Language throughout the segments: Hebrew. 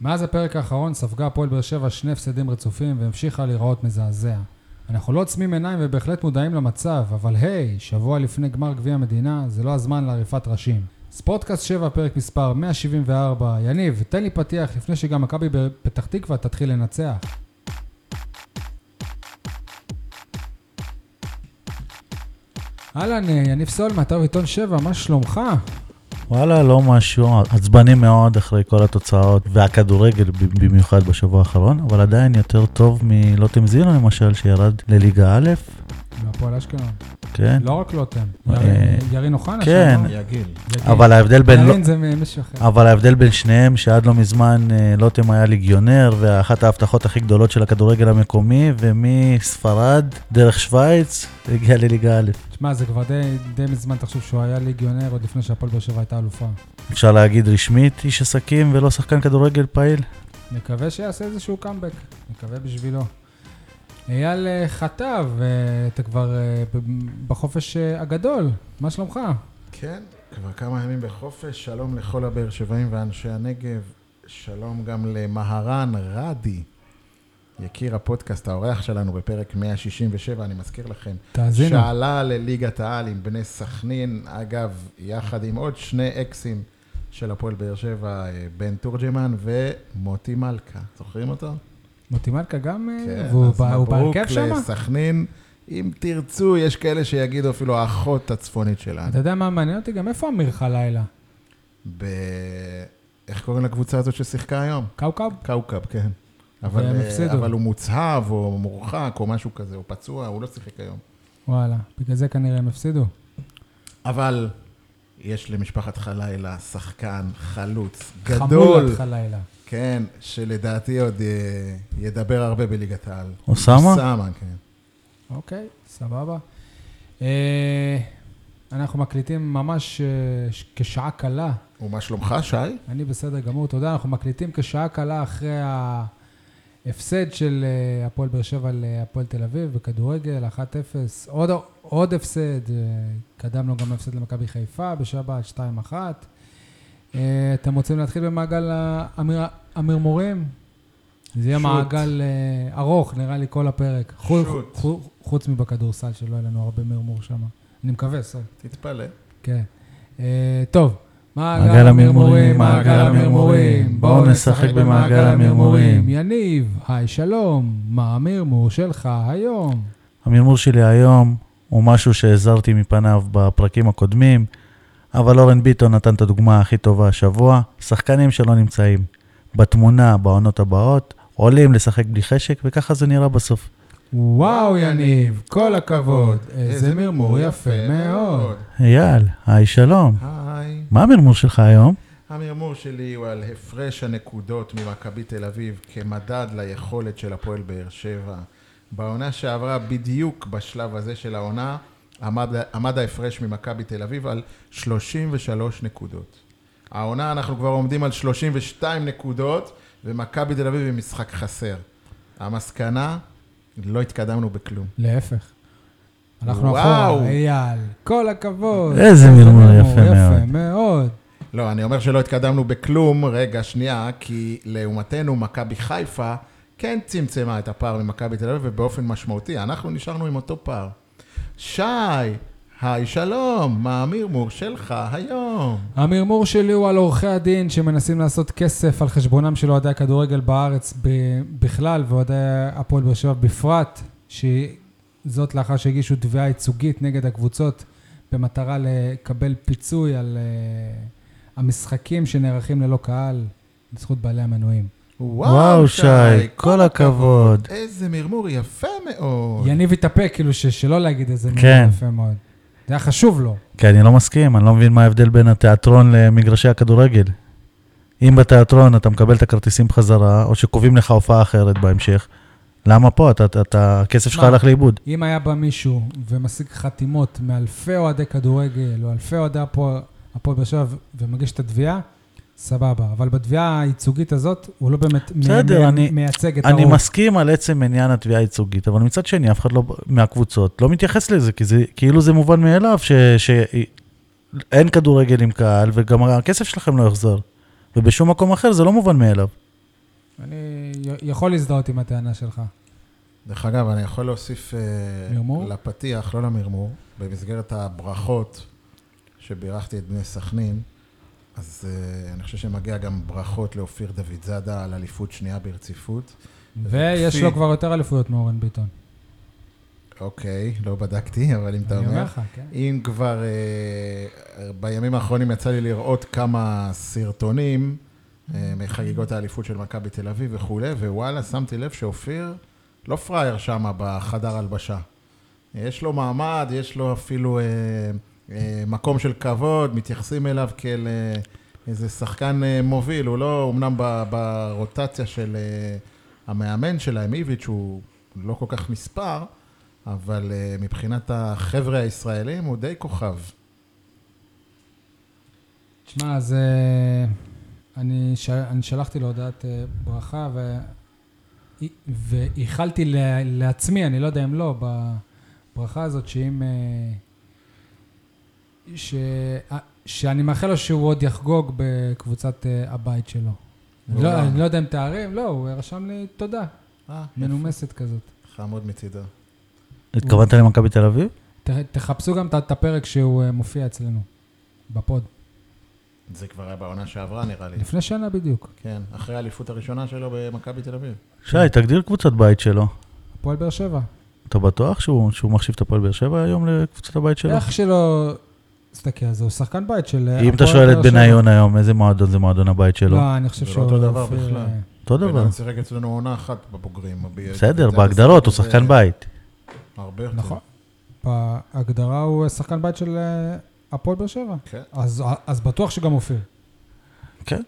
מאז הפרק האחרון ספגה הפועל באר שבע שני הפסדים רצופים והמשיכה להיראות מזעזע. אנחנו לא עוצמים עיניים ובהחלט מודעים למצב, אבל היי, שבוע לפני גמר גביע המדינה, זה לא הזמן לעריפת ראשים. ספורטקאסט 7, פרק מספר 174. יניב, תן לי פתיח לפני שגם מכבי בפתח תקווה תתחיל לנצח. אהלן, אה, יניב סולמה, אתה בעיתון 7, מה שלומך? וואלה, לא משהו, עצבנים מאוד אחרי כל התוצאות, והכדורגל ב- במיוחד בשבוע האחרון, אבל עדיין יותר טוב מלוטם זינו למשל, שירד לליגה א', מהפועל אשקלון. כן? לא רק לוטם, אה, ירין- ירין אוחנה. כן. שלמה. יגיל. יגיד. אבל אה. ההבדל בין... לא- ירין זה מישהו אחר. אבל ההבדל בין שניהם, שעד לא מזמן אה, לוטם היה ליגיונר, ואחת ההבטחות הכי גדולות של הכדורגל המקומי, ומספרד, דרך שווייץ, הגיע לליגה א'. תשמע, זה כבר די, די מזמן, תחשוב שהוא היה ליגיונר עוד לפני שהפועל באר שבע הייתה אלופה. אפשר להגיד רשמית איש עסקים ולא שחקן כדורגל פעיל? נקווה שיעשה איזשהו קאמבק, נקווה בשבילו. אייל אה, חטב, אה, אתה כבר אה, ב- בחופש אה, הגדול, מה שלומך? כן, כבר כמה ימים בחופש. שלום לכל הבאר שבעים ואנשי הנגב. שלום גם למהרן רדי, יקיר הפודקאסט, האורח שלנו בפרק 167, אני מזכיר לכם. תאזינו. שעלה לליגת העל עם בני סכנין, אגב, יחד עם עוד שני אקסים של הפועל באר שבע, אה, בן תורג'מן ומוטי מלכה. זוכרים אותו? מוטי מלכה גם, אה, כן, והוא אז בא- הוא מברוק בהרכב שם? לסכנין. אם תרצו, יש כאלה שיגידו אפילו האחות הצפונית שלנו. אתה יודע מה מעניין אותי? גם איפה אמיר חלילה? ב... איך קוראים לקבוצה הזאת ששיחקה היום? קאוקאו? קאוקאב, כן. אבל, והם אה, הפסידו. אבל הוא מוצהב, או מורחק, או משהו כזה, או פצוע, הוא לא שיחק היום. וואלה, בגלל זה כנראה הם הפסידו. אבל יש למשפחת חלילה שחקן חלוץ גדול, חמולת חלילה. כן, שלדעתי עוד אה, ידבר הרבה בליגת העל. אוסאמה? אוסאמה, כן. אוקיי, סבבה. אה, אנחנו מקליטים ממש אה, ש- כשעה קלה ומה שלומך, שי? אני בסדר גמור, תודה. אנחנו מקליטים כשעה קלה אחרי ההפסד של אה, הפועל באר שבע להפועל תל אביב בכדורגל, 1-0. עוד, עוד הפסד, אה, קדם לו גם הפסד למכבי חיפה בשבת, 2-1. אה, אתם רוצים להתחיל במעגל האמיר- המרמורים? זה יהיה שוט. מעגל אה, ארוך, נראה לי, כל הפרק. חו- שוט. חו- חוץ מבכדורסל, שלא היה לנו הרבה מרמור שם. אני מקווה, סוף. תתפלא. כן. אה, טוב, מעגל המרמורים, מעגל המרמורים. בואו נשחק במעגל המרמורים. יניב, היי שלום, מה המרמור שלך היום? המרמור שלי היום הוא משהו שהזהרתי מפניו בפרקים הקודמים, אבל אורן ביטון נתן את הדוגמה הכי טובה השבוע, שחקנים שלא נמצאים בתמונה בעונות הבאות, עולים לשחק בלי חשק, וככה זה נראה בסוף. וואו, יניב, כל הכבוד, איזה מרמור יפה מאוד. אייל, היי שלום, היי. מה המרמור שלך היום? המרמור שלי הוא על הפרש הנקודות ממכבי תל אביב כמדד ליכולת של הפועל באר שבע. בעונה שעברה, בדיוק בשלב הזה של העונה, עמד, עמד ההפרש ממכבי תל אביב על 33 נקודות. העונה אנחנו כבר עומדים על 32 נקודות, ומכבי תל אביב היא משחק חסר. המסקנה, לא התקדמנו בכלום. להפך. אנחנו וואו. אחורה, אייל, כל הכבוד. איזה מרמור יפה מאוד. יפה מאוד. לא, אני אומר שלא התקדמנו בכלום, רגע, שנייה, כי לעומתנו, מכבי חיפה כן צמצמה את הפער ממכבי תל אביב, ובאופן משמעותי, אנחנו נשארנו עם אותו פער. שי, היי שלום, מה המרמור שלך היום? המרמור שלי הוא על עורכי הדין שמנסים לעשות כסף על חשבונם של אוהדי הכדורגל בארץ ב- בכלל ואוהדי הפועל באר שבע בפרט, שזאת לאחר שהגישו תביעה ייצוגית נגד הקבוצות במטרה לקבל פיצוי על אה, המשחקים שנערכים ללא קהל בזכות בעלי המנויים. וואו, שי, כל הכבוד. איזה מרמור יפה מאוד. יניב התאפק כאילו ש- שלא להגיד איזה מרמור כן. יפה מאוד. זה היה חשוב לו. כי אני לא מסכים, אני לא מבין מה ההבדל בין התיאטרון למגרשי הכדורגל. אם בתיאטרון אתה מקבל את הכרטיסים בחזרה, או שקובעים לך הופעה אחרת בהמשך, למה פה? אתה- אתה- אתה- הכסף שלך מה? הלך לאיבוד. אם היה בא מישהו ומשיג חתימות מאלפי אוהדי כדורגל או אלפי אוהדי הפועל הפועל באר שבע ו- ומגיש את התביעה, סבבה. אבל בתביעה הייצוגית הזאת, הוא לא באמת מ- בסדר, מ- אני- מייצג את אני הרוב. מסכים על עצם עניין התביעה הייצוגית, אבל מצד שני, אף אחד לא, מהקבוצות לא מתייחס לזה, כי זה כאילו זה מובן מאליו ש- שאין כדורגל עם קהל, וגם הכסף שלכם לא יחזר. ובשום מקום אחר זה לא מובן מאליו. אני י- יכול להזדהות עם הטענה שלך. דרך אגב, אני יכול להוסיף אה, מרמור? לפתיח, לא למרמור, במסגרת הברכות שבירכתי את בני סכנין, אז אה, אני חושב שמגיע גם ברכות לאופיר דוד זאדה על אליפות שנייה ברציפות. ויש לו כפי- כבר יותר אליפויות מאורן ביטון. אוקיי, לא בדקתי, אבל אם אתה אני אומר אומר... לך, כן. אם כבר אה, בימים האחרונים יצא לי לראות כמה סרטונים אה, מחגיגות האליפות של מכבי תל אביב וכולי, ווואלה, שמתי לב שאופיר לא פראייר שם בחדר הלבשה. יש לו מעמד, יש לו אפילו אה, אה, מקום של כבוד, מתייחסים אליו כאל אה, איזה שחקן אה, מוביל, הוא לא, אמנם ב- ברוטציה של אה, המאמן שלהם, איביץ', הוא לא כל כך נספר, אבל אה, מבחינת החבר'ה הישראלים הוא די כוכב. תשמע, אז אה, אני, ש... אני שלחתי לו הודעת אה, ברכה, ו... ואיחלתי ל- לעצמי, אני לא יודע אם לא, בברכה הזאת, שאם... אה, ש... אה, שאני מאחל לו שהוא עוד יחגוג בקבוצת אה, הבית שלו. אני לא, מעולה. אני לא יודע אם תערים, לא, הוא רשם לי תודה, אה, מנומסת כזאת. חמוד מצידו. התכוונת למכבי תל אביב? ת, תחפשו גם את- את הפרק שהוא אה, מופיע אצלנו, בפוד. זה כבר היה בעונה שעברה נראה לי. לפני שנה בדיוק, כן, אחרי האליפות הראשונה שלו במכבי תל אביב. שי, תגדיר קבוצת בית שלו. הפועל באר שבע. אתה בטוח שהוא, שהוא מחשיב את הפועל באר שבע היום לקבוצת הבית שלו? איך שלא... תסתכל על זה, הוא שחקן בית של... אה, אם אתה הפועל שואל את באר שבע. בניון היום, איזה מועדון זה מועדון הבית שלו? לא, אני חושב זה לא שהוא... אותו דבר אופיר, בכלל. אה, אותו דבר. בן שיחק אצלנו עונה אחת בבוגרים. ב- בסדר, זה- בהגדרות הוא זה- אה. שחקן בית. הרבה יותר. נכון. בהגדרה הוא שחקן בית של אה, הפועל באר שבע. כן. אז- אז בטוח שגם אופיר. כן.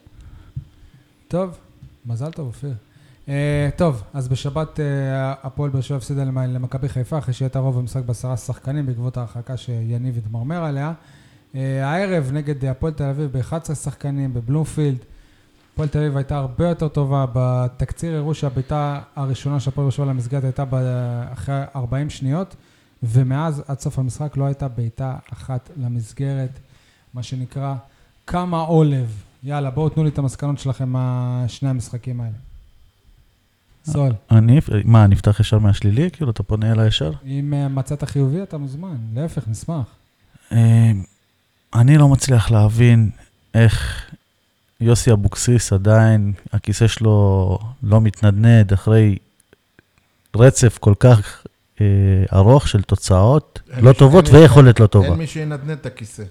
טוב, מזל טוב, אופיר. אה, טוב, אז בשבת אה, הפועל באר שבע הפסידה למ- למכבי חיפה, אחרי שהייתה רוב המשחק בעשרה שחקנים בעקבות ההרחקה שיניב התמרמר עליה. אה, הערב נגד הפועל תל אביב ב-11 שחקנים בבלומפילד. הפועל תל אביב הייתה הרבה יותר טובה. בתקציר הראו שהבעיטה הראשונה של הפועל באר שבע למסגרת הייתה ב- אחרי 40 שניות, ומאז עד סוף המשחק לא הייתה בעיטה אחת למסגרת, מה שנקרא כמה עולב. יאללה, בואו תנו לי את המסקנות שלכם משני המשחקים האלה. סול, אני, מה, נפתח ישר מהשלילי? כאילו, אתה פונה אליי ישר? אם אה, מצאת חיובי אתה מוזמן, להפך, נשמח. אה, אני לא מצליח להבין איך יוסי אבוקסיס עדיין, הכיסא שלו לא מתנדנד אחרי רצף כל כך אה, ארוך של תוצאות אין לא מי ש- טובות אין מי- ויכולת לא טובה. אין מי שינדנד את הכיסא.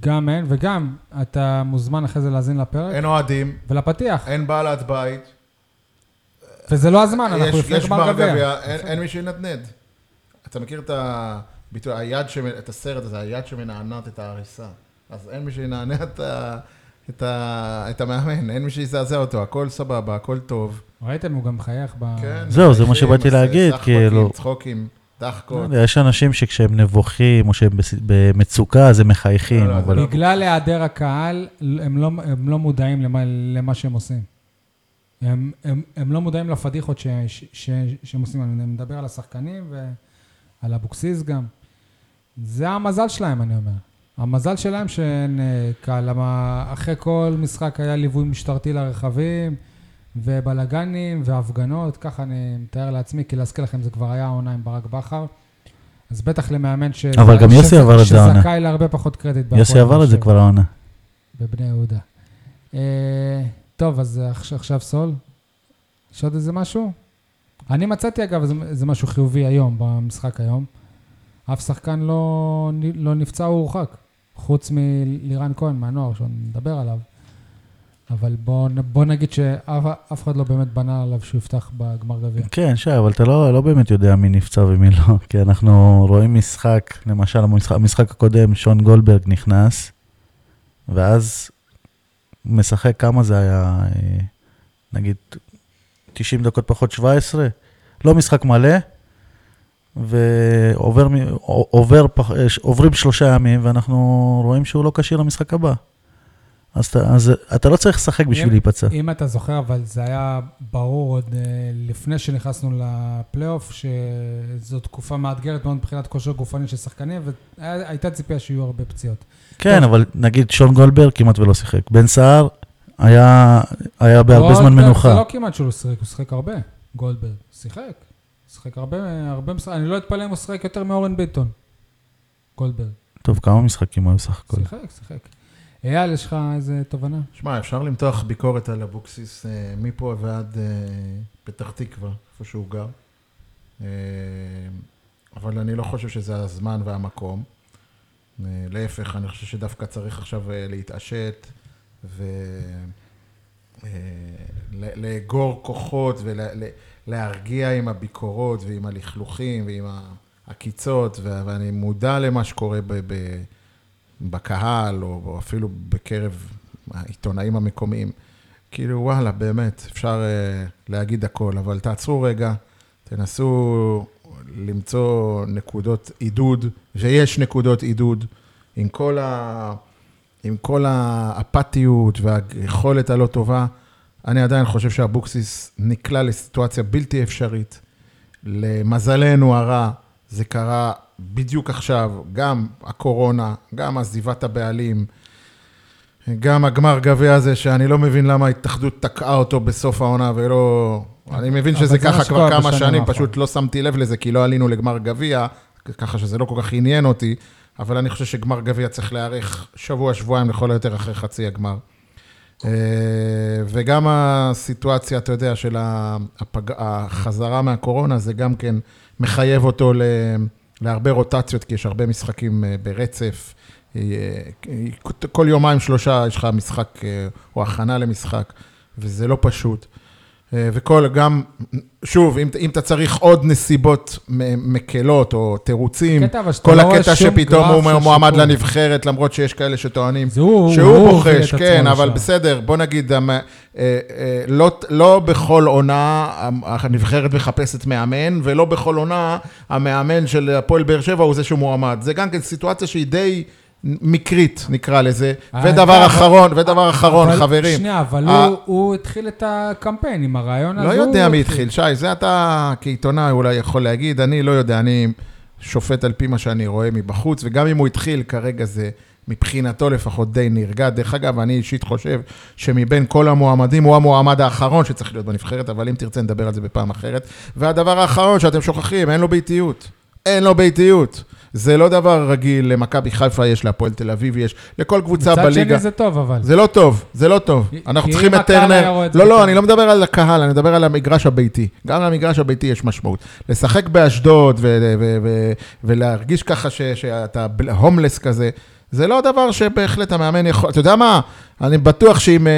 גם אין, וגם אתה מוזמן אחרי זה להאזין לפרק אין אוהדים, ולפתיח, אין בעלת בית. וזה לא הזמן, אנחנו יש- לפני יש גמר גביע. אין- אין מי שינדנד. אתה מכיר את הביטוי, היד, שמ- את הסרט הזה, היד שמנענעת את ההריסה. אז אין מי שינענע את ה- את ה- את המאמן, אין מי שיזעזע אותו, הכל סבבה, הכל טוב. ראיתם, הוא גם מחייך ב... כן, זהו, זה מה מחייכים, שבאתי עושה להגיד, סחבקים, כאילו. צחוקים, לא דחקות. יודע, יש אנשים שכשהם נבוכים או שהם בס- במצוקה, אז הם מחייכים, לא, לא, אבל זה בגלל היעדר הקהל, הם לא, הם לא מודעים למה, למה שהם עושים. הם, הם, הם לא מודעים לפדיחות ש, ש, ש, שהם עושים. אני מדבר על השחקנים ועל אבוקסיס גם. זה המזל שלהם, אני אומר. המזל שלהם שאין אה, קהל, למה אחרי כל משחק היה ליווי משטרתי לרכבים, ובלאגנים, והפגנות, ככה אני מתאר לעצמי, כי להזכיר לכם, זה כבר היה העונה עם ברק בכר. אז בטח למאמן ש... אבל גם יוסי שזה- עבר את זה העונה. שזכאי להרבה פחות קרדיט. יוסי בהפועל עבר באר את זה שבע. כבר העונה. בבני יהודה. אה, טוב, אז עכש- עכשיו סול, יש עוד איזה משהו? אני מצאתי, אגב, איזה- איזה משהו חיובי היום, במשחק היום. אף שחקן לא, נ- לא נפצע או הורחק, חוץ מלירן כהן מהנוער, שנדבר עליו. אבל בוא, נ- בוא נגיד שאף אף אחד לא באמת בנה עליו שהוא יפתח בגמר גביע. כן, שי, אבל אתה לא, לא באמת יודע מי נפצע ומי לא, כי אנחנו רואים משחק, למשל, המשחק, המשחק הקודם, שון גולדברג נכנס, ואז משחק, כמה זה היה, אה, נגיד, 90 דקות פחות 17? לא משחק מלא, ועובר, מ- עובר, פח- אה, ש- עוברים שלושה ימים, ואנחנו רואים שהוא לא כשיר למשחק הבא. אז אתה, אז אתה לא צריך לשחק בשביל אם- להיפצע. אם אתה זוכר, אבל זה היה ברור עוד אה, לפני שנכנסנו לפלייאוף, שזו תקופה מאתגרת מאוד מבחינת כושר גופני של שחקנים, והייתה ציפייה שיהיו הרבה פציעות. כן, טוב. אבל נגיד שון גולדברג כמעט ולא שיחק. בן סער, היה, היה בהרבה זמן גולדברג זה מנוחה. לא כמעט שהוא לא שיחק, הוא שיחק הרבה, גולדברג. שיחק. שיחק הרבה, הרבה משחק, אני לא אתפלא אם הוא שיחק יותר מאורן ביטון. גולדברג. טוב, כמה משחקים היו סך הכל? שיחק, שיחק. אייל, יש לך איזה תובנה? שמע, אפשר למתוח ביקורת על אבוקסיס אה, מפה ועד אה, פתח תקווה, איפה שהוא גר. אה, אבל אני לא חושב שזה הזמן והמקום. אה, להפך, אני חושב שדווקא צריך עכשיו אה, להתעשת ולאגור כוחות ולהרגיע עם הביקורות ועם הלכלוכים ועם העקיצות, ו- ואני מודע למה שקורה ב- ב- בקהל, או, או אפילו בקרב העיתונאים המקומיים. כאילו, וואלה, באמת, אפשר אה, להגיד הכל, אבל תעצרו רגע, תנסו למצוא נקודות עידוד, שיש נקודות עידוד, עם כל, ה, עם כל האפתיות והיכולת הלא טובה. אני עדיין חושב שאבוקסיס נקלע לסיטואציה בלתי אפשרית. למזלנו הרע, זה קרה בדיוק עכשיו, גם הקורונה, גם עזיבת הבעלים, גם הגמר גביע הזה, שאני לא מבין למה ההתאחדות תקעה אותו בסוף העונה ולא... אני מבין אבל שזה זה מה ככה שקורה כבר כמה בשנים שנים, האחרונות. פשוט לא שמתי לב לזה, כי לא עלינו לגמר גביע, ככה שזה לא כל כך עניין אותי, אבל אני חושב שגמר גביע צריך להיערך שבוע, שבועיים לכל היותר אחרי חצי הגמר. אה, וגם הסיטואציה, אתה יודע, של ה- הפג... החזרה מהקורונה, זה גם כן מחייב אותו ל... להרבה רוטציות, כי יש הרבה משחקים אה, ברצף. אה, אה, כל יומיים, שלושה, יש לך משחק אה, או הכנה למשחק, וזה לא פשוט. אה, וכל, גם, שוב, אם, אם אתה צריך עוד נסיבות מ- מקלות או תירוצים, הקטע, אבל שאתה כל לא רואה הקטע שום שפתאום גרף של הוא מועמד שיפור. לנבחרת, למרות שיש כאלה שטוענים זה הוא, שהוא הוא הוביל בוחש, את עצמו כן, אבל לשם. בסדר, בוא נגיד, המ- אה, אה, לא- לא בכל עונה המ- הנבחרת מחפשת מאמן, ולא בכל עונה המאמן של הפועל באר שבע הוא זה שמועמד. זה גם כן סיטואציה שהיא די מקרית, נקרא לזה. אה, ודבר אתה- אחרון, ודבר אחרון, אבל- חברים. שנייה, אבל ה- הוא- הוא התחיל את הקמפיין עם הרעיון הזה. לא הוא יודע מי התחיל, שי, זה אתה כעיתונאי אולי יכול להגיד, אני לא יודע, אני שופט על פי מה שאני רואה מבחוץ, וגם אם הוא התחיל, כרגע זה מבחינתו לפחות די נרגע. דרך אגב, אני אישית חושב שמבין כל המועמדים, הוא המועמד האחרון שצריך להיות בנבחרת, אבל אם תרצה נדבר על זה בפעם אחרת. והדבר האחרון שאתם שוכחים, אין לו ביתיות. אין לו ביתיות. זה לא דבר רגיל, למכבי חיפה יש, להפועל תל אביב יש, לכל קבוצה מצד בליגה. שני זה טוב, אבל. זה לא טוב, זה לא טוב. כי- אנחנו כי צריכים אם את הקהל היה טרנר. רואה את זה לא, בטרנר. לא, אני לא מדבר על הקהל, אני מדבר על המגרש הביתי. גם למגרש הביתי יש משמעות. לשחק באשדוד ו- ו- ו- ולהרגיש ככה ש- שאתה בל- הומלס כזה, זה לא דבר שבהחלט המאמן יכול... אתה יודע מה? אני בטוח שאם... אה,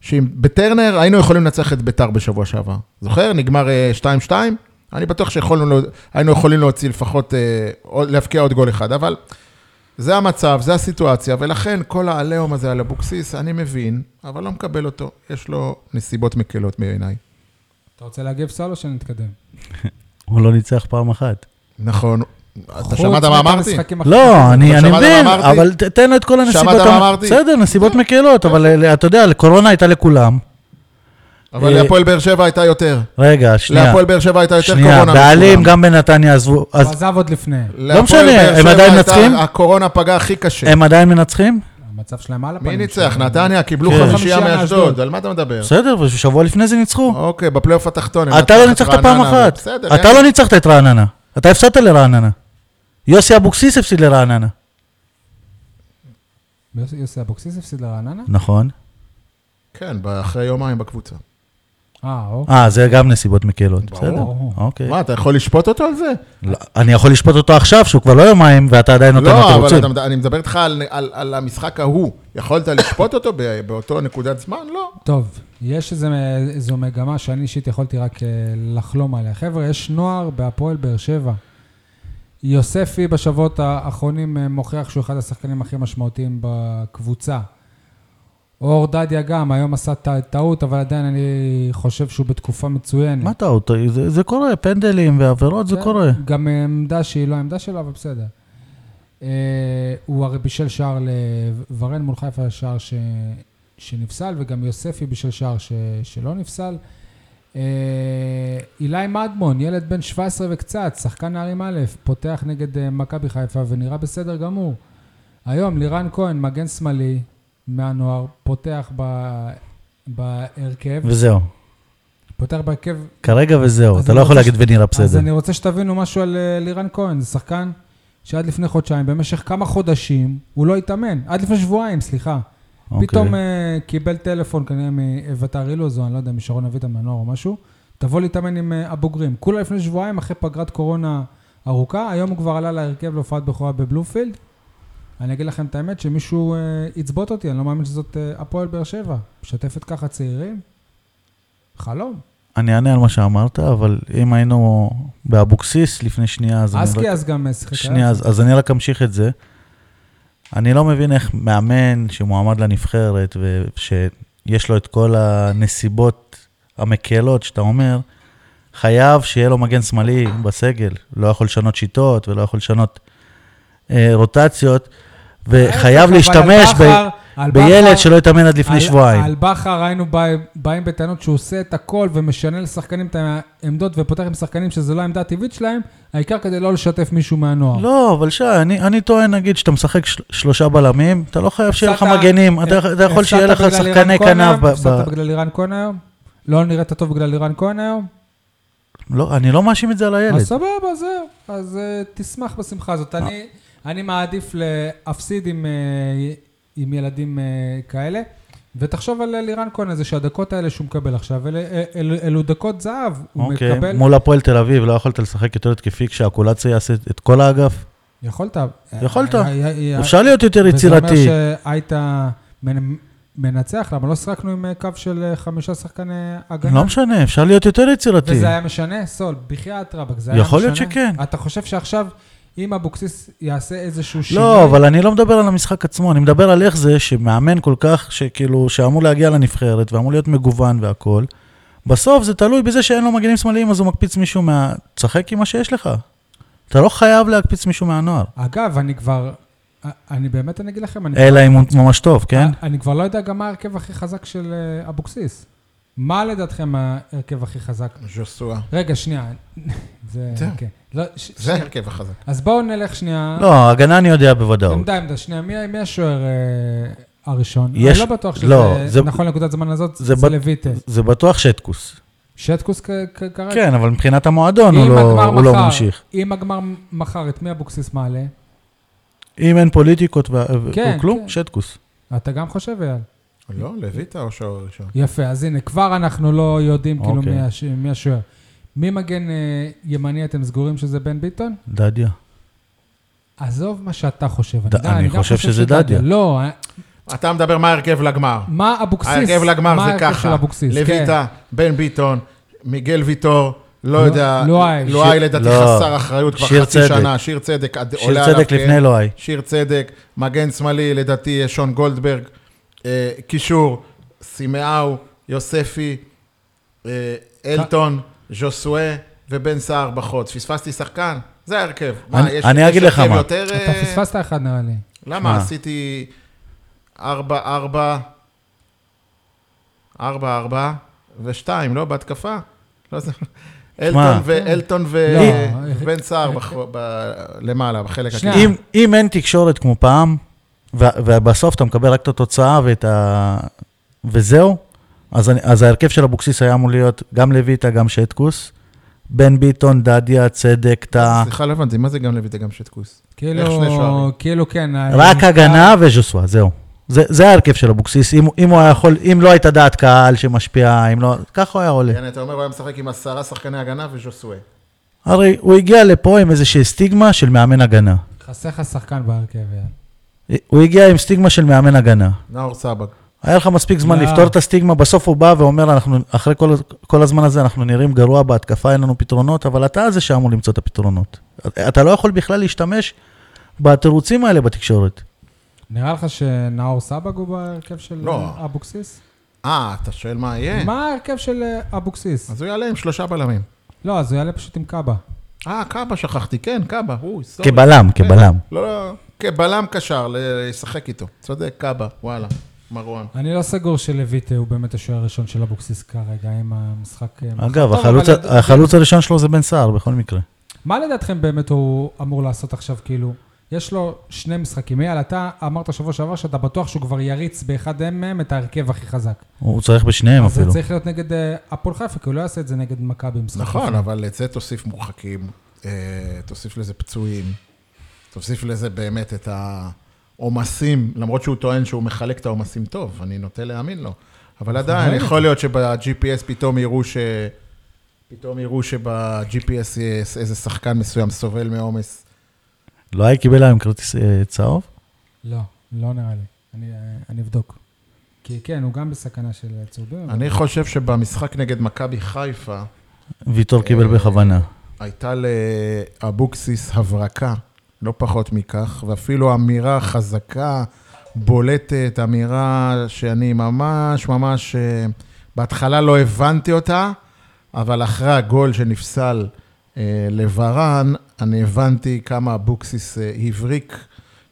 שאם בטרנר היינו יכולים לנצח את ביתר בשבוע שעבר. זוכר? נגמר אה, 2-2? אני בטוח שהיינו יכולים להוציא לפחות, אה, עוד- להבקיע עוד גול אחד, אבל זה המצב, זה הסיטואציה, ולכן כל העליהום הזה על אבוקסיס, אני מבין, אבל לא מקבל אותו. יש לו נסיבות מקלות בעיניי. אתה רוצה להגיב סל או שנתקדם? הוא לא ניצח פעם אחת. נכון. אתה שמעת מה אמרתי? לא, אני אבל אני שמעת מה מבין, אמרתי? אבל ת- תן לו את כל הנסיבות. שמעת מה המ- אמרתי? לא. בסדר, נסיבות מקלות, אבל אה, אתה יודע, קורונה הייתה לכולם. אבל אה, להפועל באר שבע הייתה יותר. רגע, שנייה. להפועל באר שבע הייתה יותר שנייה, קורונה. בעלים מכולם. גם בנתניה עזבו. אז הוא עזב עוד לפני. להפועל משנה, באר הם שבע עדיין הייתה- מנצחים? הקורונה פגעה הכי קשה. הם עדיין מנצחים? כן. המצב שלהם על הפנים. מי ניצח? שלהם. נתניה, קיבלו כן. חמישייה חמישייה מאשדוד, מאשדוד. על מה אתה מדבר? בסדר, ושבוע לפני זה ניצחו. אוקיי, בפלייאוף התחתון. הם אתה לא ניצחו את ניצחת פעם רעננה, אבל אחת. בסדר, כן. אתה יאללה. לא ניצחת את רעננה. אתה הפסדת לרעננה. יוסי אבוקסיס הפסיד לרעננה. יוסי- יוסי אבוקסיס הפסיד לרעננה? נכון. כן, אחרי יומיים בקבוצה. אה, אוקיי. אה, זה גם נסיבות מקלות. ברור. בסדר, אוקיי. מה, אתה יכול לשפוט אותו על זה? לא, אני יכול לשפוט אותו עכשיו, שהוא כבר לא יומיים, ואתה עדיין נותן לו לא, אבל תירוצים. אתה, מד- אני מדבר איתך על, על, על המשחק ההוא. יכולת לשפוט אותו ב, באותו נקודת זמן? לא. טוב, יש איזה, איזו מגמה שאני אישית יכולתי רק אה, לחלום עליה. חבר'ה, יש נוער בהפועל באר שבע. יוספי בשבועות האחרונים אה, מוכיח שהוא אחד השחקנים הכי משמעותיים בקבוצה. אור דדיה גם, היום עשה ט- טעות, אבל עדיין אני חושב שהוא בתקופה מצוינת. מה אתה אותו? זה- זה קורה, פנדלים ועבירות, זה כן, קורה. גם עמדה שהיא לא העמדה שלו, אבל בסדר. אה, הוא הרי בישל שער לוורן מול חיפה, שער ש... שנפסל, וגם יוספי בישל שער ש... שלא נפסל. אה, אילי מדמון, ילד בן 17 וקצת, שחקן נערים א', פותח נגד אה, מכבי חיפה ונראה בסדר גמור. היום לירן כהן, מגן שמאלי, מהנוער, פותח ב- בהרכב, וזהו. פותח בהרכב. כרגע וזהו, אז אתה אני לא יכול רוצה להגיד ונראה אז בסדר. אני רוצה שתבינו משהו על אה, לירן כהן, זה שחקן שעד לפני חודשיים, במשך כמה חודשים, הוא לא התאמן, עד לפני שבועיים, סליחה. אוקיי. פתאום אה, קיבל טלפון כנראה מאביתר אילוז, או אני לא יודע, משרון אביטן מהנוער או משהו, תבוא להתאמן עם אה, הבוגרים. כולה לפני שבועיים, אחרי פגרת קורונה ארוכה, היום הוא כבר עלה להרכב להופעת בכורה בבלומפילד. אני אגיד לכם את האמת, שמישהו אה, יצבוט אותי, אני לא מאמין שזאת אה, הפועל באר שבע. משתפת ככה צעירים? חלום. אני אענה על מה שאמרת, אבל אם היינו באבוקסיס לפני שנייה, אז אני לא רק... אסקי אז גם אה, שיחק. היה? שנייה, אז, אז אני רק אמשיך את זה. אני לא מבין איך מאמן שמועמד לנבחרת ושיש לו את כל הנסיבות המקלות שאתה אומר, חייב שיהיה לו מגן שמאלי בסגל. לא יכול לשנות שיטות ולא יכול לשנות אה, רוטציות, וחייב אה, אבל אה, להשתמש על ב, בכר- על בכר- בילד שלא התאמן עד לפני על- שבועיים. על בכר היינו בא- באים בטענות שהוא עושה את הכל ומשנה לשחקנים את העמדות ופותח עם שחקנים שזו לא העמדה הטבעית שלהם, העיקר כדי לא לשתף מישהו מהנוער. לא, אבל שי, אני, אני טוען, נגיד, שאתה משחק של, שלושה בלמים, אתה לא חייב שיהיה לך הפסדת- מגנים, אתה, אתה יכול שיהיה לך הפסדת בגלל שחקני לירן כהן כנף. היום? ב- הפסדת ב- בגלל לירן כהן היום? לא נראית טוב בגלל לירן כהן היום? לא, אני לא מאשים את זה על הילד. אז סבבה, זהו. אז אה, תשמח בשמחה הזאת. אה. אני- אני מעדיף להפסיד עם, אה, עם ילדים אה, כאלה. ותחשוב על אה, לירן כהן הזה, שהדקות האלה שהוא מקבל עכשיו, אלה- אל- אל- אלו דקות זהב. הוא אוקיי, מקבל... מול הפועל תל אביב לא יכולת לשחק יותר התקפי כשהקולציה יעשה את כל האגף? יכולת. יכולת. אה, אה, אה, אפשר להיות יותר יצירתי. וזה אומר שהיית מנ- מנצח, למה לא שיחקנו עם אה, קו של אה, חמישה שחקני הגנה? לא משנה, אפשר להיות יותר יצירתי. וזה היה משנה, סול, בחייאת רבאק, זה היה משנה. יכול להיות שכן. אתה חושב שעכשיו, אם אבוקסיס יעשה איזשהו שינוי... לא, אבל אני לא מדבר על המשחק עצמו, אני מדבר על איך זה שמאמן כל כך, שכאילו, שאמור להגיע לנבחרת ואמור להיות מגוון והכול. בסוף זה תלוי בזה שאין לו מגנים שמאליים, אז הוא מקפיץ מישהו מה... תשחק עם מה שיש לך. אתה לא חייב להקפיץ מישהו מהנוער. אגב, אני כבר... אני באמת, אני אגיד לכם, אני, אלא אם הוא ממש טוב, כן? אני כבר לא יודע גם מה ההרכב הכי חזק של אה, אבוקסיס. מה לדעתכם ההרכב הכי חזק? ז'וסואה. רגע, שנייה. זה... זהו. כן. לא, ש... זה ההרכב החזק. אז בואו נלך שנייה. לא, הגנה אני יודע בוודאות. אה. עמדה, עמדה, שנייה, מי, מי השוער אה, הראשון? יש- אני לא בטוח שזה לא, זה- נכון לנקודת זמן הזאת, זה זה, בט- לויטה. זה בטוח שטקוס. שטקוס כ- כ- כרגע? כן, אבל מבחינת המועדון הוא אם לא, הגמר הוא לא מחר- ממשיך. אם הגמר מחר, את מי אבוקסיס מעלה? אם אין פוליטיקות ו... כן, וכלום, כן. שטקוס. אתה גם חושב, אייל. לא, לויטה או שוער ראשון? יפה, אז הנה, כבר אנחנו לא יודעים כאילו אוקיי. מי הש- מי השוער. מי מגן אה, ימני אתם סגורים שזה בן ביטון? דדיה. עזוב מה שאתה חושב. ד- יודע, אני גם חושב שזה דדיה. לא, אה, אתה מדבר מה ההרכב לגמר. מה אבוקסיס? ההרכב אה, לגמר מה זה ההרכב של ככה. אבוקסיס? כן. לויטה, בן ביטון, מיגל ויטור, לא לא- יודע, לואי. לואי שיר- לדעתי לא. חסר אחריות כבר שיר חצי צדק. שנה, שיר צדק עד- שיר עולה עליו, צדק כן. לפני לא אלוהי. שיר צדק, מגן שמאלי, לדעתי שון גולדברג, אה, קישור, סימאו, יוספי, אה, אלטון, ז'וסואה ובן סער בחוץ. פספסתי שחקן? זה ההרכב. מה, אני- יש- אני יש אגיד לך הרכב מה. יותר, כן. אתה אה, פספסת אחד נראה לי. למה מה? עשיתי ארבע, ארבע, ארבע, ארבע ושתיים, לא? בהתקפה? לא זה... אלטון ו- אלטון ו- לא. ובן סער בח- ב- למעלה, בחלק שנייה. הקדמי. אם, אם אין תקשורת כמו פעם, ו- ובסוף אתה מקבל רק את התוצאה ואת ה... וזהו, אז, אני, אז ההרכב של אבוקסיס היה אמור להיות גם לויטה, גם שטקוס. בן ביטון, דדיה, צדק, טאה, סליחה, לא הבנתי, מה זה גם לויטה, גם שטקוס? איך שני כאילו, שוערים? כאילו כן. רק ה- הגנה וז'וסווה, זהו. זה, זה ההרכב של אבוקסיס, אם, אם הוא היה יכול, אם לא הייתה דעת קהל שמשפיעה, אם לא, ככה הוא היה עולה. יעני, אתה אומר, הוא היה משחק עם עשרה שחקני הגנה וז'וסואה. הרי הוא הגיע לפה עם איזושהי סטיגמה של מאמן הגנה. חסר לך שחקן בהרכב, יאללה. הוא הגיע עם סטיגמה של מאמן הגנה. נאור סבג. היה לך מספיק זמן לא. לפתור את הסטיגמה, בסוף הוא בא ואומר, אנחנו, אחרי כל, כל הזמן הזה אנחנו נראים גרוע בהתקפה, אין לנו פתרונות, אבל אתה זה שאמור למצוא את הפתרונות. אתה לא יכול בכלל להשתמש בתירוצים האלה בתקשורת. נראה לך שנאור סבג הוא בהרכב של לא. אה, אבוקסיס? אה, אתה שואל מה יהיה? מה ההרכב של אה, אבוקסיס? אז הוא יעלה עם שלושה בלמים. לא, אז הוא יעלה פשוט עם קאבה. אה, קאבה שכחתי, כן, קאבה, הוא, סורי. כבלם, כן, כבלם. לא, לא, כבלם קשר, ל- לשחק איתו. צודק, קאבה, וואלה, מרואן. אני לא סגור שלויטה הוא באמת השוער הראשון של אבוקסיס כרגע, עם המשחק... אה, מחר. אגב, טוב, החלוץ, אבל לד- החלוץ הראשון שלו זה בן סער, בכל מקרה. מה לדעתכם באמת הוא אמור לעשות עכשיו, כאילו? יש לו שני משחקים. אייל, אתה אמרת שבוע שעבר שאתה בטוח שהוא כבר יריץ באחד מהם את ההרכב הכי חזק. הוא צריך בשניהם אז זה אה, אפילו. צריך להיות נגד אה, הפועל חיפה, כי הוא לא יעשה את זה נגד מכבי במשחק. נכון, חוץ. אבל את זה תוסיף מורחקים, אה, תוסיף לזה פצועים, תוסיף לזה באמת את העומסים, למרות שהוא טוען שהוא מחלק את העומסים טוב, אני נוטה להאמין לו. אבל עדיין, רואים את יכול להיות שב-GPS פתאום יראו ש... פתאום יראו שב-GPS יש איזה שחקן מסוים סובל מעומס. לא היה קיבל היום כרטיס אה, צהוב? לא, לא נראה לי. אני, אה, אני אבדוק. כי כן, הוא גם בסכנה של אה, צהובים. אבל- אני חושב שבמשחק נגד מכבי חיפה, ויטור קיבל בכוונה. הייתה לאבוקסיס הברקה, לא פחות מכך, ואפילו אמירה חזקה, בולטת, אמירה שאני ממש ממש, אה, בהתחלה לא הבנתי אותה, אבל אחרי הגול שנפסל אה, לברן, אני הבנתי כמה אבוקסיס אה, הבריק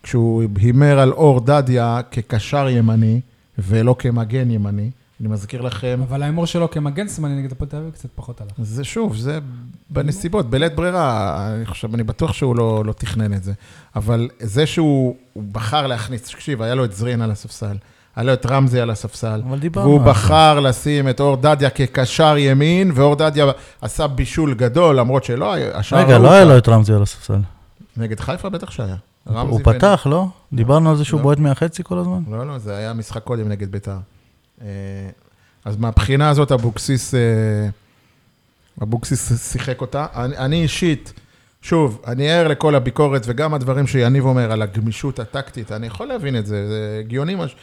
כשהוא הימר על אור דדיה כקשר ימני ולא כמגן ימני. אני מזכיר לכם, אבל ההימור שלו כמגן שמאלי נגד הפועל תל אביב קצת פחות עליו. זה שוב, זה בנסיבות, בלית ברירה, אני חושב, אני בטוח שהוא לא, לא תכנן את זה. אבל זה שהוא הוא בחר להכניס, תקשיב, היה לו את זרין על הספסל, היה לו את רמזי על הספסל. אבל דיברנו והוא על זה. בחר לשים את אור דדיה כקשר ימין, ואור דדיה עשה בישול גדול, למרות שלא היה, השער רגע, ההוא לא היה כבר- לו את רמזי על הספסל. נגד חיפה בטח שהיה. רמזי הוא ונ- פתח, לא? דיברנו על זה שהוא לא. בועט מהחצי כל הזמן? לא, לא, זה היה משחק קודם נגד ביתר. אה, אז מהבחינה הזאת אבוקסיס, אה, אבוקסיס שיחק אותה. אני, אני אישית, שוב, אני ער לכל הביקורת וגם הדברים שיניב אומר על הגמישות הטקטית, אני יכול להבין את זה, זה הגיוני, מש...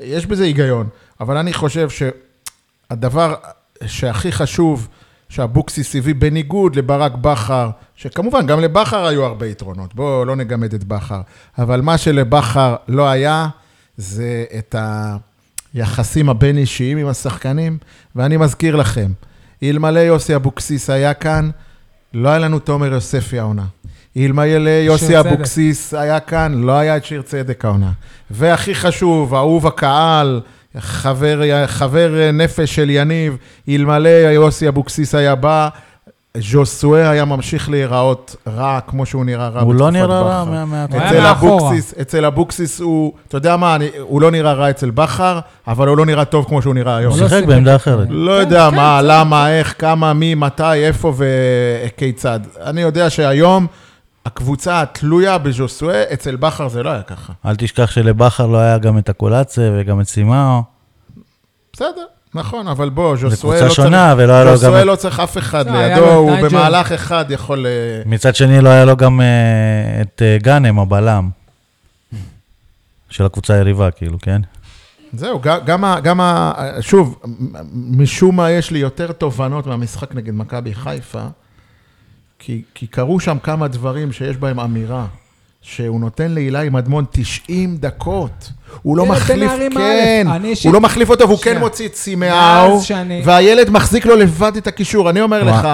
יש בזה היגיון, אבל אני חושב שהדבר שהכי חשוב, שאבוקסיס הביא בניגוד לברק בכר, שכמובן, גם לבכר היו הרבה יתרונות, בואו לא נגמד את בכר, אבל מה שלבכר לא היה, זה את היחסים הבין-אישיים עם השחקנים, ואני מזכיר לכם, אלמלא יוסי אבוקסיס היה כאן, לא היה לנו תומר יוספי העונה. אלמלא יוסי צדק. אבוקסיס היה כאן, לא היה את שיר צדק העונה. והכי חשוב, אהוב הקהל, חבר, חבר נפש של יניב, אלמלא יוסי אבוקסיס היה בא, ז'וסואה היה ממשיך להיראות רע, כמו שהוא נראה רע הוא לא בתקופת נראה רע בכר. מה- הוא היה מההתקפה. אצל מאחורה. אבוקסיס, אצל אבוקסיס הוא, אתה יודע מה, אני, הוא לא נראה רע אצל בכר, אבל הוא לא נראה טוב כמו שהוא נראה היום. הוא לא כן, שיחק שיחק. בעמדה אחרת. לא יודע מה, למה, איך, כמה, מי, מתי, איפה וכיצד. אני יודע שהיום הקבוצה התלויה בז'וסואה, אצל בכר זה לא היה ככה. אל תשכח שלבכר לא היה גם את הקולאצה וגם את סימאו. בסדר, נכון, אבל בוא, ז'וסואה קבוצה לא שונה, ולא היה לו גם ז'וסואה את- לא צריך אף אחד לא, היה לידו, לו את הוא נייג'ל. במהלך אחד יכול... אה, מצד שני, לא היה לו גם אה, את אה, גאנם, הבלם. של הקבוצה היריבה, כאילו, כן? זהו, ג- גם, ה- גם ה... שוב, מ- משום מה יש לי יותר תובנות מהמשחק נגד מכבי חיפה, כי, כי קרו שם כמה דברים שיש בהם אמירה, שהוא נותן לאילי מדמון 90 דקות. הוא לא ילד אה, בן מחליף, נערים כן, א', אני אישית- הוא לא מחליף אותו, והוא כן שנייה. מוציא את סימאו, מאז שאני- והילד מחזיק לו לבד את הקישור. אני אומר מה? לך,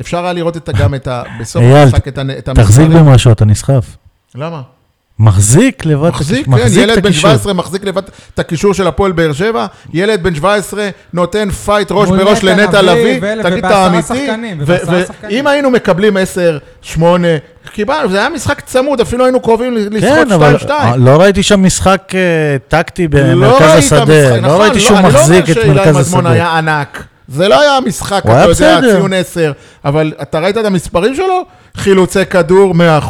אפשר היה לראות את ה- גם את ה... בסוף אייל, המשחק את ה- את תחזיק המספרים. במשהו, אתה נסחף. למה? מחזיק לבד, את מחזיק, הכיש- כן, ילד את בן הקישור. 17 מחזיק לבד את הקישור של הפועל באר שבע, ילד בן 17 נותן פייט ראש מול בראש נטע לנטע לביא, לביא, ואלה, תגיד את ובעשרה האמיתי. שחקנים, ו- ובעשרה ו- שחקנים. אם היינו מקבלים 10, 8, קיבלנו, זה היה משחק צמוד, אפילו היינו קרובים ל- כן, לסחוט אבל 2-2. אה, לא ראיתי שם משחק אה, טקטי לא במרכז השדה. נכון, לא ראיתי שהוא מחזיק את מרכז אני לא אומר שאילי מדמון השדה. היה ענק. זה לא היה משחק, הוא היה אתה יודע, בסדר. ציון 10, אבל אתה ראית את המספרים שלו? חילוצי כדור אה, 100%.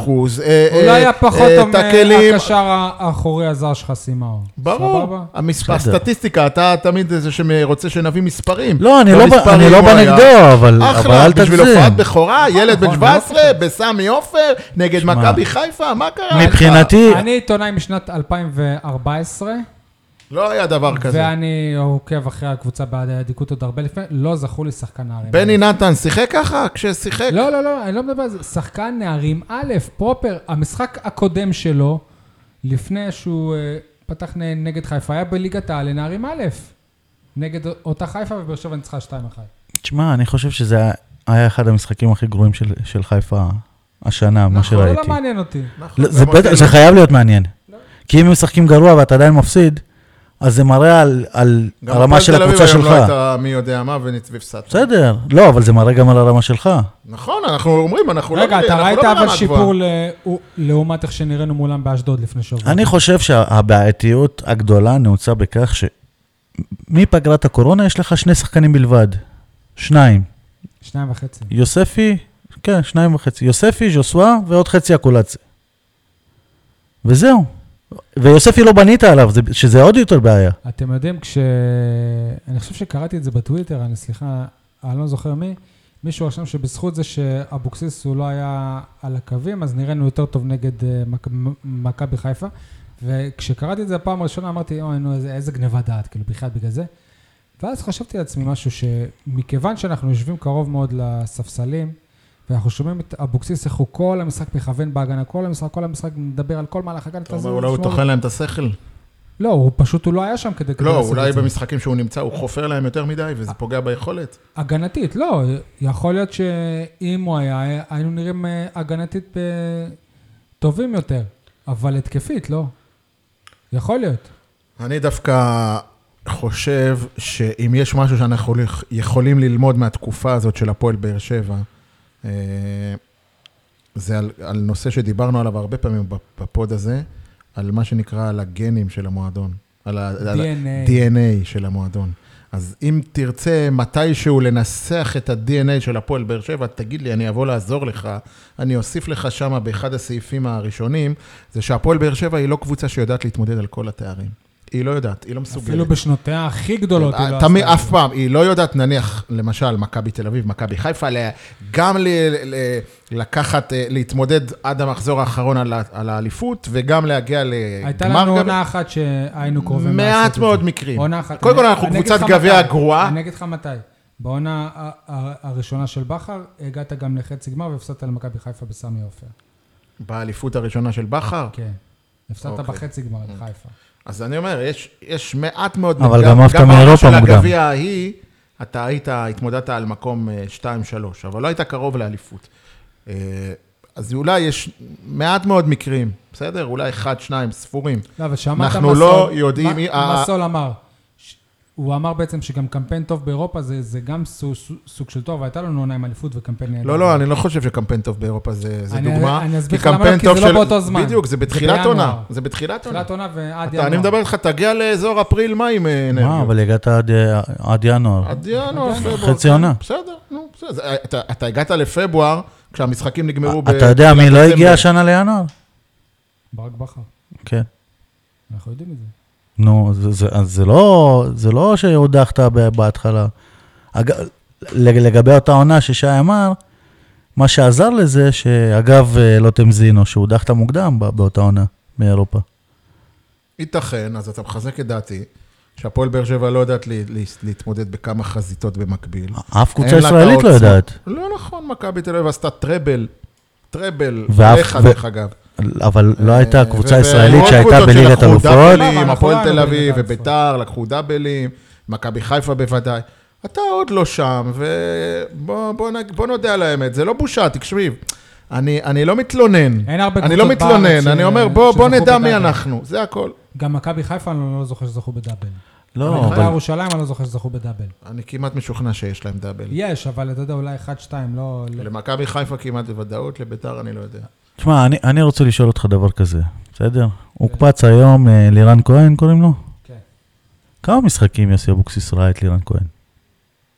אולי היה פחות טוב מהקשר האחורי הזר שלך, סימאו. ברור, סבבה? המספר, בסדר. הסטטיסטיקה, אתה תמיד זה שרוצה שנביא מספרים. לא, אני לא ב- במספרים אני לא הוא היה- בנגדו, אבל אבל אחלה, אל בשביל הופעת תגזים. בכורה, ילד בן נכון, 17, בסמי עופר, נגד מכבי חיפה, מה קרה? לך? מבחינתי, אני עיתונאי משנת 2014, לא היה דבר כזה. ואני עוקב אחרי הקבוצה בעד האדיקות עוד הרבה לפני, לא זכו לי שחקן נערים. בני נתן שיחק ככה? כששיחק? לא, לא, לא, אני לא מדבר על זה. שחקן נערים א', פרופר, המשחק הקודם שלו, לפני שהוא אה, פתח נ- נגד חיפה, היה בליגת העל לנערים א', נגד אותה חיפה ובאר שבע ניצחה 2-1. תשמע, אני חושב שזה היה- היה אחד המשחקים הכי גרועים של- של חיפה השנה, מה נכון, זה שראיתי. לא מעניין אותי. נכון, לא, זה גם אותי לא. בטח- זה חייב להיות מעניין. כי אם הם משחקים גרוע ואתה עדיין מפסיד, אז זה מראה על, על גם הרמה הפועל של תל אביב הקבוצה היום שלך. לא הייתה מי יודע מה ונצביב סאטו. בסדר, לא, אבל זה מראה גם על הרמה שלך. נכון, אנחנו אומרים, אנחנו לא... רגע, אנחנו אתה לא ראית ברמה אבל גבוהה. שיפור ל- לעומת איך שנראינו מולם באשדוד לפני שבוע. אני חושב שהבעייתיות הגדולה נעוצה בכך ש... מפגרת הקורונה יש לך שני שחקנים בלבד. שניים. שניים וחצי. יוספי, כן, שניים וחצי. יוספי, ז'וסווה ועוד חצי אקולציה. וזהו. ויוספי לא בנית עליו, זה- שזה עוד יותר בעיה. אתם יודעים, כש... אני חושב שקראתי את זה בטוויטר, אני סליחה, אני לא זוכר מי, מישהו רשם שבזכות זה שאבוקסיס הוא לא היה על הקווים, אז נראינו יותר טוב נגד אה, מק- מ- מכבי חיפה. וכשקראתי את זה הפעם הראשונה, אמרתי, אוי, נו, איזה, איזה גניבת דעת, כאילו, בכלל בגלל זה. ואז חשבתי לעצמי משהו שמכיוון שאנחנו יושבים קרוב מאוד לספסלים, ואנחנו שומעים את אבוקסיס, איך הוא כל המשחק מכוון בהגנה, כל המשחק, כל המשחק מדבר על כל מהלך הגנה. אתה אומר, אולי הוא טוחן להם את השכל? לא, הוא פשוט, הוא לא היה שם כדי... כדי לא, לעשות אולי את זה. במשחקים שהוא נמצא, הוא חופר להם יותר מדי, וזה פוגע ביכולת. הגנתית, לא. יכול להיות שאם הוא היה, היינו נראים אה, הגנתית אה, טובים יותר, אבל התקפית, לא. יכול להיות. אני דווקא חושב שאם יש משהו שאנחנו יכולים- יכולים ללמוד מהתקופה הזאת של הפועל באר שבע, אה, זה על, על נושא שדיברנו עליו הרבה פעמים בפ- בפוד הזה, על מה שנקרא, על הגנים של המועדון. על DNA. ה-DNA של המועדון. אז אם תרצה מתישהו לנסח את ה-DNA של הפועל באר שבע, תגיד לי, אני אבוא לעזור לך. אני אוסיף לך שמה באחד הסעיפים הראשונים, זה שהפועל באר שבע היא לא קבוצה שיודעת להתמודד על כל התארים. היא לא יודעת, היא לא מסוגלת. אפילו בשנותיה הכי גדולות. היא לא עשתה תמיד, את זה. אה, אף פעם, היא לא יודעת, נניח, למשל, מכבי תל אביב, מכבי חיפה, ל- גם ל- ל- לקחת, אה, להתמודד עד המחזור האחרון על ה- על האליפות, וגם להגיע לגמר הייתה לנו גביע. עונה אחת שהיינו קרובים לעשות את מעט זה. מאוד מקרים. עונה אחת. קודם כל, אני- אנחנו אני אגיד קבוצת לך גביע מתי. גרועה. אני אגיד לך מתי. בעונה ה- ה- הראשונה של בכר, הגעת גם לחצי גמר והפסדת למכבי חיפה בסמי עופר. באליפות הראשונה של בכר. כן. הפסדת אוקיי. בחצי גמר לחיפה. אז אני אומר, יש, יש מעט מאוד... אבל מוקדם. גם עפת מאירופה גם בעונה מוקדם. של הגביע ההיא, אתה היית, התמודדת על מקום 2-3, אבל לא היית קרוב לאליפות. אה, אז אולי יש מעט מאוד מקרים, בסדר? אולי אחד, שניים, ספורים. לא, אבל שמעת אנחנו מה לא סול- יודעים מה- מי- מה ה- סול אמר. ש- הוא אמר בעצם שגם קמפיין טוב באירופה זה, זה גם סו- סו- סוג של טוב, והייתה לנו עונה עם אליפות וקמפיין נהדר. לא, לא, אני לא חושב שקמפיין טוב באירופה זה, זה כן. אני- דוגמה. אני אסביר לך כי למה לא, קמפיין כי זה טוב לא של- באותו זמן. בדיוק, זה זה בתחילת בינואר. עונה. זה בתחילת עונה. תחילת עונה ועד אתה- ינואר. אני מדבר איתך, תגיע לאזור אפריל, מים אה, אנרגיות. מה, אבל הגעת עד, אה, עד ינואר. עד ינואר, כן. עד ינואר. פברואר. חצי עונה. בסדר, נו, בסדר. זה- אתה- אתה הגעת לפברואר, כשהמשחקים נגמרו ב... אתה יודע מי לא הגיע בדצמבר. השנה לינואר? ברק בכר, כן. אנחנו יודעים את זה. נו, זה, זה, אז זה לא, זה לא שהודחת ב- בהתחלה. אג, לג- לגבי אותה עונה ששי אמר, מה שעזר לזה, שאגב, אה, לוטם זינו, שהודחת מוקדם ב- באותה עונה מאירופה. ייתכן, אז אתה מחזק את דעתי, שהפועל באר שבע לא יודעת לה- לה- להתמודד בכמה חזיתות במקביל. אף קבוצה אין לה את ישראלית לא העוצמה. יודעת. לא נכון, מכבי תל אביב עשתה טראבל, טראבל, ואף- לך ו- דרך אגב. אה, אבל אה, לא הייתה קבוצה ו- ישראלית ועוד שהייתה קבוצות בליגת שלקחו אלופות. אבל דאבלים, אנחנו הפועל לא היינו תל אביב בליגת האלופות. וביתר לקחו דאבלים, מכבי חיפה בוודאי. אתה עוד לא שם, ובוא בוא, נג- בוא נודה על האמת, זה לא בושה, תקשיב. אני, אני לא מתלונן. אין הרבה אני לא קבוצות בארץ מתלונן, ש- אני אומר, בוא, שזכו בוא נדע מי בדאבל." אנחנו, זה הכל. גם מכבי חיפה, אני לא זוכר שזכו בדאבל. לא, מכבי אבל ירושלים, אני לא זוכר שזכו בדאבל. אני כמעט משוכנע שיש להם דאבל. יש, אבל אתה יודע, אולי 1-2, לא... לא- למכבי חיפה כמעט בוודאות, לביתר אני לא יודע. תשמע, אני, אני רוצה לשאול אותך דבר כזה, בסדר? הוקפץ היום אה, לירן כהן, קוראים לו? כן. כמה משחקים יוסי אבוקסיס ראה את לירן כהן?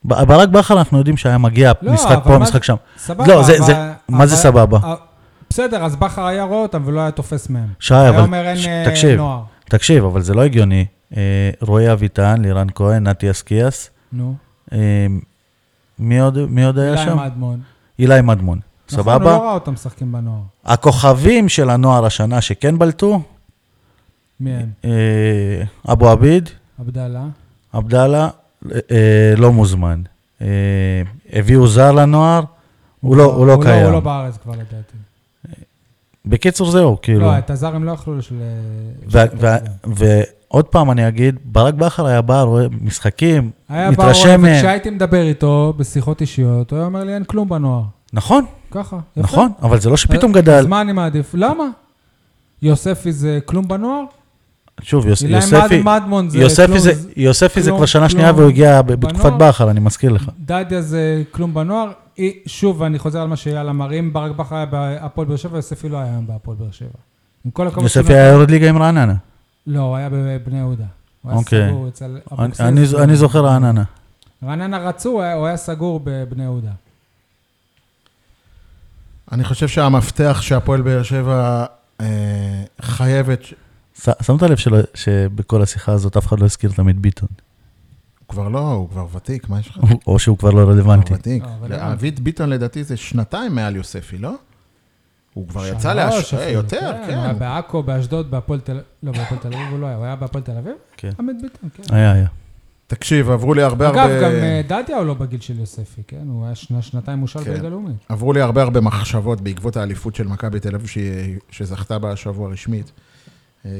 ב- ברק בכר אנחנו יודעים שהיה מגיע לא, משחק אבל פה, מה- משחק שם. סבבה, לא, זה- אבל- זה- מה זה אבל- סבבה? אה, בסדר, אז בכר היה רואה אותם ולא היה תופס מהם. שי, היה אבל אומר, אין ש- אה, תקשיב, נוער. תקשיב, אבל זה לא הגיוני. אה, רועי אביטן, לירן כהן, נתי אסקיאס, נו, אה, מי עוד- מי עוד היה אילי שם? מדמון. אילי מדמון, נכון, הוא לא סבבה? ראה אותם משחקים בנוער. הכוכבים של הנוער השנה שכן בלטו, מי הם? אה, אבו עביד, עבדאללה? עבדאללה, אה, אה, לא מוזמן. אה, הביאו זר לנוער, הוא לא- הוא לא הוא לא קיים. בארץ כבר לדעתי. בקיצור זהו, כאילו. לא, את הזר הם לא יכלו לשל... ו- ו- ועוד פעם אני אגיד, ברק בכר היה בא, רואה משחקים, היה מתרשם ברור, מהם. וכשהייתי מדבר איתו בשיחות אישיות, הוא היה אומר לי, אין כלום בנוער. נכון, ככה. יפה. נכון, אבל זה לא שפתאום אז גדל. מה אני מעדיף? למה? יוספי זה כלום אה, בנוער? שוב, יוס- אילי יוספי, מד- מדמון זה יוספי כלום- זה, יוספי זה כלום- כבר שנה כלום שנייה והוא הגיע ב- בנוער. בתקופת בכר, אני מזכיר לך. דדיה זה כלום בנוער. אי- שוב, אני חוזר על מה שאייל אמר, אם ברק בכר היה בהפועל באר שבע, יוספי לא היה היום בהפועל באר שבע. עם כל הכבוד... יוספי שהוא- היה יורד ליגה עם רעננה. לא, הוא היה בבני יהודה. הוא היה אוקיי. סגור אצל אני- אבוקסיס. אני ז- אני זוכר רעננה. רעננה רצו, הוא היה- הוא היה סגור בבני יהודה. אני חושב שהמפתח שהפועל באר שבע אה, חייבת, ש- ש- שמת לב שלא- שבכל השיחה הזאת אף אחד לא הזכיר את עמית ביטון, הוא כבר לא, הוא כבר ותיק, מה יש לך? או שהוא כבר לא רלוונטי. הוא ותיק. לא, אבל הבנתי. עמית ביטון לדעתי זה שנתיים מעל יוספי, לא? הוא כבר יצא שלוש להשאר, אפילו, יותר, הוא כן. היה הוא- בעכו, באשדוד, בהפועל תל אביב, לא, בהפועל תל אביב הוא לא היה, הוא היה בהפועל תל אביב? כן. עמית ביטון, כן. היה, היה. תקשיב, עברו לי הרבה הרבה... אגב, גם אה, דדיה הוא לא בגיל של יוספי, כן? הוא היה שנה- שנתיים מושל כן. בליגה לאומית. עברו לי הרבה הרבה מחשבות בעקבות האליפות של מכבי תל אביב שהיא- שזכתה בה השבוע רשמית. אה,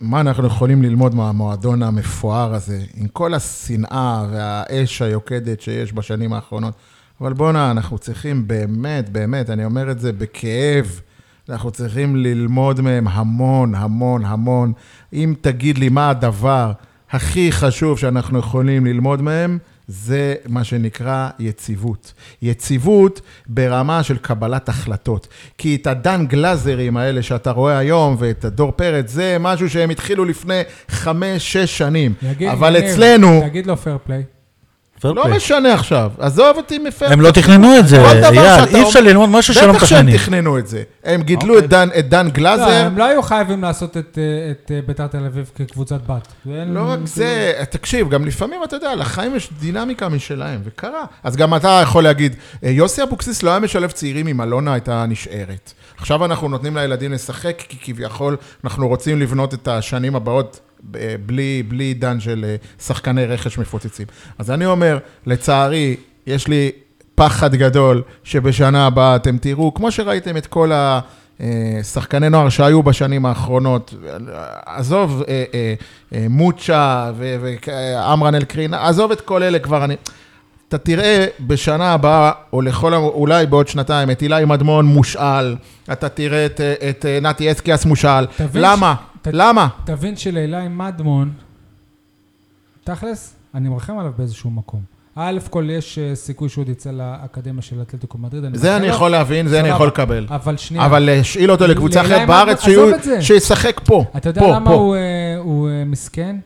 מה אנחנו יכולים ללמוד מהמועדון המפואר הזה, עם כל השנאה והאש היוקדת שיש בשנים האחרונות? אבל בואנה, אנחנו צריכים באמת, באמת, אני אומר את זה בכאב, אנחנו צריכים ללמוד מהם המון, המון, המון. אם תגיד לי מה הדבר הכי חשוב שאנחנו יכולים ללמוד מהם, זה מה שנקרא יציבות. יציבות ברמה של קבלת החלטות. כי את הדן גלאזרים האלה שאתה רואה היום, ואת הדור פרץ, זה משהו שהם התחילו לפני חמש, שש שנים. יגיד- אוקיי. אבל יניב, אצלנו, תגיד לו פייר פליי. פייר לא פליי. משנה עכשיו, עזוב אותי מפרק. הם לא תכננו את זה, כל דבר אייל, שאתה אי אפשר אומר- ללמוד משהו שלא בטח שהם מתכננים. תכננו את זה. הם גידלו אוקיי. את דן- את דן לא, גלאזר. הם לא היו חייבים לעשות את, אה, את אה, ביתר תל אביב כקבוצת בת. כאילו ואין- לא רק זה, תקשיב, גם לפעמים, אתה יודע, לחיים יש דינמיקה משלהם, וקרה. אז גם אתה יכול להגיד, "אה, יוסי אבוקסיס לא היה משלב צעירים אם אלונה הייתה נשארת. עכשיו אנחנו נותנים לילדים לשחק, כי כביכול אנחנו רוצים לבנות את השנים הבאות אה, בלי, בלי עידן של אה, שחקני רכש מפוצצים. אז אני אומר, לצערי, יש לי פחד גדול שבשנה הבאה אתם תראו, כמו שראיתם את כל ה... אה, שחקני נוער שהיו בשנים האחרונות, אה, עזוב אה, אה, אה, מוצ'ה ועמרן אלקרין, עזוב את כל אלה כבר, אני... אתה תראה בשנה הבאה, או לכל, המ- אולי בעוד שנתיים, את אילי מדמון מושאל, אתה תראה את, אה, את אה, נתי אסקיאס מושאל. תבין למה? ש- ת- למה? תבין שלאילי מדמון, תכלס, אני מרחם עליו באיזשהו מקום. א' כל יש אה, סיכוי שהוא עוד יצא לאקדמיה של אתלטיקו מדריד. זה מאחל אני לו, יכול להבין, זה אני סבבה. יכול לקבל. אבל שנייה. אבל להשאיל אותו לקבוצה לאילי אחרת מדמון- בארץ, עזוב שהוא- את זה. שישחק פה, אתה יודע פה, למה פה. הוא, אה, הוא אה, מסכן?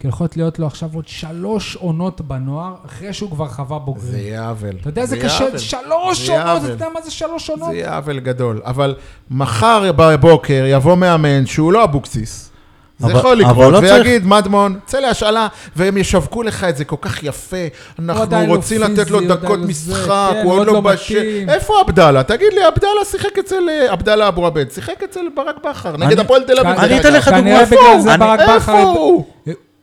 כי הולכות להיות לו עכשיו עוד שלוש עונות בנוער, אחרי שהוא כבר חווה זה בוגרים. יהיה עוול. אתה יודע, זה יהיה עוול. קשה, שלוש זה יהיה עונות, אתה עוול. יודע מה זה שלוש זה עונות? יהיה עוול גדול, אבל מחר בבוקר יבוא מאמן שהוא לא אבוקסיס. זה אבל- יכול אבל לקרות, לא צריך- ויגיד, מדמון, צא להשאלה, והם ישווקו לך את זה כל כך יפה, אנחנו עדיין לא רוצים פיזי, לתת לו הוא עדיין דקות לא זה, משחק, כן, הוא עוד לא בשל. מתאים. איפה עבדאללה? תגיד לי, עבדאללה שיחק אצל, אה, עבדאללה אבו עבד, שיחק אצל ברק בכר, נגד אני- הפועל תל אביב. כנראה- אני דרך אתן אגב. לך דוגמה, כנראה איפה בגלל הוא? זה אני- ברק בכר... איפה הוא?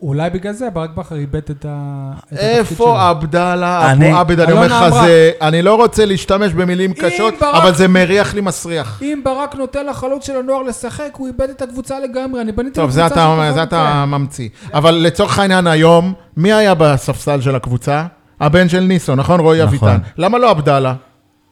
אולי בגלל זה ברק בכר איבד את ה- את התפקיד שלו. איפה עבדאללה אבו אני- עבד? אני אומר אלונה לך, אמרה- זה, אני לא רוצה להשתמש במילים אם קשות, ברק- אבל זה מריח לי מסריח. אם ברק נותן לחלוץ של הנוער לשחק, הוא איבד את הקבוצה לגמרי. אני בניתי לו טוב, קבוצה זה אתה, אומר, שכבר זה אתה נותן. ממציא. אבל לצורך העניין היום, מי היה בספסל של הקבוצה? הבן של ניסו, נכון? רועי נכון. אביטן. למה לא עבדאללה?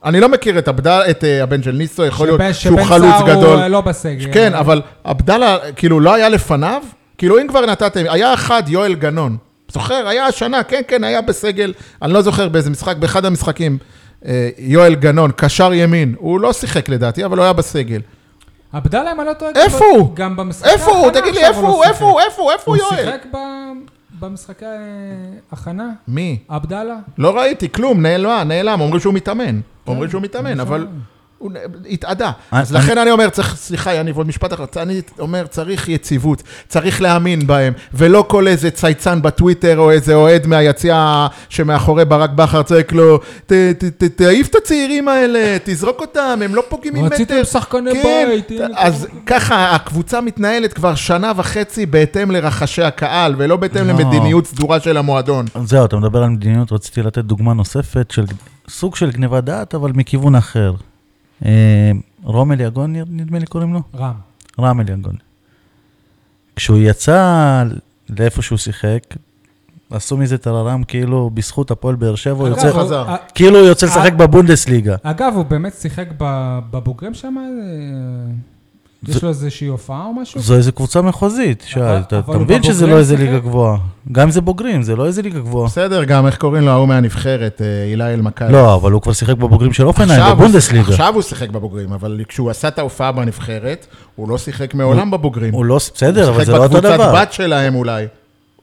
אני לא מכיר את, עבדאל, את אה, הבן של ניסו, יכול להיות שבן- שהוא שבן חלוץ סער גדול. הוא אה, לא בסגל. כן, אבל עבדאללה, כאילו, לא היה לפניו? כאילו, אם כבר נתתם, היה אחד, יואל גנון. זוכר? היה השנה, כן, כן, היה בסגל, אני לא זוכר באיזה משחק, באחד המשחקים, אה, יואל גנון, קשר ימין. הוא לא שיחק לדעתי, אבל הוא היה בסגל. עבדאללה, אם אני לא טועה... איפה גם- הוא? גם במשחק איפה הוא? ההכנה תגיד לי, עכשיו איפה לא הוא? שיחק. איפה הוא? איפה הוא? איפה הוא יואל? שיחק ב- במשחקי אה, הכנה? מי? עבדאללה? לא ראיתי, כלום, נעלם, נעלם, אומרים שהוא מתאמן. אומרים שהוא מתאמן, כן. נכון. אה, אבל הוא נ- התאדה. אני- אז לכן אני אומר, צריך, סליחה, יניב, עוד משפט אחר, אני אומר, צריך יציבות, צריך להאמין בהם, ולא כל איזה צייצן בטוויטר, או איזה אוהד מהיציע שמאחורי ברק בכר צועק לו, "ת- ת- ת- תעיף את הצעירים האלה, תזרוק אותם, הם לא פוגעים ממטר. רציתם שחקני כן, בית. הנה, אז ככה, הקבוצה מתנהלת כבר שנה וחצי בהתאם לרחשי הקהל, ולא בהתאם לא. למדיניות סדורה של המועדון. זהו, אתה מדבר על מדיניות, רציתי לתת דוגמה נוספת של סוג של גניבת דעת, אבל מכיוון אחר. אה, רומל יגון, נר- נדמה לי קוראים לו? רם. רם אליגון. כשהוא יצא לאיפה שהוא שיחק, עשו מזה טררם כאילו בזכות הפועל באר שבע, הוא אגב, יוצא, הוא- חזר. אה, כאילו הוא אה? יוצא לשחק בבונדסליגה. אגב, הוא באמת שיחק ב- בבוגרים שם? אה, יש לו איזושהי הופעה או משהו? זו איזה קבוצה מחוזית, שי, אבל- אתה אבל אתה הוא מבין שזה בבוגרים לא איזה משחק? ליגה גבוהה. גם אם זה בוגרים, זה לא איזה ליגה גבוהה. בסדר, גם איך קוראים לו ההוא מהנבחרת, אה, הילה אלמקאי. לא, אבל הוא כבר שיחק בבוגרים של אופנהיים, בבונדסליגה. עכשיו הוא שיחק בבוגרים, אבל כשהוא עשה את ההופעה בנבחרת, הוא לא שיחק מעולם בבוגרים. הוא לא, בסדר, אבל שיחק זה לא אותו בקבוצת דבר. בת שלהם אולי,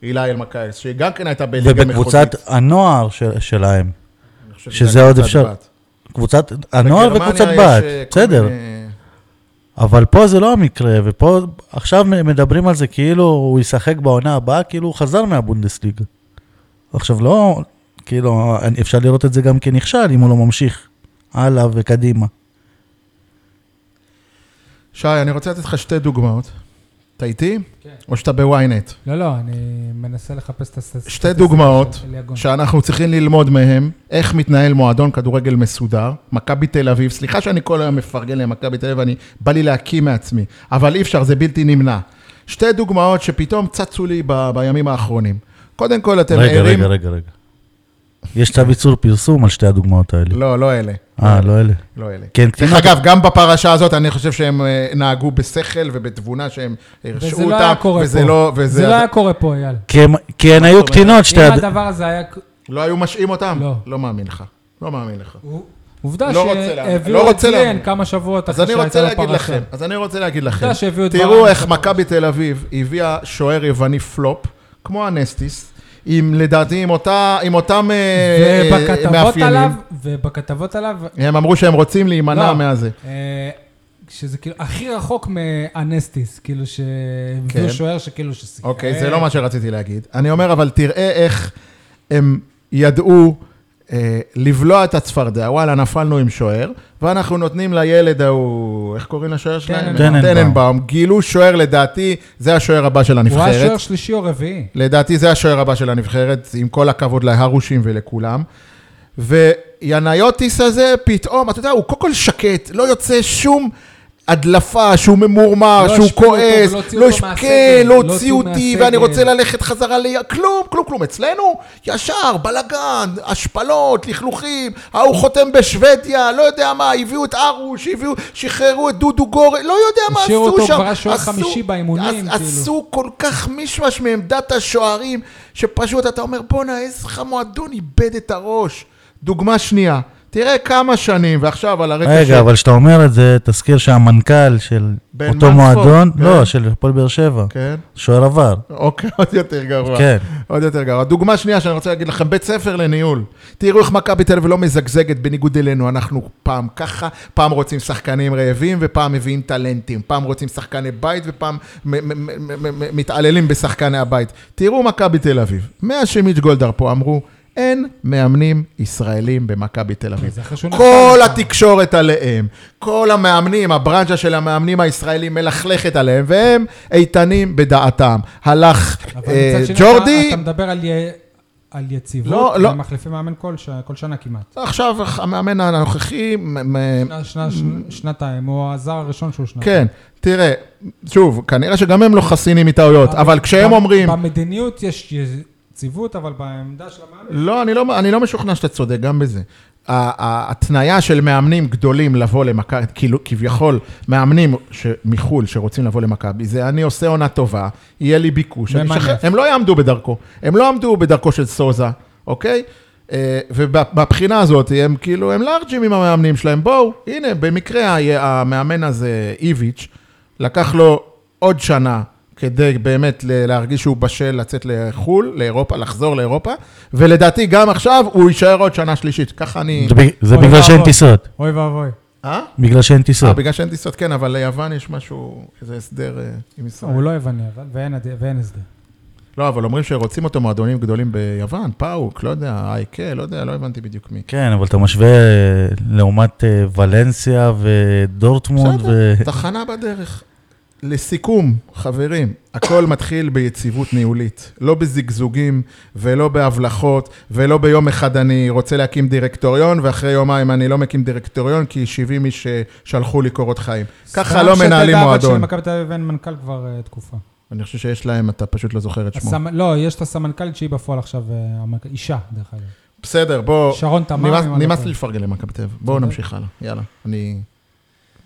הילה אלמקאי, שהיא גם כן הייתה בליגה מחוזית. ובקבוצת הנוער של- שלהם. אני חושב שזה הייתה עוד קבוצת אפשר. בת. קבוצת הנוער בגרמניה וקבוצת יש, בת, אה, כל בסדר. מיני- אבל פה זה לא המקרה, ופה עכשיו מדברים על זה כאילו הוא ישחק בעונה הבאה, כאילו הוא חזר מהבונדסליגה. עכשיו לא, כאילו, אפשר לראות את זה גם כנכשל, אם הוא לא ממשיך הלאה וקדימה. שי, אני רוצה לתת לך שתי דוגמאות. אתה איתי? כן. או שאתה בוויינט? לא, לא, אני מנסה לחפש את הסטטיסטיקה. שתי דוגמאות של אלי הגון. שאנחנו צריכים ללמוד מהם, איך מתנהל מועדון כדורגל מסודר, מכבי תל אביב, סליחה שאני כל היום מפרגן למכבי תל אביב, אני, בא לי להקיא מעצמי, אבל אי אפשר, זה בלתי נמנע. שתי דוגמאות שפתאום צצו לי ב, בימים האחרונים. קודם כל, אתם רגע, ערים... רגע, רגע, רגע. יש צו איסור פרסום על שתי הדוגמאות האלה. לא, לא אלה. אה, לא אלה. לא אלה. כן, דרך קטינות. אגב, גם בפרשה הזאת, אני חושב שהם אה, נהגו בשכל ובתבונה, שהם הרשעו אותם, וזה לא היה קורה וזה פה. לא, וזה, זה לא היה קורה פה, אייל. כי הם- כי הן כן, היו קטינות, שתי אם הד... הדבר הזה היה... לא היו משעים אותם? לא. לא מאמין לך. לא מאמין לך. הוא- עובדה לא רוצה להאמין. לא שהביאו את רוצה ליאן להאמין. כמה שבועות אז אחרי אני שהייתה רוצה לו להגיד פרשה. לכם, אז אני רוצה להגיד לכם, אתה שהביאו את תראו ברנס איך לפרש. מכבי תל אביב הביאה שוער יווני פלופ, כמו הנסטיס, עם לדעתי עם אותה- עם אותם אה, אה, ובכתבות עליו, ובכתבות עליו, הם אמרו שהם רוצים להימנע לא. מהזה. אה, שזה כאילו הכי רחוק מאנסטיס, כאילו כן. שהביאו שוער שכאילו שסיכם. אוקיי, זה לא מה שרציתי להגיד. אני אומר, אבל תראה איך הם ידעו אה, לבלוע את הצפרדע. וואלה, נפלנו עם שוער, ואנחנו נותנים לילד ההוא, איך קוראים לשוער כן, שלהם? טננבאום. טננבאום. גילו שוער, לדעתי, זה השוער הבא של הוא היה שוער הנבחרת. שלישי או רביעי. לדעתי זה השוער הבא של הנבחרת, עם כל הכבוד להרושים ולכולם. וינאיוטיס הזה, פתאום, אתה יודע, הוא קודם כל שקט, לא יוצא שום הדלפה, שהוא ממורמר, לא שהוא השפיעו אותו ולא הוציאו כועס, לא אותו השפ- מהסגל, כן, לא לא הוציאו הוציאו אותי, מהסגל. ואני רוצה ללכת חזרה ל... כלום, כלום, כלום. אצלנו, ישר, בלאגן, השפלות, לכלוכים, ההוא חותם בשוודיה, לא יודע מה, הביאו את ארוש, הביאו, שחררו את דודו גורן, לא יודע מה עשו שם. השאירו אותו כבר היה שוער עשו- חמישי באימונים, כאילו. עש- עשו כל כך מישמש מעמדת השוערים, שפשוט אתה אומר, בואנה, איזה מועדון איבד את הראש. דוגמה שנייה, תראה כמה שנים, ועכשיו על הרקע רגע, אבל כשאתה אומר את זה, תזכיר שהמנכ"ל של בן אותו מנספורד, מועדון, כן. לא, של הפועל באר שבע, כן? שוער עבר. אוקיי, עוד יותר גרוע. כן. עוד יותר גרוע. דוגמה שנייה שאני רוצה להגיד לכם, בית ספר לניהול. תראו איך מכבי תל אביב לא מזגזגת בניגוד אלינו, אנחנו פעם ככה, פעם רוצים שחקנים רעבים ופעם מביאים טלנטים, פעם רוצים שחקני בית ופעם מ- מ- מ- מ- מ- מתעללים בשחקני הבית. תראו מכבי תל אביב, מאז שמיץ' גולדהר פה אמרו, אין מאמנים ישראלים במכבי תל אביב. זה אחרי שהוא נפל כל בכלל. התקשורת עליהם, כל המאמנים, הברנז'ה של המאמנים הישראלים מלכלכת עליהם, והם איתנים בדעתם. הלך אבל אה, מצד שני, אתה- ג'ורדי, אתה מדבר על י- על לא, יציבות, לא. הם מחליפים מאמן כל ש- כל שנה כמעט. עכשיו המאמן הנוכחי, מ- מ- שנה- שנה- שנתיים, הוא הזר הראשון שהוא שנתיים. כן, תראה, שוב, כנראה שגם הם לא חסינים מטעויות, אבל כשהם במ- אומרים... במדיניות יש יציבות, אבל בעמדה של המאמן... לא, אני לא, אני לא משוכנע שאתה צודק גם בזה. ה- ה- ההתניה של מאמנים גדולים לבוא למכבי, כאילו, כביכול, מאמנים ש- מחו"ל שרוצים לבוא למכבי, זה אני עושה עונה טובה, יהיה לי ביקוש. אני ממנף. אשחרר- הם לא יעמדו בדרכו, הם לא עמדו בדרכו של סוזה, אוקיי? אה, ובבחינה הזאת הם כאילו, הם לארג'ים עם המאמנים שלהם, בואו, הנה, במקרה ה- המאמן הזה, איביץ', לקח לו עוד שנה כדי באמת ל- להרגיש שהוא בשל לצאת לחו"ל, לאירופה, לחזור לאירופה, ולדעתי גם עכשיו הוא יישאר עוד שנה שלישית, ככה אני... זה ב- זה אוי בגלל שאין ואבוי. טיסות. אוי ואבוי. אה? בגלל שאין אה, טיסות. בגלל שאין טיסות, כן, אבל ליוון יש משהו, איזה הסדר אה, עם ישראל. הוא לא יווני, אבל, ואין הד- ואין הסדר. לא, אבל אומרים שרוצים אותו מועדונים גדולים ביוון, פאוק, לא יודע, אייקה, לא יודע, לא הבנתי בדיוק מי. כן, אבל אתה משווה אה, לעומת אה, ולנסיה ודורטמונד ו... בסדר, תחנה בדרך. לסיכום, חברים, הכל מתחיל ביציבות ניהולית. לא בזגזוגים ולא בהבלחות ולא ביום אחד אני רוצה להקים דירקטוריון ואחרי יומיים אני לא מקים דירקטוריון כי 70 איש אה, שלחו לי קורות חיים. ככה לא מנהלים סתם מועדון. שלמכבי תל אביב אין מנכ"ל כבר אה, תקופה. אני חושב שיש להם, אתה פשוט לא זוכר את שמו. הסמ- לא, יש את הסמנכ"לית שהיא בפועל עכשיו, אה, המנכ- אישה, דרך אגב. בסדר, בוא... שרון תמר. נמאס- אם אני לא נמאס לי טועה. לפרגן למכבי תל אביב. בואו נמשיך הלאה, יאללה. אני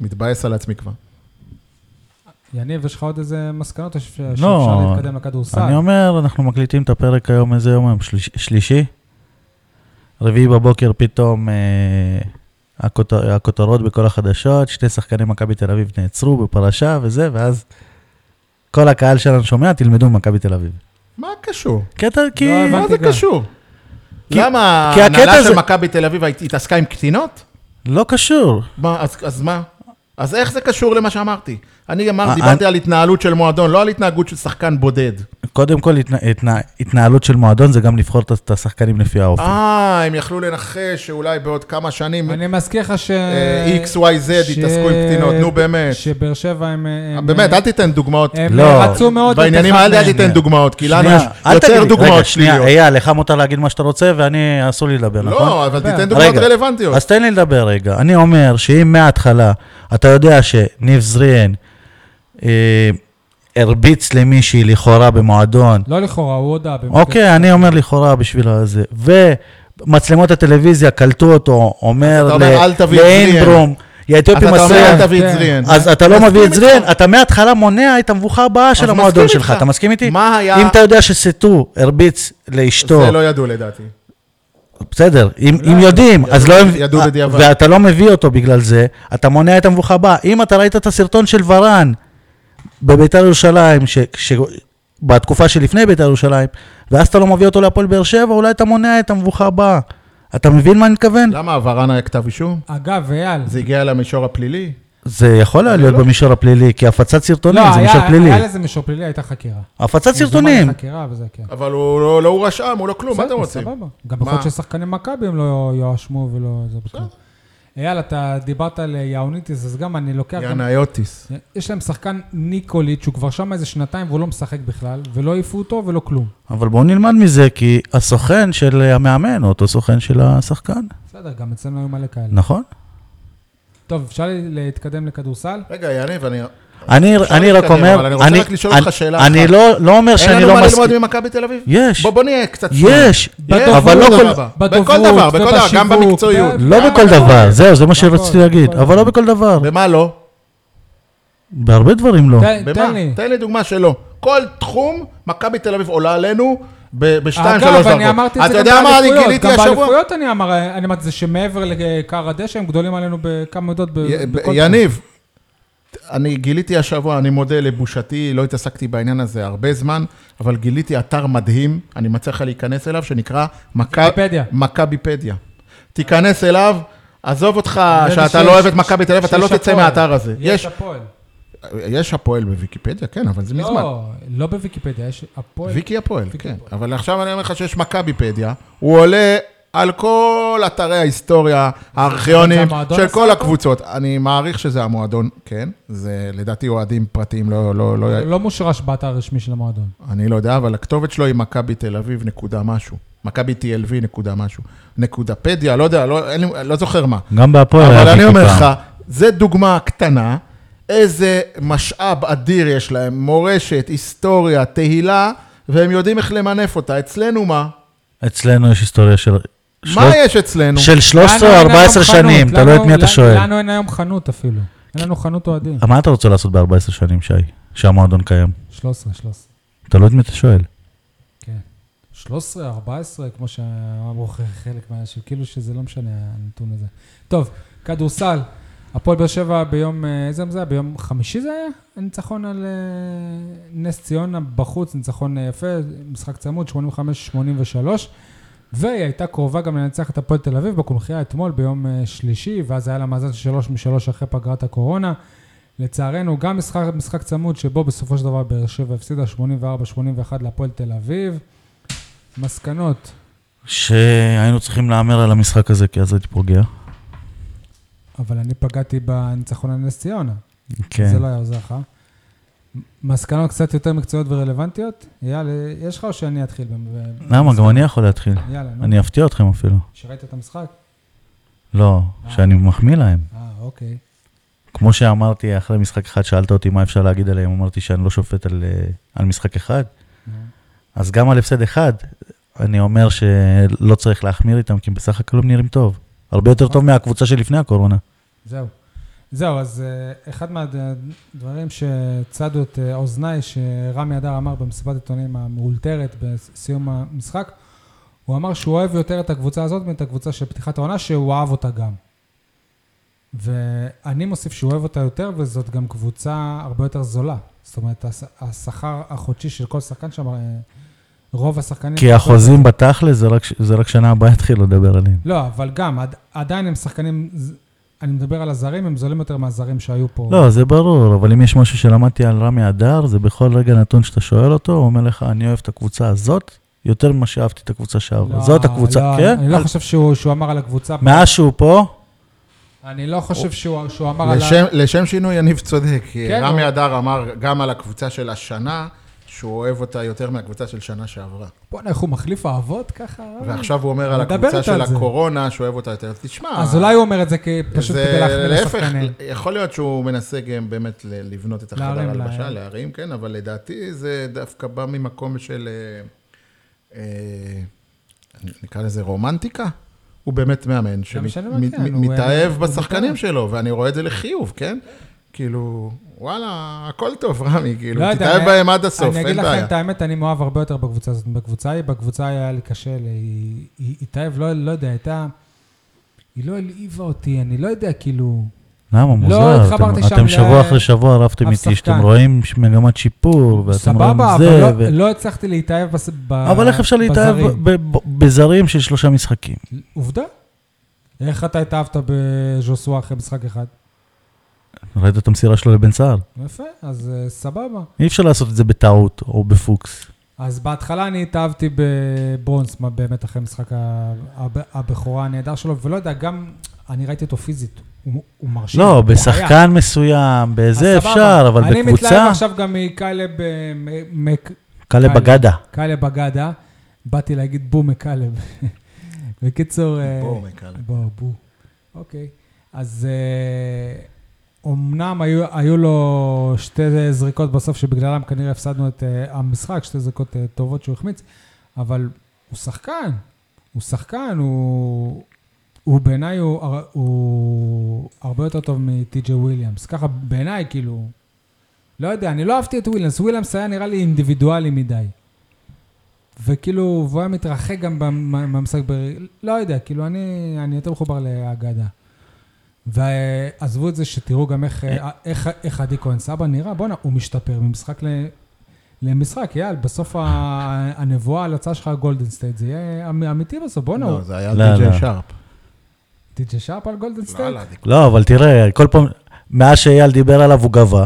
מתבאס על עצמי כבר. יניב, יש לך עוד איזה מסקנות או ש- שאפשר לא, להתקדם לכדורסל? אני אומר, אנחנו מקליטים את הפרק היום, איזה יום היום? שליש- שלישי? רביעי בבוקר פתאום אה, הכותר- הכותרות בכל החדשות, שני שחקני מכבי תל אביב נעצרו בפרשה וזה, ואז כל הקהל שלנו שומע, תלמדו ממכבי תל אביב. מה קשור? קטע כי... לא הבנתי. מה זה גם. קשור? כי- למה כי הקטע ההנהלה זה- של מכבי תל אביב הת- התעסקה עם קטינות? לא קשור. מה, אז, אז מה? אז איך זה קשור למה שאמרתי? אני אה, אמרתי, דיברתי אה. על התנהלות של מועדון, לא על התנהגות של שחקן בודד. קודם כל, התנה, התנה, התנהלות של מועדון זה גם לבחור את- את השחקנים לפי האופי. אה, הם יכלו לנחש שאולי בעוד כמה שנים אני מזכיר לך ש... אה, XYZ יתעסקו עם קטינות, נו באמת. אה, שבאר שבע הם... הם- באמת, אל תיתן דוגמאות. הם לא. רצו מאוד... בעניינים האלה אל לתכנן. תיתן דוגמאות, כי לנו יש אל תגיד יותר לי- רגע, דוגמאות שנייה, שליליות. אייל, לך מותר להגיד מה שאתה רוצה, ואני, אסור לי לדבר, נכון? לא, אבל רגע. תיתן דוגמאות רגע. רלוונטיות. אז תן לי לדבר רגע. אני אומר שאם מההתחלה אתה יודע שניב זריאן אה, הרביץ למישהי לכאורה במועדון, לא לכאורה, הוא הודה. במקרה. לא. אוקיי, אני אומר לכאורה בשביל הזה, ומצלמות הטלוויזיה קלטו אותו, אומר אתה ל- אומר, "אל תביא את זריהן". לאינברום, יא אתה אתיופי אומר, מסריח. אל תביא את כן. זריאן. אז אתה לא מסכים מביא את איתך. זריאן, אתה מההתחלה מונע את המבוכה הבאה של מסכים המועדון איתך. שלך, אתה מסכים איתי? מה היה- אם אתה יודע שסטו הרביץ לאשתו, זה לא ידעו לדעתי. בסדר, אם, אם יודעים, אז לא... ידעו אה, בדיעבד. ואתה לא מביא אותו בגלל זה, אתה מונע את המבוכה הבאה. אם אתה ראית את הסרטון של ורן בביתר ירושלים, ש, ש, בתקופה שלפני ביתר ירושלים, ואז אתה לא מביא אותו להפועל באר שבע, אולי אתה מונע את המבוכה הבאה. אתה מבין מה אני מתכוון? למה עברן היה כתב אישום? אגב, אייל. לא, זה הגיע למישור הפלילי? זה יכול היה לא- להיות במישור הפלילי, כי הפצת סרטונים זה היה- מישור פלילי. היה לזה מישור פלילי, הייתה חקירה. הפצת הוא סרטונים. זומן לחקירה וזה, כן. אבל הוא לא- לא הורשם, הוא לא כלום, מה אתם בסדר, רוצים? סבבה. גם מה? יכול להיות ששחקני מכבי הם לא יואשמו ולא... זה בכלל. אייל, אתה דיברת על אה, יאוניטיס, אז גם אני לוקח... גם- יאנאיוטיס. יש להם שחקן ניקוליץ', שהוא כבר שם איזה שנתיים והוא לא משחק בכלל, ולא העיפו אותו ולא כלום. אבל בואו נלמד מזה, כי הסוכן של המאמן הוא אותו סוכן של השחקן, בסדר, גם אצלנו היו מלא כאלה. נכון? טוב, אפשר להתקדם לכדורסל? רגע, יניב, אני... אני, אפשר אני רק להתקדם, אומר, אבל אני רוצה אני- רק לשאול אני- אותך שאלה אני אחת. לא, לא אומר אין שאני לנו לא מה מסכים. ללמוד ממכבי תל אביב? יש, בוא בוא נהיה קצת... יש, יש, אבל לא בכל כל, דבר. בכל דבר, בכל דבר, גם ובשיווק, במקצועיות. ב- לא גם אה, בכל דבר, זהו, זה מה שרציתי בכל נכון, להגיד, דבר. אבל לא בכל דבר, במה לא? בהרבה דברים לא. תן- במה? תן לי. תן לי דוגמה שלא. כל תחום, מכבי תל אביב עולה עלינו ב- בשתיים, שלוש דרגות. אגב, אני אמרתי את זה גם אתה יודע מה אני באליפויות. גיליתי גם השבוע? באליפויות אני אמר- אני אמרתי את זה שמעבר לכר הדשא, הם גדולים עלינו בכמה עדות. ב- י- ב- בכל תחום. יניב, אני גיליתי השבוע, אני מודה לבושתי, לא התעסקתי בעניין הזה הרבה זמן, אבל גיליתי אתר מדהים, אני מציע לך להיכנס אליו, שנקרא מכ- ויקיפדיה. מכביפדיה. תיכנס אליו, עזוב אותך ידעתי שאתה שיש- לא אוהב את מכבי תל אביב, אתה לא שיש תצא הפועל. מהאתר הזה. יש יש הפועל. יש הפועל בוויקיפדיה, כן, אבל זה מזמן. לא, לא בוויקיפדיה, יש הפועל. ויקי הפועל, כן. אבל עכשיו אני אומר לך שיש מכביפדיה, הוא עולה על כל אתרי ההיסטוריה, הארכיונים זה המועדון של עשה כל אותו? הקבוצות. אני מעריך שזה המועדון, כן. זה לדעתי אוהדים פרטיים, לא... לא, לא לא מושרש באתר הרשמי של המועדון. אני לא יודע, אבל הכתובת שלו היא מכבי תל אביב נקודה משהו. מכבי TLV נקודה משהו. נקודה פדיה, לא יודע, לא, אין לי, לא זוכר מה. גם בהפועל אבל היה אני אומר ויכוחם. לך, זה דוגמה קטנה, איזה משאב אדיר יש להם, מורשת, היסטוריה, תהילה, והם יודעים איך למנף אותה. אצלנו מה? אצלנו יש היסטוריה של... מה שלוש- יש אצלנו? של לנו אין 13 או היום 14 חנות, שנים, לנו- תלוי את מי לנו- אתה שואל. אה, לנו אין היום חנות אפילו. אין לנו חנות אוהדים. מה אתה רוצה לעשות ב-14 שנים, שי, שהמועדון קיים? 13, 13. תלוי את מי אתה שואל. כן. 13, 14, כמו שאמרו חלק מהאנשים, כאילו שזה לא משנה הנתון הזה. טוב, כדורסל, הפועל באר שבע ביום, אה, איזה יום זה היה? ביום חמישי זה היה? הניצחון על אה, נס ציונה בחוץ, ניצחון אה, יפה, משחק צמוד, 85-83, והיא הייתה קרובה גם לנצח את הפועל תל אביב בקונחייה אתמול ביום אה, שלישי, ואז היה לה מאזן של שלוש משלוש אחרי פגרת הקורונה. לצערנו, גם משחק, משחק צמוד שבו בסופו של דבר באר שבע הפסידה 84-81 להפועל תל אביב. מסקנות, שהיינו צריכים להמר על המשחק הזה, כי אז הייתי פוגע. אבל אני פגעתי בניצחון על נס ציונה. כן. כן. זה לא היה עוזר לך. מסקנות קצת יותר מקצועיות ורלוונטיות? יאללה, יש לך או שאני אתחיל? ב- ב- למה? גם אני יכול להתחיל. יאללה, נו. אני אפתיע אתכם אפילו. שראית את המשחק? לא, שאני מחמיא להם. אה, אוקיי. כמו שאמרתי, אחרי משחק אחד שאלת אותי מה אפשר להגיד עליהם, אמרתי שאני לא שופט על, אה, על משחק אחד. נו. אז גם על הפסד אחד, אני אומר שלא אוקיי. צריך להחמיר איתם, כי בסך הכל הם נראים טוב. הרבה יותר טוב מהקבוצה שלפני הקורונה. זהו. זהו, אז אה, אחד מהדברים שצדו את אה, אוזניי, שרמי אדר אמר במסיבת עיתונים המאולתרת בסיום המשחק, הוא אמר שהוא אוהב יותר את הקבוצה הזאת מאת הקבוצה של פתיחת העונה, שהוא אהב אותה גם. ואני מוסיף שהוא אוהב אותה יותר, וזאת גם קבוצה הרבה יותר זולה. זאת אומרת, הש- השכר החודשי של כל שחקן שם, אה, רוב השחקנים... כי החוזים בתכל'ס זה רק- זה רק שנה הבאה יתחילו לדבר עליהם. לא, אבל גם, עד, עדיין הם שחקנים, ז- אני מדבר על הזרים, הם זולים יותר מהזרים שהיו פה. לא, זה ברור, אבל אם יש משהו שלמדתי על רמי אדר, זה בכל רגע נתון שאתה שואל אותו, הוא אומר לך, אני אוהב את הקבוצה הזאת יותר ממה שאהבתי את הקבוצה שעברה. לא, זאת הקבוצה, לא, כן? אני לא חושב שהוא, שהוא אמר על הקבוצה, מאז שהוא פה, אני לא חושב שהוא, שהוא אמר על... ה- לשם, לשם שינוי, יניב צודק. כן, כן, רמי הוא- אדר אמר גם על הקבוצה של השנה, שהוא אוהב אותה יותר מהקבוצה של שנה שעברה. בוא'נה, איך הוא מחליף אהבות ככה? אה? ועכשיו הוא אומר על מדברת הקבוצה של על זה. הקורונה, שהוא אוהב אותה יותר. תשמע, אז אולי הוא אומר את זה כי- פשוט זה כדי להחמיא להפך, לא, לשחקנים. יכול להיות שהוא מנסה גם באמת ל- לבנות את החדר להרים הלבשה, להם. להרים, כן, אבל לדעתי זה דווקא בא ממקום של, אה, אה, נקרא לזה רומנטיקה. הוא באמת מאמן משנה מה, כן, הוא, שמתאהב אה, הוא בשחקנים מתאהב. שלו, ואני רואה את זה לחיוב, כן? כאילו, וואלה, הכל טוב, רמי, לא כאילו, יודע, תתאהב אני- בהם עד הסוף, אני אגיד אין לכם בעיה. את האמת, אני מאוהב הרבה יותר בקבוצה הזאת מבקבוצה ההיא. בקבוצה ההיא היה לי קשה ל- היא- להתאהב, לא לא יודע, הייתה... היא לא הלהיבה אותי, אני לא יודע, כאילו... למה לא מוזר? התחברתי אתם- שם אתם ל- שבוע אחרי שבוע רבתם אף איתי, שאתם שחקן. רואים ש- מגמת שיפור, ואתם רואים סבבה, אבל זה, לא- ו- לא הצלחתי להתאהב בס- ב- בזרים. אבל איך אפשר להתאהב ב- ב- בזרים של שלושה משחקים? עובדה. איך אתה התאהבת בז'וסואה אחרי משחק אחד? ראית את המסירה שלו לבן סער? יפה, אז אה, סבבה. אי אפשר לעשות את זה בטעות או בפוקס. אז בהתחלה אני התאהבתי בברונסמה באמת אחרי משחק ה- הב- הבכורה הנהדר שלו, ולא יודע, גם אני ראיתי אותו פיזית, הוא הוא מרשים. לא, הוא היה. בשחקן מסוים, באיזה אז סבבה. אפשר, אבל אני מתלהב בקבוצה, עכשיו גם מקלב, אה, מ- מק- קלה קל. בגדה. קלב אגדה, באתי להגיד בום מקלב. בקיצור... אה, בואו, מקל. בוא, בוא. אוקיי. אז אה, אומנם היו, היו לו שתי זריקות בסוף, שבגללם כנראה הפסדנו את אה, המשחק, שתי זריקות אה, טובות שהוא החמיץ, אבל הוא שחקן. הוא שחקן, הוא, הוא בעיניי, הוא, הר- הוא הרבה יותר טוב מטי.ג'יי וויליאמס. ככה בעיניי, כאילו, לא יודע, אני לא אהבתי את וויליאמס. וויליאמס היה נראה לי אינדיבידואלי מדי. וכאילו, והוא היה מתרחק גם במ- מהמשחק, ב... לא יודע, כאילו, אני, אני יותר מחובר לאגדה. ועזבו את זה שתראו גם איך, אה, איך, איך עדי כהן סבא נראה, בואנה, הוא משתפר ממשחק ל, למשחק, אייל, בסוף ה- הנבואה על הצעה שלך גולדן סטייט, זה יהיה אמ- אמיתי בסוף, בואנה, הוא- לא, זה היה לא, לא. די.ג'יי שרפ. די.ג'י שרפ על גולדן לא, סטייט? לא, אני- לא, אבל תראה, כל פעם, מאז שאייל דיבר עליו הוא גבה,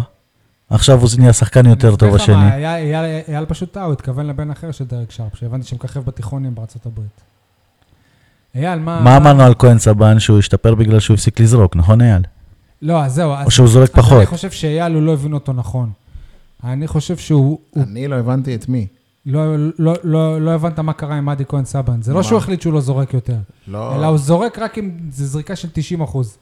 עכשיו הוא נהיה שחקן יותר טוב אני אסביר לך מה, השני. אייל- אייל אייל פשוט טעה, הוא התכוון לבן אחר של דרק שרפ, שהבנתי שמככב בתיכונים בארצות הברית. אייל, מה... מה אמרנו על כהן סבן? שהוא השתפר בגלל שהוא הפסיק לזרוק, נכון אייל? לא, אז זהו. אז- או שהוא זורק אז פחות. אני חושב שאייל, הוא לא הבין אותו נכון. אני חושב שהוא... הוא אני לא הבנתי את מי. לא, לא, לא, לא הבנת מה קרה עם אדי כהן סבן. זה לא מה? שהוא החליט שהוא לא זורק יותר, לא. אלא הוא זורק רק אם זה זריקה של 90 אחוז.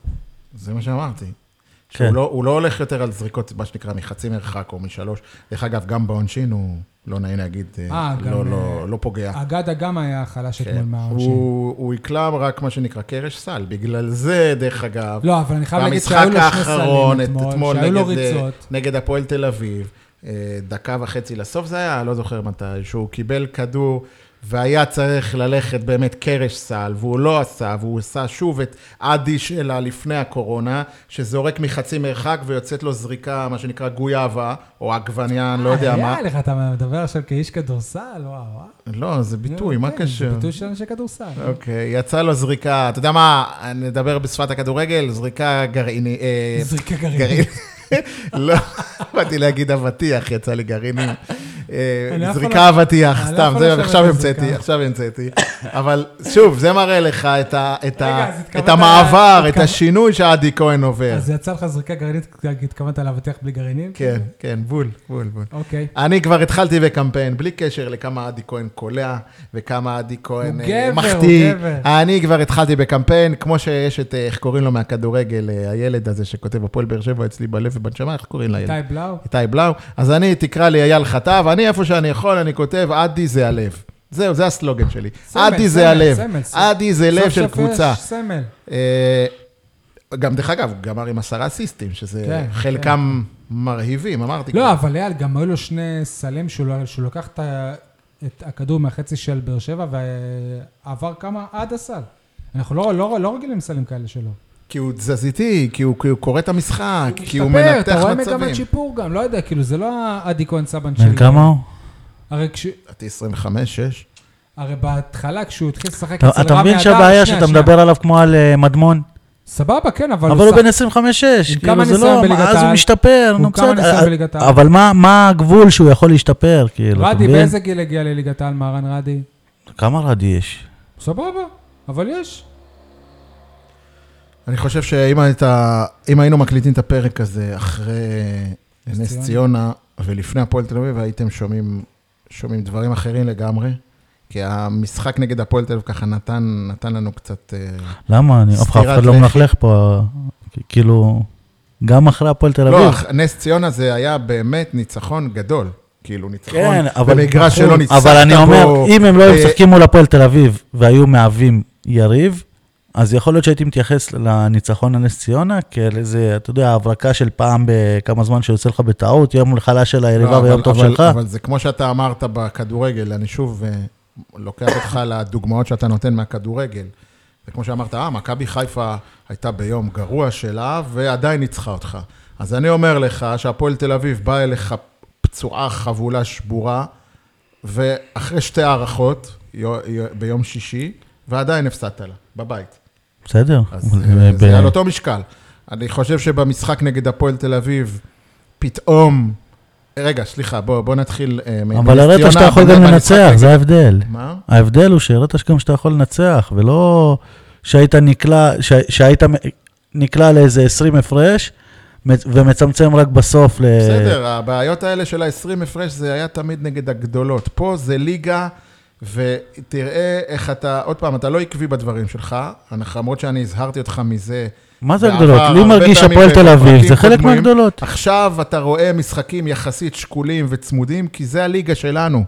זה מה שאמרתי. כן. שהוא לא, הוא לא הולך יותר על זריקות, מה שנקרא, מחצי מרחק או משלוש. דרך אגב, גם בעונשין הוא, לא נעים להגיד, אה, אה, גם, לא, אה, לא, לא פוגע. אגדה גם היה חלש אתמול כן. מהעונשין. הוא, הוא יקלע רק מה שנקרא קרש סל. בגלל זה, דרך אגב, לא, אבל אני חייב להגיד במשחק שהיו לו שני האחרון, סלים את- אתמול, אתמול שהיו לו נגד, אה, ריצות. נגד הפועל תל אביב, אה, דקה וחצי לסוף זה היה, לא זוכר מתי, שהוא קיבל כדור והיה צריך ללכת באמת קרש סל, והוא לא עשה, והוא עשה שוב את אדי שלה לפני הקורונה, שזורק מחצי מרחק ויוצאת לו זריקה, מה שנקרא גויאבה, או עגבניה, אני לא יודע מה. אה, היה לך, אתה מדבר עכשיו כאיש כדורסל, וואו, וואו. לא, זה ביטוי, מה כן, קשור? זה ביטוי של אנשי כדורסל. אוקיי, יצא לו זריקה, אתה יודע מה, נדבר בשפת הכדורגל, זריקה אה, גרעינית. זריקה גרעין. גרעינית. לא, באתי להגיד אבטיח, יצא לי גרעינים. אה, אני לא יכול זריקה אבטיח, אני לא סתם, יכול זה לשבת עכשיו על המצאתי, זריקה. עכשיו המצאתי. אבל שוב, זה מראה לך את ה- את רגע, ה- אז התכוונת- את המעבר, את התכוונת- השינוי שעדי כהן עובר. אז יצא לך זריקה גרעינית, כי התכוונת לאבטיח בלי גרעינים? כן, כן, בול, בול, בול. אוקיי. אני כבר התחלתי בקמפיין, בלי קשר לכמה עדי כהן קולע וכמה עדי כהן הוא אה, גבר, הוא מחטיא. גבר. אני כבר התחלתי בקמפיין, כמו שיש את, אה, איך קוראים לו מהכדורגל, אה, הילד הזה שכותב הפועל באר שבע אצלי בלב ובנשמה, איך קוראים לילד? איתי בלאו? איתי בלאו. אז אני, תקרא לי אייל חטב, אני איפה שאני יכול, אני כותב, עדי זה הלב. זהו, זה הסלוגן שלי. סמל, עדי סמל, זה הלב. סמל, סמל. עדי זה לב סוף של סוף קבוצה. יש סמל. אה, גם, דרך אגב, הוא גמר עם עשרה אסיסטים, שזה כן, חלקם מרהיבים, אמרתי. כבר. לא, אבל אייל, גם היו לו שני סלים שהוא לא- שהוא לקח את ה- את הכדור מהחצי של באר שבע ועבר כמה עד הסל. אנחנו לא- לא לא רגילים לסלים כאלה שלו. כי הוא תזזיתי, כי הוא, כי הוא קורא את המשחק, כי הוא משתפר, מנתח אתה רואה מגמת מצבים. שיפור גם, לא יודע, כאילו, זה לא עדי כהן סבן שלי. בן כמה הוא? הרי כש... לדעתי 25, 6. הרי בהתחלה, כשהוא התחיל לשחק אתה- אצל רמי אדר... אתה מבין שנייה, שהבעיה שאתה שנייה. מדבר עליו כמו על אה, מדמון? סבבה, כן, אבל אבל הוא שח- בן 25-6, כמה כאילו זה ניסיון לא, בליגת אז העל? הוא משתפר, הוא נו כמה ניסיון בסדר, אה, בליגת העל? אבל מה- מה הגבול שהוא יכול להשתפר, כאילו, אתה רדי, מבין? באיזה גיל הגיע לליגת העל מהרן רדי? כמה רדי יש? סבבה, אבל יש. כן. אני חושב שאם היית, אם היינו מקליטים את הפרק הזה אחרי נס נס ציונה. ציונה ולפני הפועל תל אביב, הייתם שומעים, שומעים דברים אחרים לגמרי. כי המשחק נגד הפועל תל אביב ככה נתן, נתן לנו קצת... אה, למה? אני- אף סטירת אחד לא לחי. מלכלך פה, כאילו, גם אחרי הפועל תל לא, אביב. אך- נס ציונה זה היה באמת ניצחון גדול. כאילו, ניצחון כן, אבל... נכון, במגרש שלא ניצחת בו. אבל אני אומר, אם הם לא היו אה, משחקים מול הפועל תל אביב והיו מהווים יריב, אז יכול להיות שהייתי מתייחס לניצחון על נס ציונה כאל איזה, אתה יודע, הברקה של פעם בכמה זמן שיוצא לך בטעות, יום חלש של לא, היריבה אבל- ויום טוב אבל- שלך. אבל זה כמו שאתה אמרת בכדורגל, אני שוב אה, לוקח אותך לדוגמאות שאתה נותן מהכדורגל. זה כמו שאמרת, אה, מכבי חיפה הייתה ביום גרוע שלה ועדיין ניצחה אותך. אז אני אומר לך שהפועל תל אביב באה אליך פצועה, חבולה, שבורה, ואחרי שתי הערכות יו- יו- ביום שישי, ועדיין הפסדת לה, בבית. בסדר. אז אבל אה, ב- זה על אותו משקל. אני חושב שבמשחק נגד הפועל תל אביב, פתאום... אה, רגע, סליחה, בוא, בוא נתחיל אה, מ- מנס אבל הראית שאתה ציונה, יכול במשחק גם לנצח, נגד- זה אה, ההבדל. מה? ההבדל הוא שהראית שגם שאתה יכול לנצח, ולא שהיית נקלע, שה- שהיית מ- נקלע לאיזה 20 הפרש, מצ- ומצמצם רק בסוף ל... בסדר, הבעיות האלה של ה-20 הפרש, זה היה תמיד נגד הגדולות. פה זה ליגה, ותראה איך אתה, עוד פעם, אתה לא עקבי בדברים שלך, אנחנו- למרות שאני הזהרתי אותך מזה. מה זה בעבר, הגדולות? לי הרבה מרגיש פעמים הפועל תל אביב, זה בפרקים חלק קודמים. מהגדולות. עכשיו אתה רואה משחקים יחסית שקולים וצמודים, כי זה הליגה שלנו.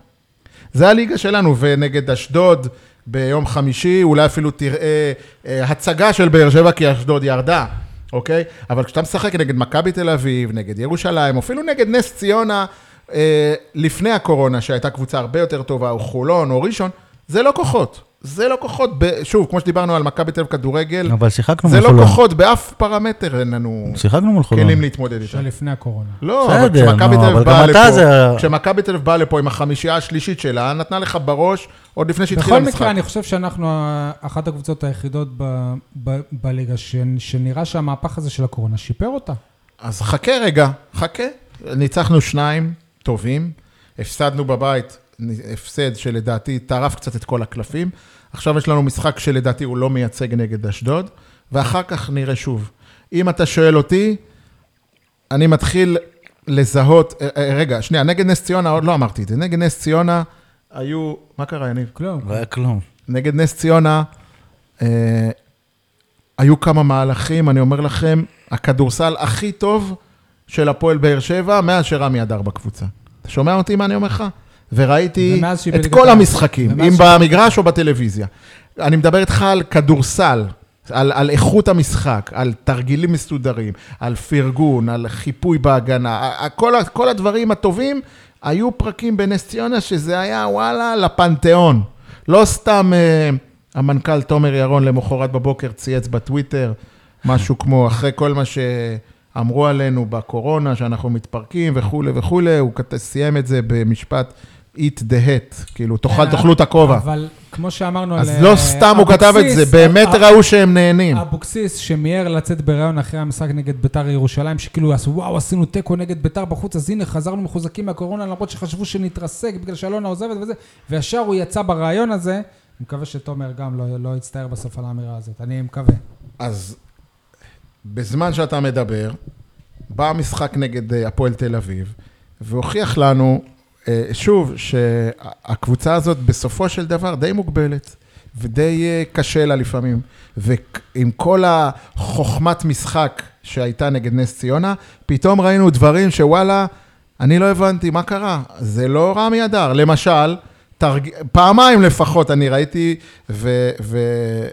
זה הליגה שלנו, ונגד אשדוד ביום חמישי, אולי אפילו תראה אה, הצגה של באר שבע, כי אשדוד ירדה, אוקיי? אבל כשאתה משחק נגד מכבי תל אביב, נגד ירושלים, אפילו נגד נס ציונה, אה, לפני הקורונה, שהייתה קבוצה הרבה יותר טובה, או חולון, או ראשון, זה לא כוחות. זה לא כוחות, ב... שוב, כמו שדיברנו על מכבי תל אביב כדורגל, אבל שיחקנו זה מול לא חולון. כוחות באף פרמטר, אין לנו שיחקנו מול חולון. כלים להתמודד איתם. שלפני הקורונה. לא, אבל בסדר, כשמכבי נו, תל אביב אבל באה גם אתה לפה, זה- כשמכבי תל אביב באה לפה עם החמישייה השלישית שלה, נתנה לך בראש עוד לפני שהתחיל בכל המשחק. מקרה, אני חושב שאנחנו אה, אחת הקבוצות היחידות ב- ב- בליגה ש- שנראה שהמהפך הזה של הקורונה שיפר אותה. אז חכה רגע, חכה. ניצחנו שניים טובים, הפסדנו בבית, נ- הפסד שלדעתי טרף קצת את כל הקלפים. עכשיו יש לנו משחק שלדעתי הוא לא מייצג נגד אשדוד, ואחר כך נראה שוב. אם אתה שואל אותי, אני מתחיל לזהות, אה, אה, רגע, שנייה, נגד נס ציונה, עוד לא אמרתי את זה, נגד נס ציונה היו, מה קרה, יניב? כלום. לא היה כלום. נגד נס ציונה, אה, היו כמה מהלכים, אני אומר לכם, הכדורסל הכי טוב של הפועל באר שבע, מאז שרמי אדר בקבוצה. אתה שומע אותי מה אני אומר לך? וראיתי ומאז שהיא את בליגת כל העל. המשחקים, ומאז אם שהיא- במגרש או בטלוויזיה. אני מדבר איתך על כדורסל, על, על איכות המשחק, על תרגילים מסודרים, על פרגון, על חיפוי בהגנה, ה- ה- כל, ה- כל הדברים הטובים, היו פרקים בנס ציונה שזה היה וואלה לפנתיאון. לא סתם אה, המנכ"ל תומר ירון למחרת בבוקר צייץ בטוויטר, משהו כמו אחרי כל מה שאמרו עלינו בקורונה, שאנחנו מתפרקים וכולי וכולי, הוא כת- סיים את זה במשפט eat the hat, כאילו תאכל, כן, תאכלו את הכובע. אבל כמו שאמרנו אז על... לא אה, סתם הוא כתב את זה, אבוקסיס, באמת אה, ראו שהם נהנים. אבוקסיס שמיהר לצאת בריאיון אחרי המשחק נגד ביתר ירושלים, שכאילו עשו וואו עשינו תיקו נגד ביתר בחוץ, אז הנה חזרנו מחוזקים מהקורונה למרות שחשבו שנתרסק בגלל שאלונה עוזבת וזה, וישר הוא יצא בריאיון הזה, אני מקווה שתומר גם לא, לא יצטער בסוף על האמירה הזאת, אני מקווה. אז בזמן שאתה מדבר, בא המשחק נגד אה, הפועל תל אביב, והוכיח לנו, אה, שוב, שהקבוצה הזאת בסופו של דבר די מוגבלת, ודי אה, קשה לה לפעמים. ועם כל החוכמת משחק שהייתה נגד נס ציונה, פתאום ראינו דברים שוואלה, אני לא הבנתי, מה קרה? זה לא רמי אדר. למשל, טעות תרג... פעמיים לפחות אני ראיתי, ו... ו...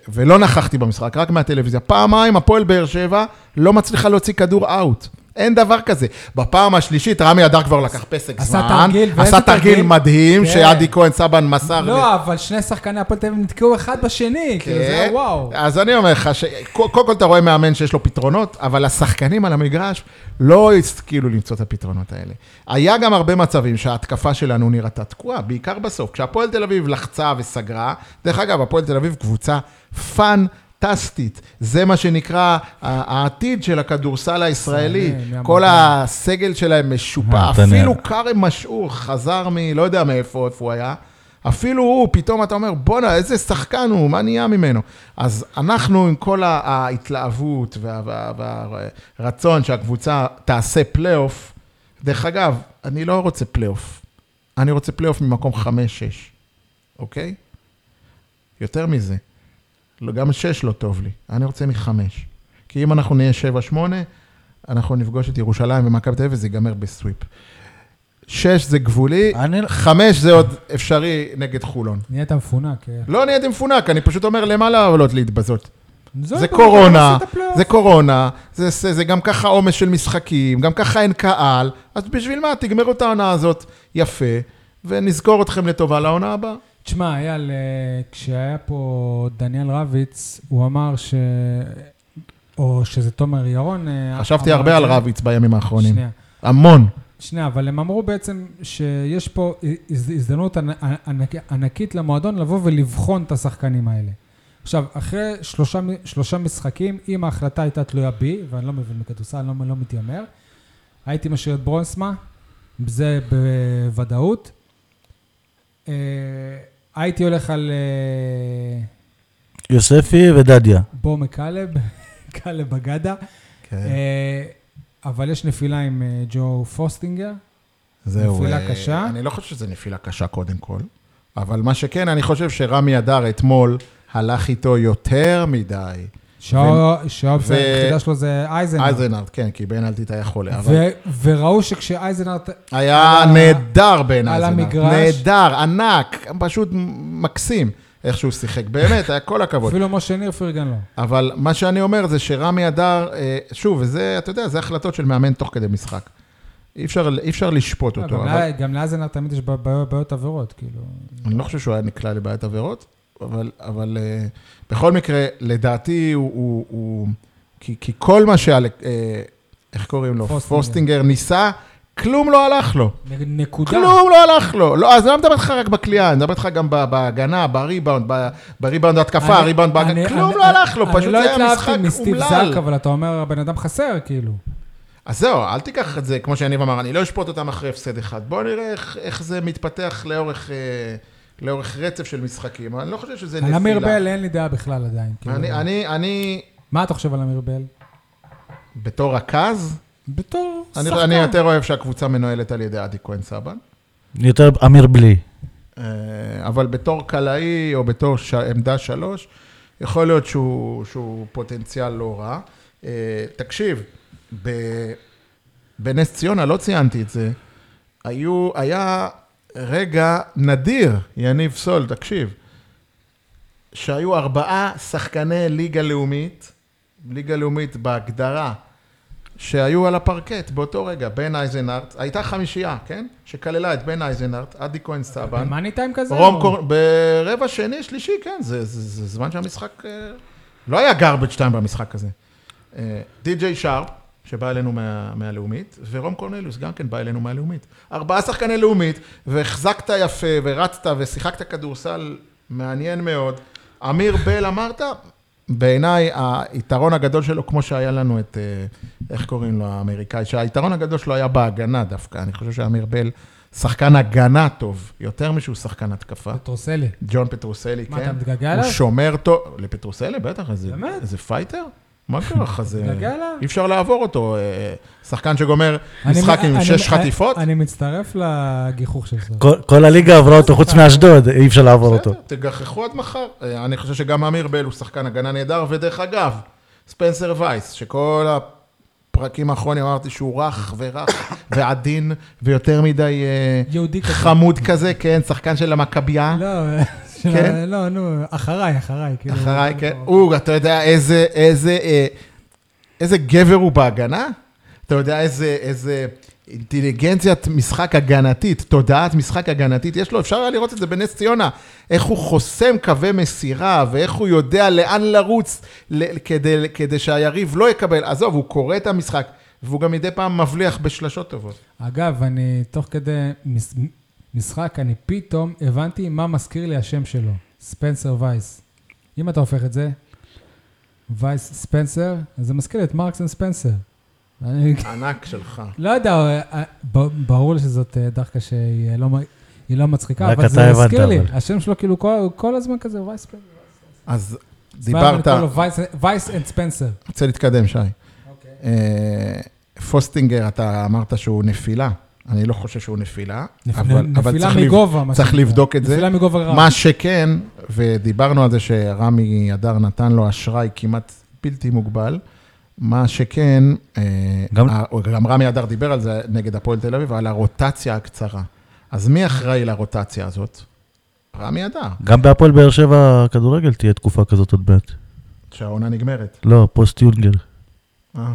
ולא נכחתי במשחק, רק מהטלוויזיה. פעמיים הפועל באר שבע לא מצליחה להוציא כדור אאוט. אין דבר כזה. בפעם השלישית, רמי אדר כבר לקח פסק עשה זמן. תרגיל, ואיזה עשה תרגיל תרגיל? מדהים, כן. שעדי כהן סבן מסר. ל- לא, אבל שני שחקני הפועל תל אביב נתקעו אחד בשני, כאילו כן. זה היה וואו. אוקיי. אז אני אומר לך, ש- קו- קודם כל אתה רואה מאמן שיש לו פתרונות, אבל השחקנים על המגרש לא השכילו למצוא את הפתרונות האלה. היה גם הרבה מצבים שההתקפה שלנו נראתה תקועה, בעיקר בסוף. כשהפועל תל אביב לחצה וסגרה, דרך אגב, הפועל תל אביב קבוצה פאנטסטית. זה מה שנקרא ה- העתיד של הכדורסל הישראלי. מעניין, מעניין. כל הסגל שלהם משופע, אה, אתה נראה- אפילו כרם משעור חזר מ... לא יודע מאיפה, איפה הוא היה. אפילו הוא, פתאום אתה אומר, בואנה, איזה שחקן הוא, מה נהיה ממנו? אז אנחנו, עם כל ה- ההתלהבות והרצון וה, וה, והרצון שהקבוצה תעשה פלייאוף, דרך אגב, אני לא רוצה פלייאוף. אני רוצה פלייאוף ממקום 5-6, אוקיי? יותר מזה, לא, גם 6 לא טוב לי, אני רוצה מחמש. כי אם אנחנו נהיה 7-8, אנחנו נפגוש את ירושלים ומכבי תל אביב, וזה ייגמר בסוויפ. 6 זה גבולי, אני... חמש זה עוד אפשרי נגד חולון. נהיית מפונק. אה. לא נהייתי מפונק, אני פשוט אומר למה לעלות להתבזות. זו זה הבעיה, קורונה, עשית פלייאוף. זה קורונה, זה- זה זה גם ככה עומס של משחקים, גם ככה אין קהל, אז בשביל מה? תגמרו את העונה הזאת יפה, ונזכור אתכם לטובה לעונה הבאה. תשמע, אייל, אה, כשהיה פה דניאל רביץ, הוא אמר ש... או שזה תומר ירון. אה, חשבתי אמר הרבה את על זה. רביץ בימים האחרונים. שנייה, המון. שנייה, אבל הם אמרו בעצם שיש פה הז- הזדמנות ענ- ענק, ענקית למועדון לבוא ולבחון את השחקנים האלה. עכשיו, אחרי שלושה, מ- שלושה משחקים, אם ההחלטה הייתה תלויה בי, ואני לא מבין בכדורסל, אני לא, לא מתיימר, הייתי משאיר את ברונסמה, זה בוודאות. אה, הייתי הולך על אה, יוספי ודדיה. בום מקלב, קלב בגדה, כן, אה, אבל יש נפילה עם אה, ג'ו פוסטינגר. זהו. נפילה אה, קשה? אני לא חושב שזה נפילה קשה קודם כל, אבל מה שכן, אני חושב שרמי אדר אתמול הלך איתו יותר מדי. שהאופ- שהאופציה ו- היחידה שלו זה אייזנארט. אייזנארד, כן, כי בנאלטי היה חולה, אבל... ו- וראו שכשאייזנארט... היה על ה- נהדר בעיניי. על זה נהדר. המגרש. נהדר, ענק, פשוט מקסים איך שהוא שיחק. באמת, היה כל הכבוד. אפילו משה ניר פרגן לו. אבל מה שאני אומר זה שרמי אדר, אה, שוב, וזה, אתה יודע, זה החלטות של מאמן תוך כדי משחק. אי אפשר, אי אפשר לשפוט לא, אותו, גם אבל לה- גם לאייזנארט תמיד יש ב- ב- בעיות עבירות, כאילו. אני לא חושב שהוא היה נקלע לבעיית עבירות, אבל, אבל אה, בכל מקרה, לדעתי הוא... הוא, הוא כי, כי כל מה שה... אה, איך קוראים לו? פוסטינגר. פוסטינגר ניסה, כלום לא הלך לו. נ- נקודה. כלום לא הלך לו. לא, אז אני לא מדבר איתך רק בקליעה, אני מדבר איתך גם ב- בהגנה, בריבאונד, ב- בריבאונד אני- התקפה, הריבאונד אני- בהגנה, כלום אני- לא הלך לו, פשוט אני זה לא היה משחק התלהבתי מסטיב זק, אומלל. אבל אתה אומר, הבן אדם חסר, כאילו. אז זהו, אל תיקח את זה, כמו שיניב אמר, אני לא אשפוט אותם אחרי הפסד אחד. בואו נראה איך- איך זה מתפתח לאורך... אה, לאורך רצף של משחקים, אני לא חושב שזה על נפילה. אמיר בל אין לי דעה בכלל עדיין. כאילו. אני, אני, אני, מה אתה חושב על אמיר בל? בתור רכז, בתור אני, לא- שחקן. אני יותר אוהב שהקבוצה מנוהלת על ידי עדי כהן סבן, יותר אמיר בלי. אה, אבל בתור קלעי או בתור ש... עמדה שלוש, יכול להיות שהוא, שהוא פוטנציאל לא רע. אה, תקשיב, ב... בנס ציונה, לא ציינתי את זה, היו, היה רגע נדיר, יניב סול, תקשיב, שהיו ארבעה שחקני ליגה לאומית, ליגה לאומית בהגדרה, שהיו על הפרקט באותו רגע, בן אייזנארט, הייתה חמישייה, כן? שכללה את בן אייזנארט, עדי כהן סבן, במאני טיים כזה? רום או- קור... ברבע שני, שלישי, כן, זה, זה, זה זמן שהמשחק... אה, לא היה garbage time במשחק הזה. אה, די.ג'יי שרפ, שבא אלינו מה, מהלאומית, ורום קורנליוס גם כן בא אלינו מהלאומית. ארבעה שחקני לאומית, והחזקת יפה, ורצת, ושיחקת כדורסל מעניין מאוד. אמיר בל אמרת, בעיניי היתרון הגדול שלו, כמו שהיה לנו את, אה, איך קוראים לו, האמריקאי, שהיתרון הגדול שלו היה בהגנה דווקא. אני חושב שאמיר בל שחקן הגנה טוב, יותר משהוא שחקן התקפה. פטרוסלי. ג'ון פטרוסלי, מה, כן. אתה מתגעגע הוא אליו? שומר טוב. לפטרוסלי, בטח, איזה... באמת? איזה פייטר? מה קרה לך? זה... מתגעגע אליו? אי אפשר לעבור אותו. אה, שחקן שגומר אני- משחק עם אני- שש אני- חטיפות? אני מצטרף לגיחוך של סוף. כל, כל הליגה עברה אותו חוץ מאשדוד, אי אפשר לעבור אותו. בסדר, תגחכו עד מחר. אה, אני חושב שגם אמיר בל הוא שחקן הגנה נהדר, ודרך אגב, ספנסר וייס, שכל פרקים האחרונים אמרתי שהוא רך ורך ועדין ויותר מדי אה, יהודי כזה. חמוד כזה, כן, שחקן של המכבייה. לא, של- כן? לא, נו, אחריי, אחריי. כאילו. אחריי, כן. הוא, אתה יודע איזה, איזה, אה, איזה גבר הוא בהגנה? אתה יודע איזה, איזה אינטליגנציית משחק הגנתית, תודעת משחק הגנתית יש לו, אפשר היה לראות את זה בנס ציונה, איך הוא חוסם קווי מסירה, ואיך הוא יודע לאן לרוץ ל- כדי, כדי שהיריב לא יקבל. עזוב, הוא קורא את המשחק, והוא גם מדי פעם מבליח בשלשות טובות. אגב, אני תוך כדי מס- משחק, אני פתאום הבנתי מה מזכיר לי השם שלו, ספנסר וייס. אם אתה הופך את זה, וייס ספנסר, אז זה מזכיר לי את מרקס אנד ספנסר. אני ענק שלך. לא יודע, אה, ב- ברור לי שזאת אה, דחקה שהיא אה, לא מ- היא לא מצחיקה, רק אבל אתה זה מזכיר הבנת, לי. אבל. השם שלו כאילו כל- הוא כל הזמן כזה וייס ספנסר. אז דיברת, וייס אנד ספנסר. רוצה להתקדם, שי. אוקיי. אה, פוסטינגר, אתה אמרת שהוא נפילה. אני לא חושב שהוא נפילה. אבל- אבל נפילה צריך לב- מגובה, מה צריך שנקרא. לבדוק את זה. נפילה מגובה רב. מה שכן, ודיברנו על זה שרמי אדר נתן לו אשראי כמעט בלתי מוגבל, מה שכן, אה, גם- ה- גם רמי אדר דיבר על זה נגד הפועל תל אביב, על הרוטציה הקצרה. אז מי אחראי לרוטציה הזאת? רמי אדר, גם בהפועל באר שבע כדורגל תהיה תקופה כזאת עוד מעט. שהעונה נגמרת. לא, פוסט יונגר. אה.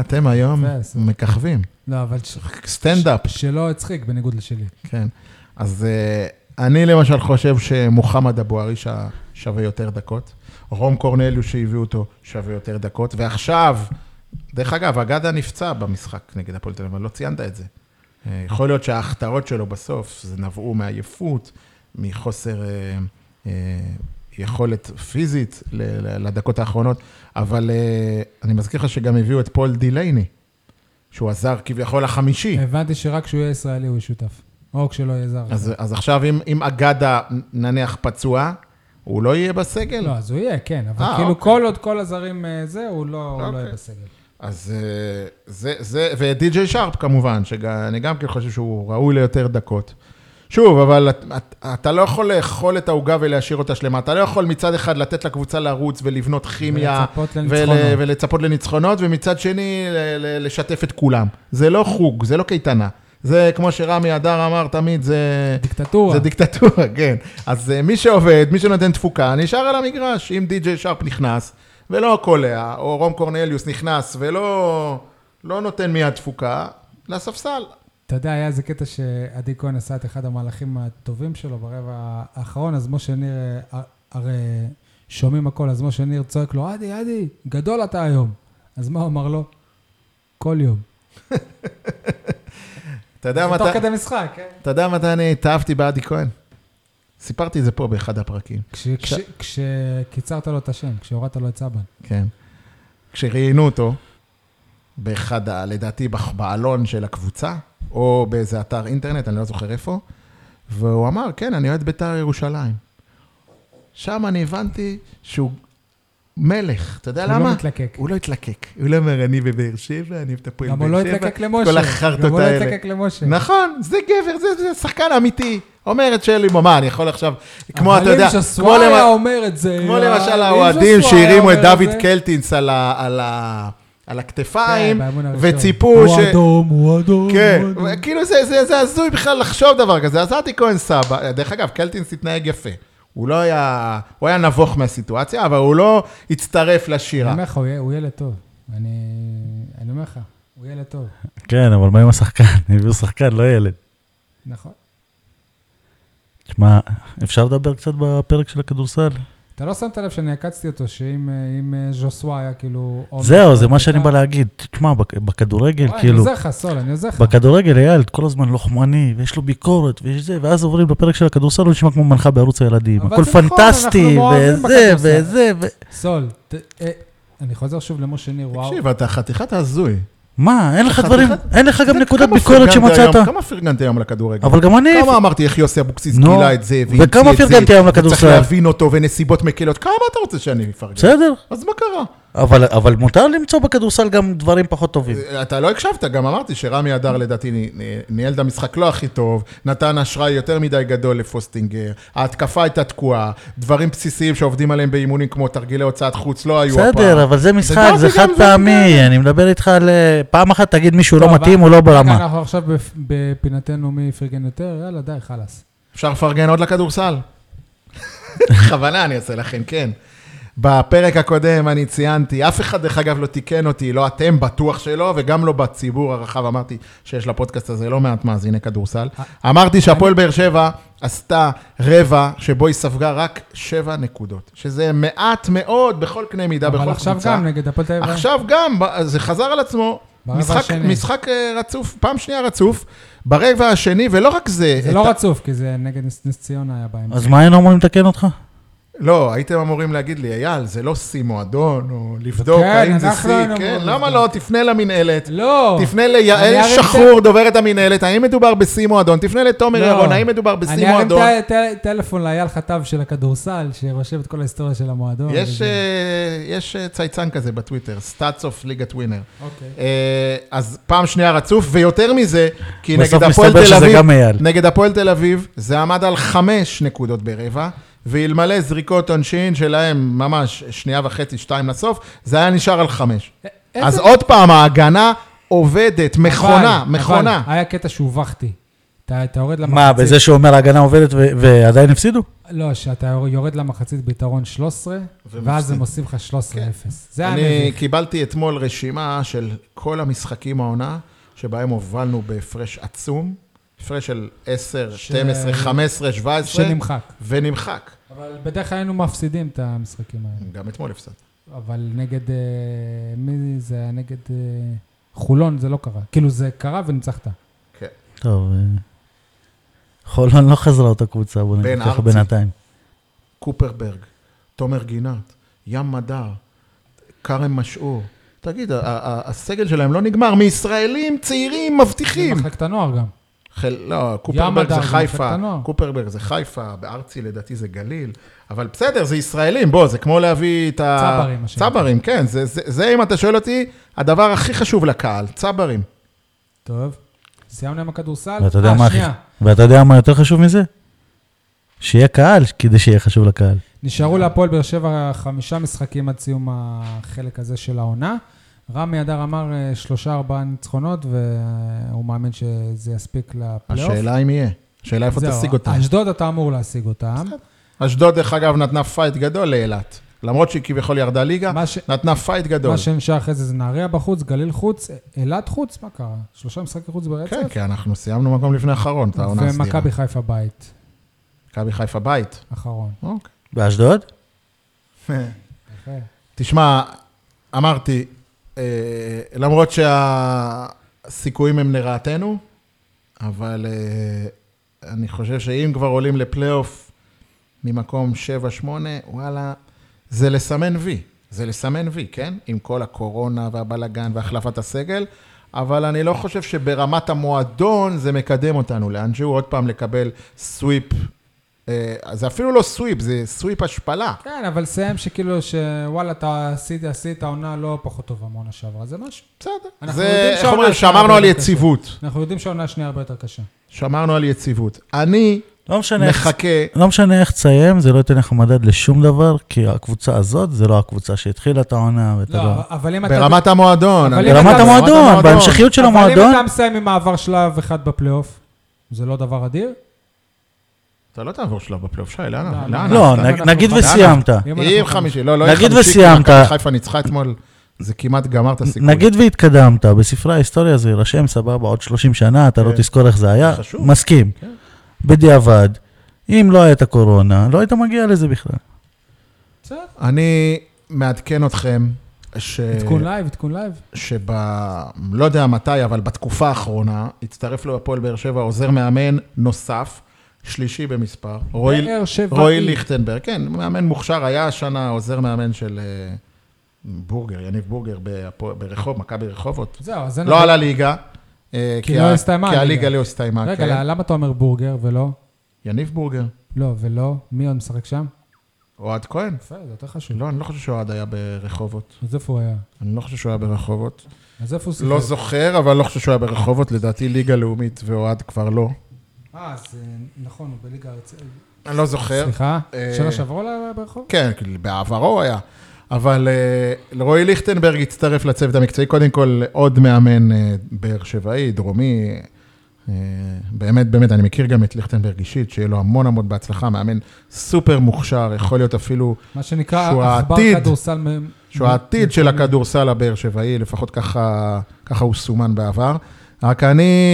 אתם היום יפה, יפה. מככבים. לא, אבל ש- סטנדאפ. שלא הצחיק, בניגוד לשלי. כן. אז uh, אני למשל חושב שמוחמד אבו ערישה שווה יותר דקות. רום קורנליו שהביאו אותו שווה יותר דקות. ועכשיו, דרך אגב, אגדה נפצע במשחק נגד הפועל תל אביב, אבל לא ציינת את זה. אה, יכול להיות שההכתרות שלו בסוף, זה נבעו מעייפות, מחוסר אה, אה, יכולת פיזית ל- ל- לדקות האחרונות, אבל אה, אני מזכיר לך שגם הביאו את פול דילייני, שהוא עזר כביכול החמישי. הבנתי שרק כשהוא יהיה ישראלי הוא ישותף. או כשלא יהיה זר. אז, אז עכשיו, אם, אם אגדה נניח פצוע, הוא לא יהיה בסגל? לא, אז הוא יהיה, כן. אבל אה, כאילו אוקיי. כל עוד כל הזרים אה, זה, הוא לא הוא לא אוקיי. יהיה בסגל. אז אה, זה, זה, ודי.ג'יי שרפ כמובן, שאני גם כן חושב שהוא ראוי ליותר דקות. שוב, אבל את, את, אתה לא יכול לאכול את העוגה ולהשאיר אותה שלמה. אתה לא יכול מצד אחד לתת לקבוצה לרוץ ולבנות כימיה. ולצפות ול, לניצחונות. ולצפות לניצחונות, ומצד שני, ל, ל, לשתף את כולם. זה לא חוג, זה לא קייטנה. זה כמו שרמי אדר אמר תמיד, זה... דיקטטורה. זה דיקטטורה, כן. אז אה, מי שעובד, מי שנותן תפוקה, נשאר על המגרש. אם די.ג'יי שרפ נכנס, ולא קולע, או רום קורנליוס נכנס ולא לא נותן מיד תפוקה, לספסל. אתה יודע, היה איזה קטע שעדי כהן עשה את אחד המהלכים הטובים שלו ברבע האחרון, אז משה ניר, אה, הרי שומעים הכל, אז משה ניר צועק לו, עדי, עדי, גדול אתה היום. אז מה הוא אמר לו? כל יום. אתה יודע תוך מתי- כדי משחק, כן? אתה יודע מתי אני התאהבתי באדי כהן? סיפרתי את זה פה באחד הפרקים. כש- כש- כשקיצרת לו את השם, כשהורדת לו את סבן. כן. כשראיינו אותו, באחד, ה- לדעתי, בח- בעלון של הקבוצה, או באיזה אתר אינטרנט, אני לא זוכר איפה, והוא אמר, כן, אני אוהד בית"ר ירושלים. שם אני הבנתי שהוא מלך, אתה יודע הוא למה? לא מתלקק. הוא לא התלקק. הוא לא אומר, אני בבאר שבע, אני מטפל באר שבע. גם הוא לא התלקק למשה. כל החרטות גם הוא לא האלה. התלקק למשה. נכון, זה גבר, זה, זה שחקן אמיתי. אומרת שלי, מה, אני יכול עכשיו, כמו, אתה יודע, אבל אם כמו שסוואי למ- היה אומר את זה... כמו אה, אם למשל האוהדים שסוואי היה שהרימו את אומר דוד זה- קלטינס על ה- על ה- על הכתפיים, כן, באמון הראשון. וציפו ש... הוא אדום, הוא אדום, כן, הוא אדום. כאילו זה- זה זה הזוי בכלל לחשוב דבר כזה. אז ארתי כהן סבא, דרך אגב, קלטינס התנהג יפה. הוא לא היה, הוא היה נבוך מהסיטואציה, אבל הוא לא הצטרף אני לשירה. אומר לך, הוא יהיה- הוא ילד טוב. אני אני אומר לך, הוא ילד טוב. כן, אבל מה עם השחקן? הביאו שחקן, לא ילד. נכון. תשמע, אפשר לדבר קצת בפרק של הכדורסל? נכון, אתה לא שמת לב שאני עקצתי אותו, שאם אה, אם, אה, ז'וסווה היה כאילו... עומד- זהו, נכון. זה מה שאני בא להגיד. תשמע, בכ- בכדורגל, וואי, אני כאילו... עוזר לך, סול, אני עוזר לך. בכדורגל אייל כל הזמן לוחמני, ויש לו ביקורת, ויש זה, ואז עוברים לפרק של הכדורסל, הוא נשמע כמו מנחה בערוץ הילדים. אבל הכל זה נכון, לא פנטסטי, אנחנו מאוהבים וזה, בכדורסל. וזה, ו... סול, ת- אה, אני חוזר שוב למשה ניר, וואו. תקשיב, אתה חתיכת הזוי. מה, אין לך אחד דברים, אחד. אין לך גם כמה נקודת פרגנת ביקורת שמצאת? היום- כמה פרגנת היום לכדורגל? אבל גם אני... כמה אמרתי איך יוסי אבוקסיס נו, גילה את זה, והמציא וכמה את זה, פרגנתי היום וצריך לכדורסל? להבין אותו, ונסיבות מקלות, כמה אתה רוצה שאני אפרגן? בסדר, אז מה קרה? אבל, אבל מותר למצוא בכדורסל גם דברים פחות טובים. אתה לא הקשבת, גם אמרתי שרמי אדר לדעתי נ- נ- ניהל את המשחק לא הכי טוב, נתן אשראי יותר מדי גדול לפוסטינגר, ההתקפה הייתה תקועה, דברים בסיסיים שעובדים עליהם באימונים כמו תרגילי הוצאת חוץ לא היו הפעם. בסדר, אבל זה משחק, גם זה וגם חד זה אה, פעמי, אני מדבר איתך על... אה, פעם אחת תגיד מישהו לא מתאים, הוא לא רגע, ברמה. אנחנו עכשיו בפ- בפינתנו מי פרגן יותר, יאללה, די, חלאס. אפשר לפרגן עוד לכדורסל? בכוונה אני אעשה לכם, כן. בפרק הקודם אני ציינתי, אף אחד דרך אגב לא תיקן אותי, לא אתם בטוח שלא, וגם לא בציבור הרחב, אמרתי שיש לפודקאסט הזה לא מעט מאזיני כדורסל. אה. אמרתי שהפועל באר שבע עשתה רבע שבו היא ספגה רק שבע נקודות, שזה מעט מאוד בכל קנה מידה, בכל אבל קבוצה. עכשיו גם נגד הפועל תל אביב. עכשיו גם, ב- זה חזר על עצמו. ברבע משחק, השני. משחק אה, רצוף, פעם שנייה רצוף, ברבע השני, ולא רק זה... זה את לא ה- רצוף, כי זה נגד נס נס ציונה היה באמצע. אז מה היינו אמורים לתקן אותך? לא, הייתם אמורים להגיד לי, אייל, זה לא שיא מועדון, או לבדוק כן, האם זה אנחנו שיא, היינו כן, אמורים למה לא? לבדוק. תפנה למינהלת. לא. תפנה אני ליעל ארים את ה- שחור, דוברת המינהלת, האם מדובר בשיא מועדון? תפנה לתומר לא. ירון, האם מדובר בשיא מועדון? אני ארים טל- טל- טלפון לאייל חטב של הכדורסל, שרושם את כל ההיסטוריה של המועדון. יש, וזה. אה, יש אה, צייצן כזה בטוויטר, סטאצ אוף ליגת ווינר. אוקיי. אה, אז פעם שנייה רצוף, ויותר מזה, כי נגד בסוף הפועל מסתבר תל שזה אביב, גם אייל. נגד הפועל תל אביב, זה עמד על חמש נקודות ברבע, ואלמלא זריקות עונשין שלהם ממש שנייה וחצי, שתיים לסוף, זה היה נשאר על חמש. אה, איזה- נכון, אז עוד פעם, ההגנה עובדת, מכונה, אבל- מכונה. אבל היה קטע שהובכתי. אתה אתה יורד למחצית. מה, בזה שאומר ההגנה עובדת ו- ועדיין הפסידו? לא, שאתה יור- יורד למחצית ביתרון 13, ואז הם עושים לך 13-0. זה היה אני מביך. קיבלתי אתמול רשימה של כל המשחקים העונה, שבהם הובלנו בהפרש עצום, הפרש של 10, ש- 12, 15, 17, שנמחק. ונמחק. אבל בדרך כלל היינו מפסידים את המשחקים האלה. גם אתמול הפסדנו. אבל נגד... אה, מי זה היה? נגד אה, חולון זה לא קרה. כאילו, זה קרה וניצחת. כן. טוב, אה, חולון לא חזרה אותה קבוצה, בוא בן נגיד ככה ארצי. בינתיים. קופרברג, תומר גינת, ים מדר, כרם משעור. תגיד, ה- ה- הסגל שלהם לא נגמר מישראלים צעירים מבטיחים. במחלקת הנוער גם. חל- לא, קופרברג מדר זה זה מחלקת חיפה, הנוער. קופרברג זה חיפה, בארצי לדעתי זה גליל, אבל בסדר, זה ישראלים, בוא, זה כמו להביא את ה... צברים, מה שנקרא. צברים, כן, זה- זה, זה, אם אתה שואל אותי, הדבר הכי חשוב לקהל, צברים. טוב. סיימנו עם הכדורסל? ואתה יודע אה, מה הכי- שנייה. ואתה יודע מה יותר חשוב מזה? שיהיה קהל, כדי שיהיה חשוב לקהל. נשארו להפועל באר שבע חמישה משחקים עד סיום החלק הזה של העונה. רמי אדר אמר אה, שלושה ארבעה ניצחונות, והוא מאמין שזה יספיק לפלייאוף. השאלה אם יהיה, השאלה איפה זהו, אה, תשיג אותם. אשדוד אתה אמור להשיג אותם. אשדוד, דרך אגב, נתנה פייט גדול לאילת. למרות שהיא כביכול ירדה ליגה, מה ש- נתנה פייט גדול. מה שנשאר אחרי זה זה נהריה בחוץ, גליל חוץ, אילת חוץ, מה קרה? שלושה משחקי חוץ כן, ברצף? כי אנחנו סיימנו מקום לפני האחרון, את העונה הסדירה. ומכבי חיפה בית, מכבי חיפה בית. אחרון. אוקיי. באשדוד? יפה. תשמע, אמרתי, אה, למרות שהסיכויים הם לרעתנו, אבל אה, אני חושב שאם כבר עולים לפלייאוף ממקום 7-8, וואלה, זה לסמן וי. זה לסמן וי, כן? עם כל הקורונה והבלגן והחלפת הסגל, אבל אני לא חושב שברמת המועדון זה מקדם אותנו לאנשהו עוד פעם לקבל סוויפ. אה, זה אפילו לא סוויפ, זה סוויפ השפלה. כן, אבל סיים שכאילו, שוואלה, אתה עשית- עשית העונה לא פחות טובה מהעונה שעברה, זה משהו. בסדר. אנחנו יודעים זה, איך שהעונה אומרים, השנייה שמרנו הרבה על יותר קשה. יציבות. אנחנו יודעים שהעונה השנייה הרבה יותר קשה. שמרנו על יציבות. אני לא משנה איך מחכה, לא משנה איך תסיים, זה לא ייתן לך מדד לשום דבר, כי הקבוצה הזאת זה לא הקבוצה שהתחילה את העונה, ואתה לא, לא... אבל אם אתה... ברמת המועדון. אבל אני- אם ברמת אתה- המועדון, בהמשכיות של אבל המועדון, אם אתה מסיים עם מעבר שלב אחד בפלייאוף, זה לא דבר אדיר? אתה לא תעבור שלב בפלייאוף, שי, לאן? לא, לאן? לא, אתה- אנחנו- נ- נגיד אנחנו- וסיימת. אם אם אנחנו- חמישי, לא, לא יהיה נגיד חמישי, כי וסיימת. מכבי חיפה ניצחה אתמול, זה כמעט גמר את הסיכוי. נגיד והתקדמת, בספרי ההיסטוריה זה יירשם, סבבה, עוד 30 שנה, אתה לא כן. תזכור איך זה היה, חשוב. מסכים. כן. בדיעבד, אם לא הייתה קורונה, לא היית מגיע לזה בכלל. בסדר. אני מעדכן אתכם, ש... עדכון לייב, עדכון לייב. שב... לא יודע מתי, אבל בתקופה האחרונה, הצטרף לו הפועל באר שבע עוזר מאמן נוסף, שלישי במספר, רועי באר שבעי. רועי ליכטנברג, כן, מאמן מוכשר, היה השנה עוזר מאמן של אה, בורגר, יניב בורגר בהפוע- ברחוב, מכבי רחובות. זהו, אז אין... לא עלה ליגה. אה, כן, כי לא ה- הסתיימה כי הליגה. הליגה לא הסתיימה, רגע, כן. למה אתה אומר בורגר ולא? יניב בורגר. לא, ולא? מי עוד משחק שם? אוהד כהן? יפה, זה יותר חשוב. לא, אני לא חושב שאוהד היה ברחובות. אז איפה הוא היה? אני לא חושב שהוא היה ברחובות. אז איפה הוא לא זוכר, אבל לא חושב שהוא היה ברחובות. לדעתי ליגה לאומית ואוהד כבר לא. אה, זה נכון, הוא בליגה הארצית. אני לא זוכר. סליחה? אה, שנה שעברה הוא היה ברחוב? כן, כאילו, בעברו הוא היה. אבל אה, רועי ליכטנברג הצטרף לצוות המקצועי. קודם כל, עוד מאמן אה, באר שבעי, דרומי. אה, באמת, באמת, אני מכיר גם את ליכטנברג אישית, שיהיה לו המון המון בהצלחה. מאמן סופר מוכשר, יכול להיות אפילו מה שנקרא, שהוא עכבר העתיד. כדורסל מ- שהוא מ- העתיד של הכדורסל הבאר שבעי, לפחות ככה, ככה הוא סומן בעבר. רק אני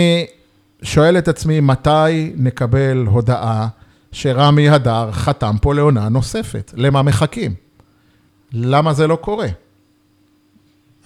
שואל את עצמי, מתי נקבל הודעה שרמי הדר חתם פה לעונה נוספת? למה מחכים? למה זה לא קורה?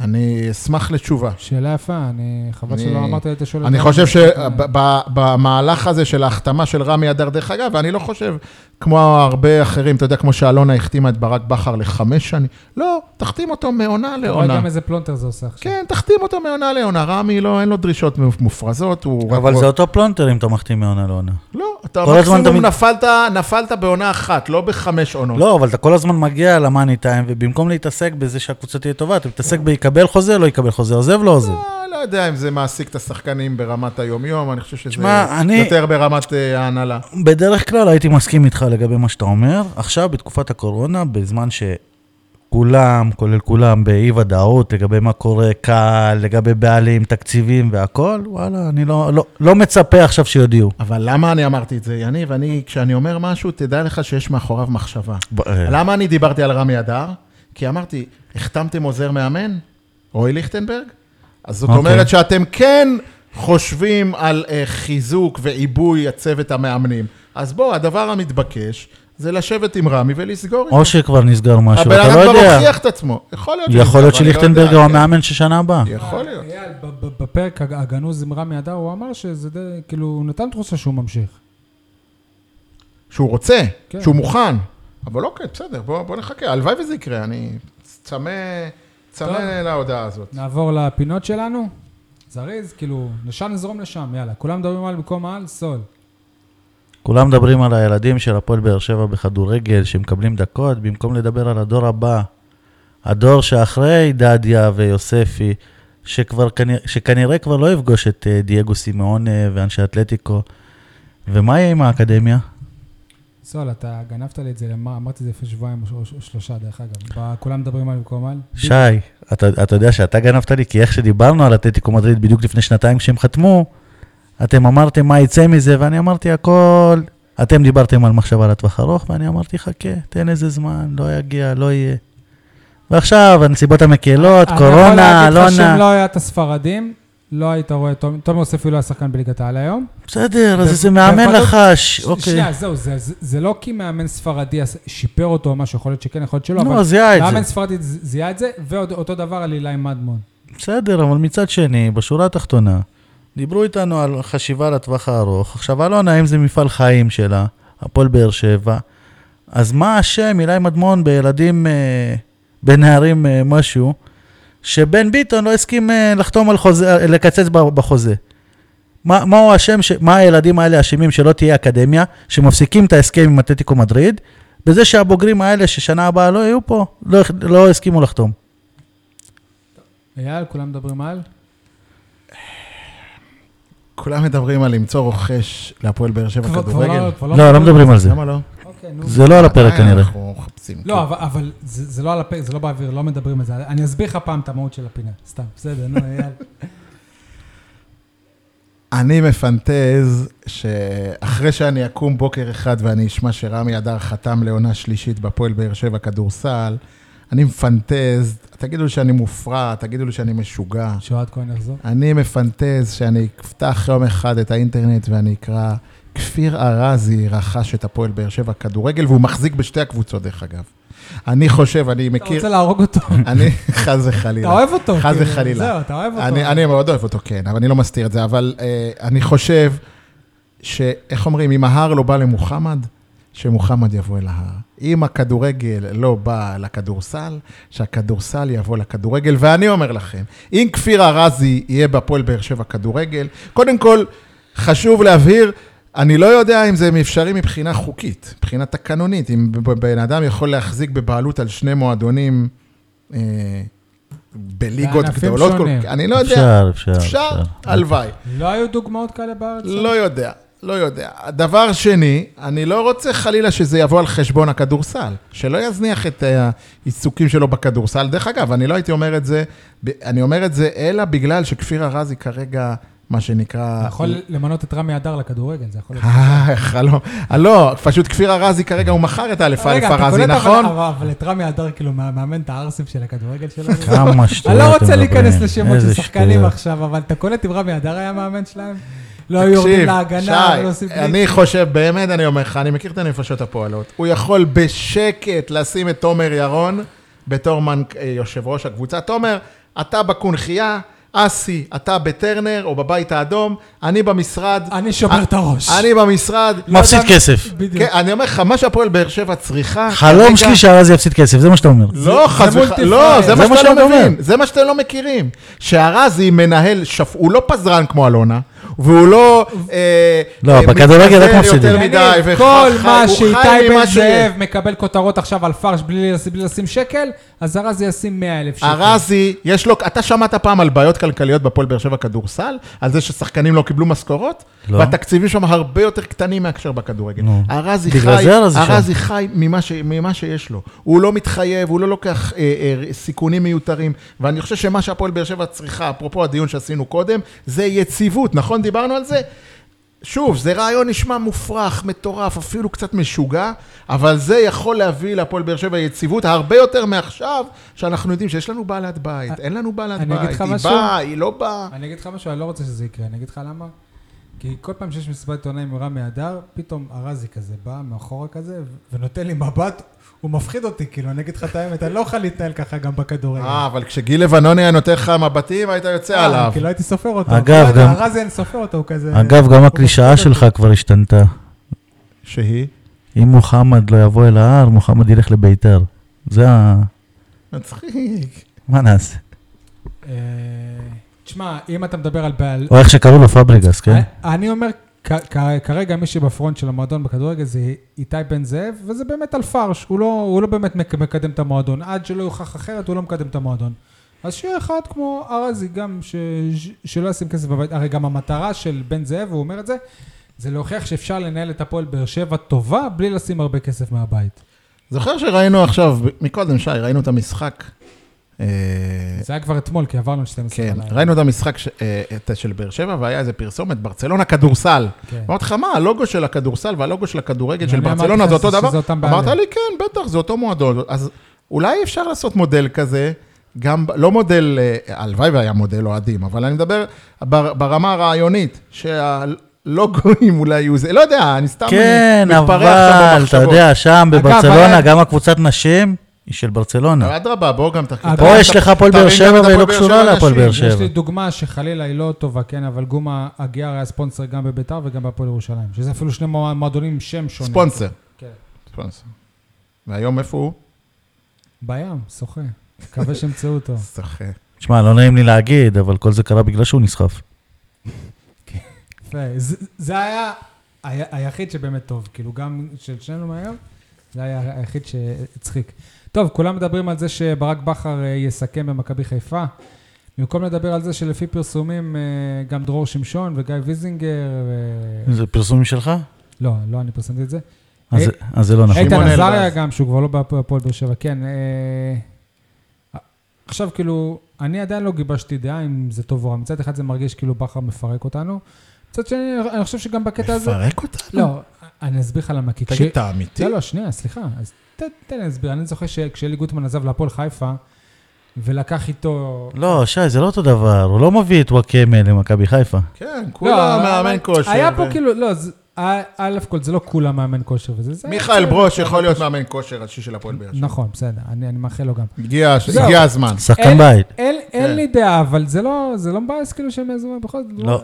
אני אשמח לתשובה. שאלה יפה, אני... חבל אני- שלא אמרת לי את אה, השאלה. אני הזאת. חושב שבמהלך הזה של ההחתמה של רמי אדר, דרך אגב, אני לא חושב, כמו הרבה אחרים, אתה יודע, כמו שאלונה החתימה את ברק בכר לחמש שנים, לא, תחתים אותו מעונה אתה רואה לעונה. גם איזה פלונטר לא זה עושה עכשיו. כן, תחתים אותו מעונה לעונה. רמי, לא, אין לו דרישות מופרזות, הוא... אבל הוא... זה אותו פלונטר אם אתה מחתים מעונה לעונה. לא, אתה כל הזמן מקסימום תמיד- נפלת, נפלת בעונה אחת, לא בחמש עונות. לא, אבל אתה כל הזמן מגיע למאני טיים, ובמקום להתעסק בזה שהקבוצה תהיה טובה, אתה מתעסק כן. ביקבל חוזה, לא יקבל חוזה, עוזב, לא עוזב. אה, לא יודע אם זה מעסיק את השחקנים ברמת היום-יום, אני חושב שזה תשמע, אני- יותר ברמת אה, ההנהלה. בדרך כלל הייתי מסכים איתך לגבי מה שאתה אומר. עכשיו, בתקופת הקורונה, בזמן שכולם, כולל כולם, באי-ודאות לגבי מה קורה, קהל, לגבי בעלים, תקציבים והכול, וואלה, אני לא, לא, לא מצפה עכשיו שיודיעו. אבל למה אני אמרתי את זה, יניב? אני, כשאני אומר משהו, תדע לך שיש מאחוריו מחשבה. ב- אה, למה אני דיברתי על רמי אדר? כי אמרתי, החתמתם עוזר מאמן? רועי ליכטנברג? אז זאת okay. אוקיי. אומרת שאתם כן חושבים על uh, חיזוק ועיבוי הצוות המאמנים. אז בואו, הדבר המתבקש זה לשבת עם רמי ולסגור או את זה. שכבר נסגר משהו, הבן אתה אדם לא כבר יודע. הוכיח את עצמו. יכול להיות יכול להיות אבל אני לא שליכטנברג יודע, הוא כן. המאמן של שנה הבאה. יכול להיות. אה, אייל, ב- ב- בפרק הג- הגנוז עם רמי אדר, הוא אמר שזה די... כאילו, הוא נתן תחושה שהוא ממשיך. שהוא רוצה, כן. שהוא מוכן. אבל אוקיי, בסדר, בואו בוא נחכה. הלוואי וזה יקרה, אני צמא, טוב. צמא להודעה הזאת. נעבור לפינות שלנו. זריז, כאילו, לשם נזרום לשם, יאללה. כולם מדברים על מקום העל, סול. כולם מדברים על הילדים של הפועל באר שבע בכדורגל, שמקבלים דקות, במקום לדבר על הדור הבא. הדור שאחרי דדיה ויוספי, שכבר, כנראה, שכנראה כבר לא יפגוש את אה, דייגו סימאונה ואנשי אתלטיקו. ומה יהיה עם האקדמיה? סול, אתה גנבת לי את זה, למה- אמרתי את זה לפני שבועיים או ש- או שלושה, דרך אגב. ב- כולם מדברים על מקום העל. שי, אתה, אתה יודע שאתה גנבת לי, כי איך שדיברנו על אתלטיקו מדריד בדיוק לפני שנתיים כשהם חתמו, אתם אמרתם מה יצא מזה, ואני אמרתי הכל. אתם דיברתם על מחשבה לטווח ארוך, ואני אמרתי, חכה, תן איזה זמן, לא יגיע, לא יהיה. ועכשיו, הנסיבות המקלות, קורונה, אני יכול לא להגיד לך שאם נע. לא היה את הספרדים, לא היית רואה, תומר תומר יוספי לא היה שחקן בליגת העל היום. בסדר, אז ב- איזה מאמן בוודאות- לחש, ש- אוקיי. שנייה, זהו, זה- זה זה לא כי מאמן ספרדי עש- שיפר אותו או משהו, יכול להיות שכן, יכול להיות שלא, נו, לא, אבל אז זיהה את זה. מאמן ספרדי ז- זיהה את זה, ואותו דבר על אילי מדמון. בסדר, אבל מצד שני, בשורה התחתונה, דיברו איתנו על חשיבה לטווח הארוך. עכשיו, אלונה, אם זה מפעל חיים שלה, הפועל באר שבע, אז מה השם, אילי מדמון, בילדים, אה, בנערים אה, משהו, שבן ביטון לא הסכים אה, לחתום על חוזה, אה, לקצץ ב- בחוזה. מה, מהו השם, ש... מה הילדים האלה אשמים שלא תהיה אקדמיה, שמפסיקים את ההסכם עם אתלטיקו מדריד, בזה שהבוגרים האלה ששנה הבאה לא יהיו פה, לא, הח- לא הסכימו לחתום. אייל, כולם מדברים על? כולם מדברים על למצוא רוכש להפועל באר שבע כבר- כבר כדורגל. כבר לא, לא מדברים על זה. למה לא? אוקיי, נו. זה לא על הפרק עדיין כנראה. אנחנו מחפשים. לא, אבל- אבל זה זה לא על הפרק, זה לא באוויר, לא מדברים על זה. אני אסביר לך פעם את המהות של הפינה. סתם, בסדר, נו, אייל. אני מפנטז שאחרי שאני אקום בוקר אחד ואני אשמע שרמי אדר חתם לעונה שלישית בפועל באר שבע כדורסל, אני מפנטז, תגידו לי שאני מופרע, תגידו לי שאני משוגע. שאוהד כהן יחזור. אני מפנטז שאני אפתח יום אחד את האינטרנט ואני אקרא, כפיר ארזי רכש את הפועל באר שבע כדורגל, והוא מחזיק בשתי הקבוצות דרך אגב. אני חושב, אני אתה מכיר, רוצה להרוג אותו. אני, חס אתה וחלילה. אוהב אותו. חס כאילו. וחלילה. זהו, אתה אוהב אותו. אני, אני מאוד אוהב אותו, כן, אבל אני לא מסתיר את זה, אבל אה, אני חושב ש... איך אומרים, אם ההר לא בא למוחמד, שמוחמד יבוא אל ההר. אם הכדורגל לא בא לכדורסל, שהכדורסל יבוא לכדורגל. ואני אומר לכם, אם כפיר ארזי יהיה בהפועל באר שבע כדורגל, קודם כל, חשוב להבהיר, אני לא יודע אם זה אפשרי מבחינה חוקית, מבחינה תקנונית, אם ב- ב- בן אדם יכול להחזיק בבעלות על שני מועדונים אה, בליגות בענפים גדולות כל שונים. כך, אני לא יודע, אפשר, אפשר, אפשר, אפשר. הלוואי. לא היו דוגמאות כאלה בארץ? לא יודע, לא יודע. דבר שני, אני לא רוצה חלילה שזה יבוא על חשבון הכדורסל, שלא יזניח את אה, העיסוקים שלו בכדורסל. דרך אגב, אני לא הייתי אומר את זה, ב- אני אומר את זה אלא בגלל שכפיר ארזי כרגע, מה שנקרא... אתה יכול למנות את רמי אדר לכדורגל, זה יכול להיות. אה, חלום. אה, לא, פשוט כפיר ארזי כרגע הוא מכר את א' א' רגע, אתה ארזי, קולט אבל- אה, נכון? אבל- אבל את רמי אדר, כאילו, מה- מאמן את הערסים של הכדורגל שלנו? כמה שטויות אני לא אתם רוצה להיכנס מדברים. לשמות של איזה שחקנים שטויות. עכשיו, אבל אתה קולט אם רמי אדר היה מאמן שלהם? לא היו יורדים להגנה, ולא עושים שי, אני חושב, באמת אני אומר לך, אני מכיר את הנפשות הפועלות. הוא יכול בשקט לשים את תומר ירון בתור מנק- אה, יושב ראש הקבוצה. תומר, אתה בקונכייה, אסי, אתה בטרנר או בבית האדום, אני במשרד. אה, אני שובר את הראש. אני במשרד. לא מפסיד יודע- כסף. בדיוק. כן, אני אומר לך, מה שהפועל באר שבע צריכה... חלום כרגע- שלי שהרז יפסיד כסף, זה מה שאתה אומר. זה לא, חס וח... מולטי לא, פרייר. זה זה מה מה שאתם שאני לא אומר. מבינים, זה מה שאתם לא מכירים. שארזי מנהל, שפ... הוא לא פזרן כמו אלונה, והוא לא... אה, לא, אה, בכדורגל מתפזר רק מפסידים. יותר מדי, יניב, וח- כל חי- מה הוא חי שאיתי ממה בן שיש. זאב מקבל כותרות עכשיו על פרש בלי לשים- בלי לשים שקל, אז ארזי ישים 100,000 שקל. ארזי, יש לו... אתה שמעת פעם על בעיות כלכליות בפועל באר שבע כדורסל? על זה ששחקנים לא קיבלו משכורות? לא. והתקציבים שם הרבה יותר קטנים מאשר בכדורגל. נו. ארזי בגלל חי, זה ארזי שם. ארזי חי ממה, ש, ממה שיש לו. הוא לא מתחייב, הוא לא לוקח אה, אה, סיכונים מיותרים. ואני חושב שמה שהפועל באר שבע צריכה, אפרופו הדיון שעשינו קודם, זה יציבות, נכון? דיברנו על זה? שוב, זה רעיון נשמע מופרך, מטורף, אפילו קצת משוגע, אבל זה יכול להביא להפועל באר שבע יציבות הרבה יותר מעכשיו, שאנחנו יודעים שיש לנו בעלת בית, אין לנו בעלת אני בית, אגיד לך היא משהו? באה, היא לא באה. אני אגיד לך משהו, אני לא רוצה שזה יקרה, אני אגיד לך למה. כי כל פעם שיש מסיבת עיתונאים עם רמי אדר, פתאום ארזי כזה בא מאחורה כזה, ו- ונותן לי מבט, הוא מפחיד אותי, כאילו, אני אגיד לך את האמת, אני לא יכול להתנהל ככה גם בכדורגל. אה, אבל כשגיל לבנוני היה נותן לך מבטים, היית יוצא לא אה, עליו. כאילו הייתי סופר אותו. אגב, אבל גם- ארזי אני סופר אותו, הוא כזה... אגב, גם הוא הקלישאה מפחיד אותי. שלך כבר השתנתה. שהיא? אם מוחמד לא יבוא אל ההר, מוחמד ילך לביתר. זה ה... מצחיק. מה נעשה? אה, תשמע, אם אתה מדבר על בעל... או איך שקראו לו פבריגס, כן? אני אומר, כ- כ- כרגע מי שבפרונט של המועדון בכדורגל זה איתי בן זאב, וזה באמת על פרש, הוא לא, הוא לא באמת מק- מקדם את המועדון. עד שלא יוכח אחרת, הוא לא מקדם את המועדון. אז שיהיה אחד כמו ארזי, גם ש... ש- שלא ישים כסף בבית, הרי גם המטרה של בן זאב, הוא אומר את זה, זה להוכיח שאפשר לנהל את הפועל באר שבע טובה בלי לשים הרבה כסף מהבית. זוכר שראינו עכשיו, מקודם, שי, ראינו את המשחק. אה, זה היה כבר אתמול, כי עברנו את 12 כן, בלילה. ראינו את המשחק ש- אה, את- של באר שבע, והיה איזה פרסומת, ברצלונה כדורסל. כן. אמרתי לך, מה, הלוגו של הכדורסל והלוגו של הכדורגל של ואני אמרתי ברצלונה לך זה אותו שזה דבר? אותם בעלים. אמרת לי, כן, בטח, זה אותו מועדון. אז אולי אפשר לעשות מודל כזה, גם, ב- לא מודל, אה, הלוואי והיה מודל אוהדים, אבל אני מדבר בר- ברמה הרעיונית, שהלוגוים אולי יהיו זה, לא יודע, אני סתם כן, מתפרע עכשיו אבל אתה במחשבות. יודע, שם אגב, בברצלונה, היה- גם הקבוצת נשים היא של ברצלונה. אדרבה, בוא גם תחליט. פה יש לך הפועל באר שבע והיא לא קשורה להפועל באר שבע. יש לי דוגמה שחלילה היא לא טובה, כן, אבל גומה הגיאר היה ספונסר גם בביתר וגם בהפועל ירושלים, שזה אפילו שני מוע- מועדונים עם שם שונה. ספונסר. כן. ספונסר. והיום איפה הוא? בים, שוחה. מקווה שימצאו אותו. סחר. תשמע, לא נעים לי להגיד, אבל כל זה קרה בגלל שהוא נסחף. יפה. זה- זה היה היה- היחיד שבאמת טוב, כאילו גם של שנינו מהר, זה היה היחיד שהצחיק. טוב, כולם מדברים על זה שברק בכר אה, יסכם במכבי חיפה. במקום לדבר על זה שלפי פרסומים, אה, גם דרור שמשון וגיא ויזינגר, ו- זה פרסומים שלך? לא, לא אני פרסמתי את זה, אז- אז זה לא נכון. אה? איתן שמעון עזריה אלבז. גם, שהוא כבר לא בהפועל באר שבע, כן. אה, עכשיו, כאילו, אני עדיין לא גיבשתי דעה אם זה טוב או רע. מצד אחד זה מרגיש כאילו בכר מפרק אותנו. מצד שני, אני חושב שגם בקטע הזה... מפרק אותנו? לא, אני אסביר לך למה. כי תגיד, אתה אמיתי? לא, לא, שנייה, סליחה. אז ת- תן לי להסביר. אני זוכר שכשאלי גוטמן עזב להפועל חיפה, ולקח איתו... לא, שי, זה לא אותו דבר, הוא לא מביא את וואקמה למכבי חיפה. כן, לא, כולם מאמן אבל- כושר. היה פה ו- כאילו, לא, זה- א- א' כל, זה לא כולם מאמן כושר וזה. זה- מיכאל ברוש יכול להיות מאמן כושר ראשי של הפועל באר שבע. נכון, בסדר, אני אני מאחל לו גם. הגיע הש- זהו. הגיע הזמן. שחקן בית. אין, כן. אין לי דעה, אבל זה לא, זה לא מבאס כאילו שהם יעזבו בכל זאת. לא.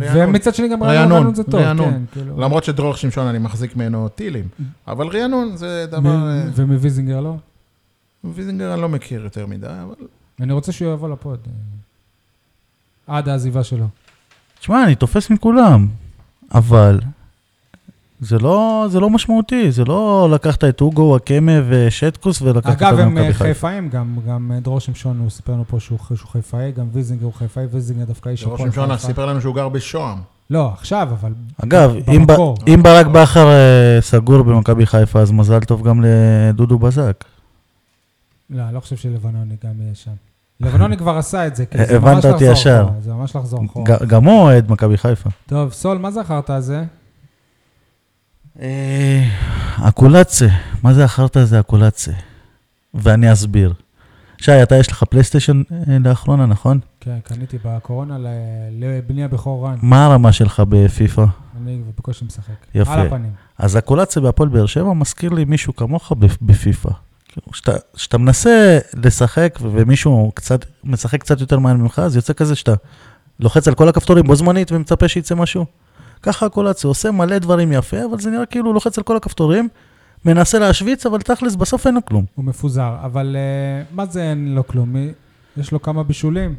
רענון. ומצד שני גם רענון, רענון רענון זה טוב, רענון. כן, כאילו. למרות שדרור שמשון אני מחזיק ממנו טילים, אבל רענון זה דבר... אה, מ- ומוויזינגר לא? ויזינגר אני לא מכיר יותר מדי, אבל... אני רוצה שהוא יבוא לפוד. אה, עד העזיבה שלו. תשמע, אני תופס מכולם, אבל זה לא, זה לא משמעותי, זה לא לקחת את אוגו, וואקמה ושטקוס ולקחת אגב, אותם הם למכבי אה, חיפה. חיפאים גם, גם אה, דרור שמשון, הוא סיפר לנו פה שהוא שהוא חיפאי, גם ויזינגר הוא חיפאי, ויזינגר דווקא איש ראש הפועל ממשלה חיפה. סיפר לנו שהוא גר בשוהם. לא, עכשיו, אבל... אגב, אם, ב, במקור. אם ברק בכר אה, סגור במכבי חיפה, אז מזל טוב גם לדודו בזק. לא, לא חושב שלבנוני גם יהיה שם. לבנוני כבר עשה את זה, כי זה הבנת ממש אותי לחזור ישר. אחורה. זה ממש לחזור אחורה. ג- גם הוא אוהד מכבי חיפה. טוב, סול, מה זכרת על זה? אה, הקולצה, מה זה החרטא הזה הקולצה? ואני אסביר. שי, אתה יש לך פלייסטיישן אה, לאחרונה, נכון? כן, קניתי בקורונה ל- לבני הבכור רן. מה הרמה שלך בפיפא? אני בקושי משחק. יפה. על הפנים. אז הקולציה בהפועל באר שבע מזכיר לי מישהו כמוך בפ- בפיפא. כאילו, כשאתה- כשאתה מנסה לשחק ומישהו קצת, משחק קצת יותר מהר ממך, אז יוצא כזה שאתה לוחץ על כל הכפתורים בו זמנית ומצפה שיצא משהו. ככה הקולציה, עושה מלא דברים יפה, אבל זה נראה כאילו הוא לוחץ על כל הכפתורים, מנסה להשוויץ, אבל תכלס בסוף אין לו כלום. הוא מפוזר, אבל אה, מה זה אין לו כלום? מי- יש לו כמה בישולים.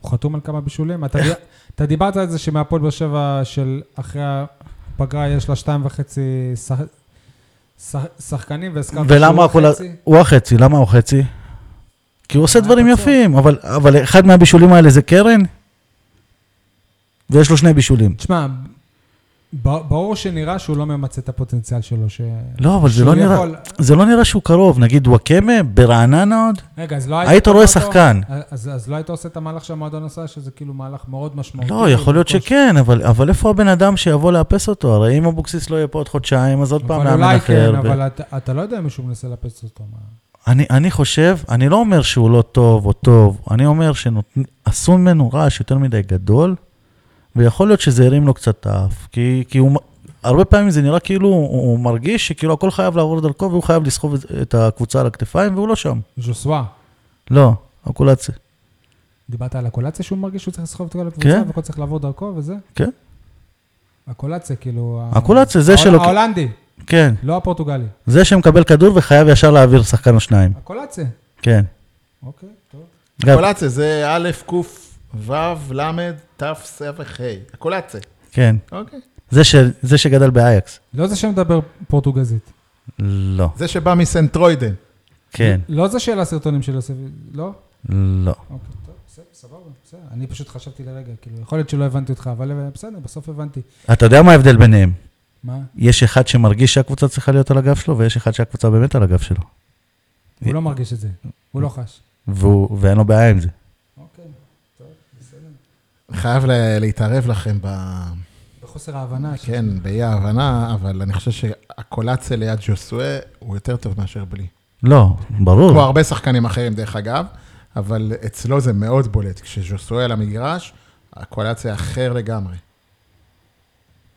הוא חתום על כמה בישולים. אתה די- אתה דיברת על זה שמהפועל באר שבע של אחרי הפגרה יש לה שתיים וחצי שח- שח- שחקנים, והזכרת ולמה שהוא הכל... חצי. הוא החצי, למה הוא חצי? כי הוא עושה מה דברים אתה צועק? יפים, אבל, אבל אחד מהבישולים האלה זה קרן, ויש לו שני בישולים. תשמע, ב- ברור שנראה שהוא לא ממצה את הפוטנציאל שלו. ש- לא, אבל זה שהוא לא, נראה, יכול- זה לא נראה שהוא קרוב, נגיד וואקמה, ברעננה עוד, רגע, אז לא היית רואה קונה אותו? שחקן. אז, אז לא היית עושה את המהלך שהמועדון עשה, שזה כאילו מהלך מאוד משמעותי. לא, יכול להיות ובקושי. שכן, אבל, אבל איפה הבן אדם שיבוא לאפס אותו? הרי אם אבוקסיס לא יהיה פה עוד חודשיים, אז עוד פעם אבל מאמן אולי כן, אחר. ו- אבל אתה, אתה לא יודע אם מישהו מנסה לאפס אותו. מה? אני, אני חושב, אני לא אומר שהוא לא טוב או טוב, אני אומר שעשו ממנו רעש יותר מדי גדול, ויכול להיות שזה הרים לו קצת את האף, כי, כי הוא, מ- הרבה פעמים זה נראה כאילו, הוא, הוא מרגיש שכאילו הכל חייב לעבור דרכו, והוא חייב לסחוב את, את הקבוצה על הכתפיים, והוא לא שם. ז'וסווה, לא, הקולציה. דיברת על הקולציה שהוא מרגיש שהוא צריך לסחוב את כל הקבוצה, כן. והכל צריך לעבור דרכו וזה? כן. הקולציה, כאילו... ה- הקולציה, זה ההול- שלו- ההולנדי, כן, לא הפורטוגלי. זה שמקבל כדור וחייב ישר להעביר שחקן או שניים. הקולציה. כן. אוקיי, טוב. גם, קולציה זה א', ק', ו', ל', ת', ס' וח'. קולציה. כן. אוקיי. זה, ש, זה שגדל באייקס. לא זה שמדבר פורטוגזית. לא. זה שבא מסנטרוידן. כן. לא זה של הסרטונים של יוסף, לא? לא. אוקיי, טוב, בסדר, סבבה, בסדר. אני פשוט חשבתי לרגע, כאילו, יכול להיות שלא הבנתי אותך, אבל אה, בסדר, בסוף הבנתי. אתה יודע מה ההבדל ביניהם? מה? יש אחד שמרגיש שהקבוצה צריכה להיות על הגב שלו, ויש אחד שהקבוצה באמת על הגב שלו. הוא לא מרגיש את זה, הוא לא חש. והוא, ואין לו בעיה עם זה. אוקיי, טוב, בסדר. חייב ל- להתערב לכם ב... בחוסר ההבנה. ש- כן, באי ההבנה, אבל אני חושב שהקולציה ליד ג'וסואה הוא יותר טוב מאשר בלי. לא, כמו ברור. הרבה שחקנים אחרים, דרך אגב, אבל אצלו זה מאוד בולט. כשז'וסואה על המגרש, הקולציה אחר לגמרי.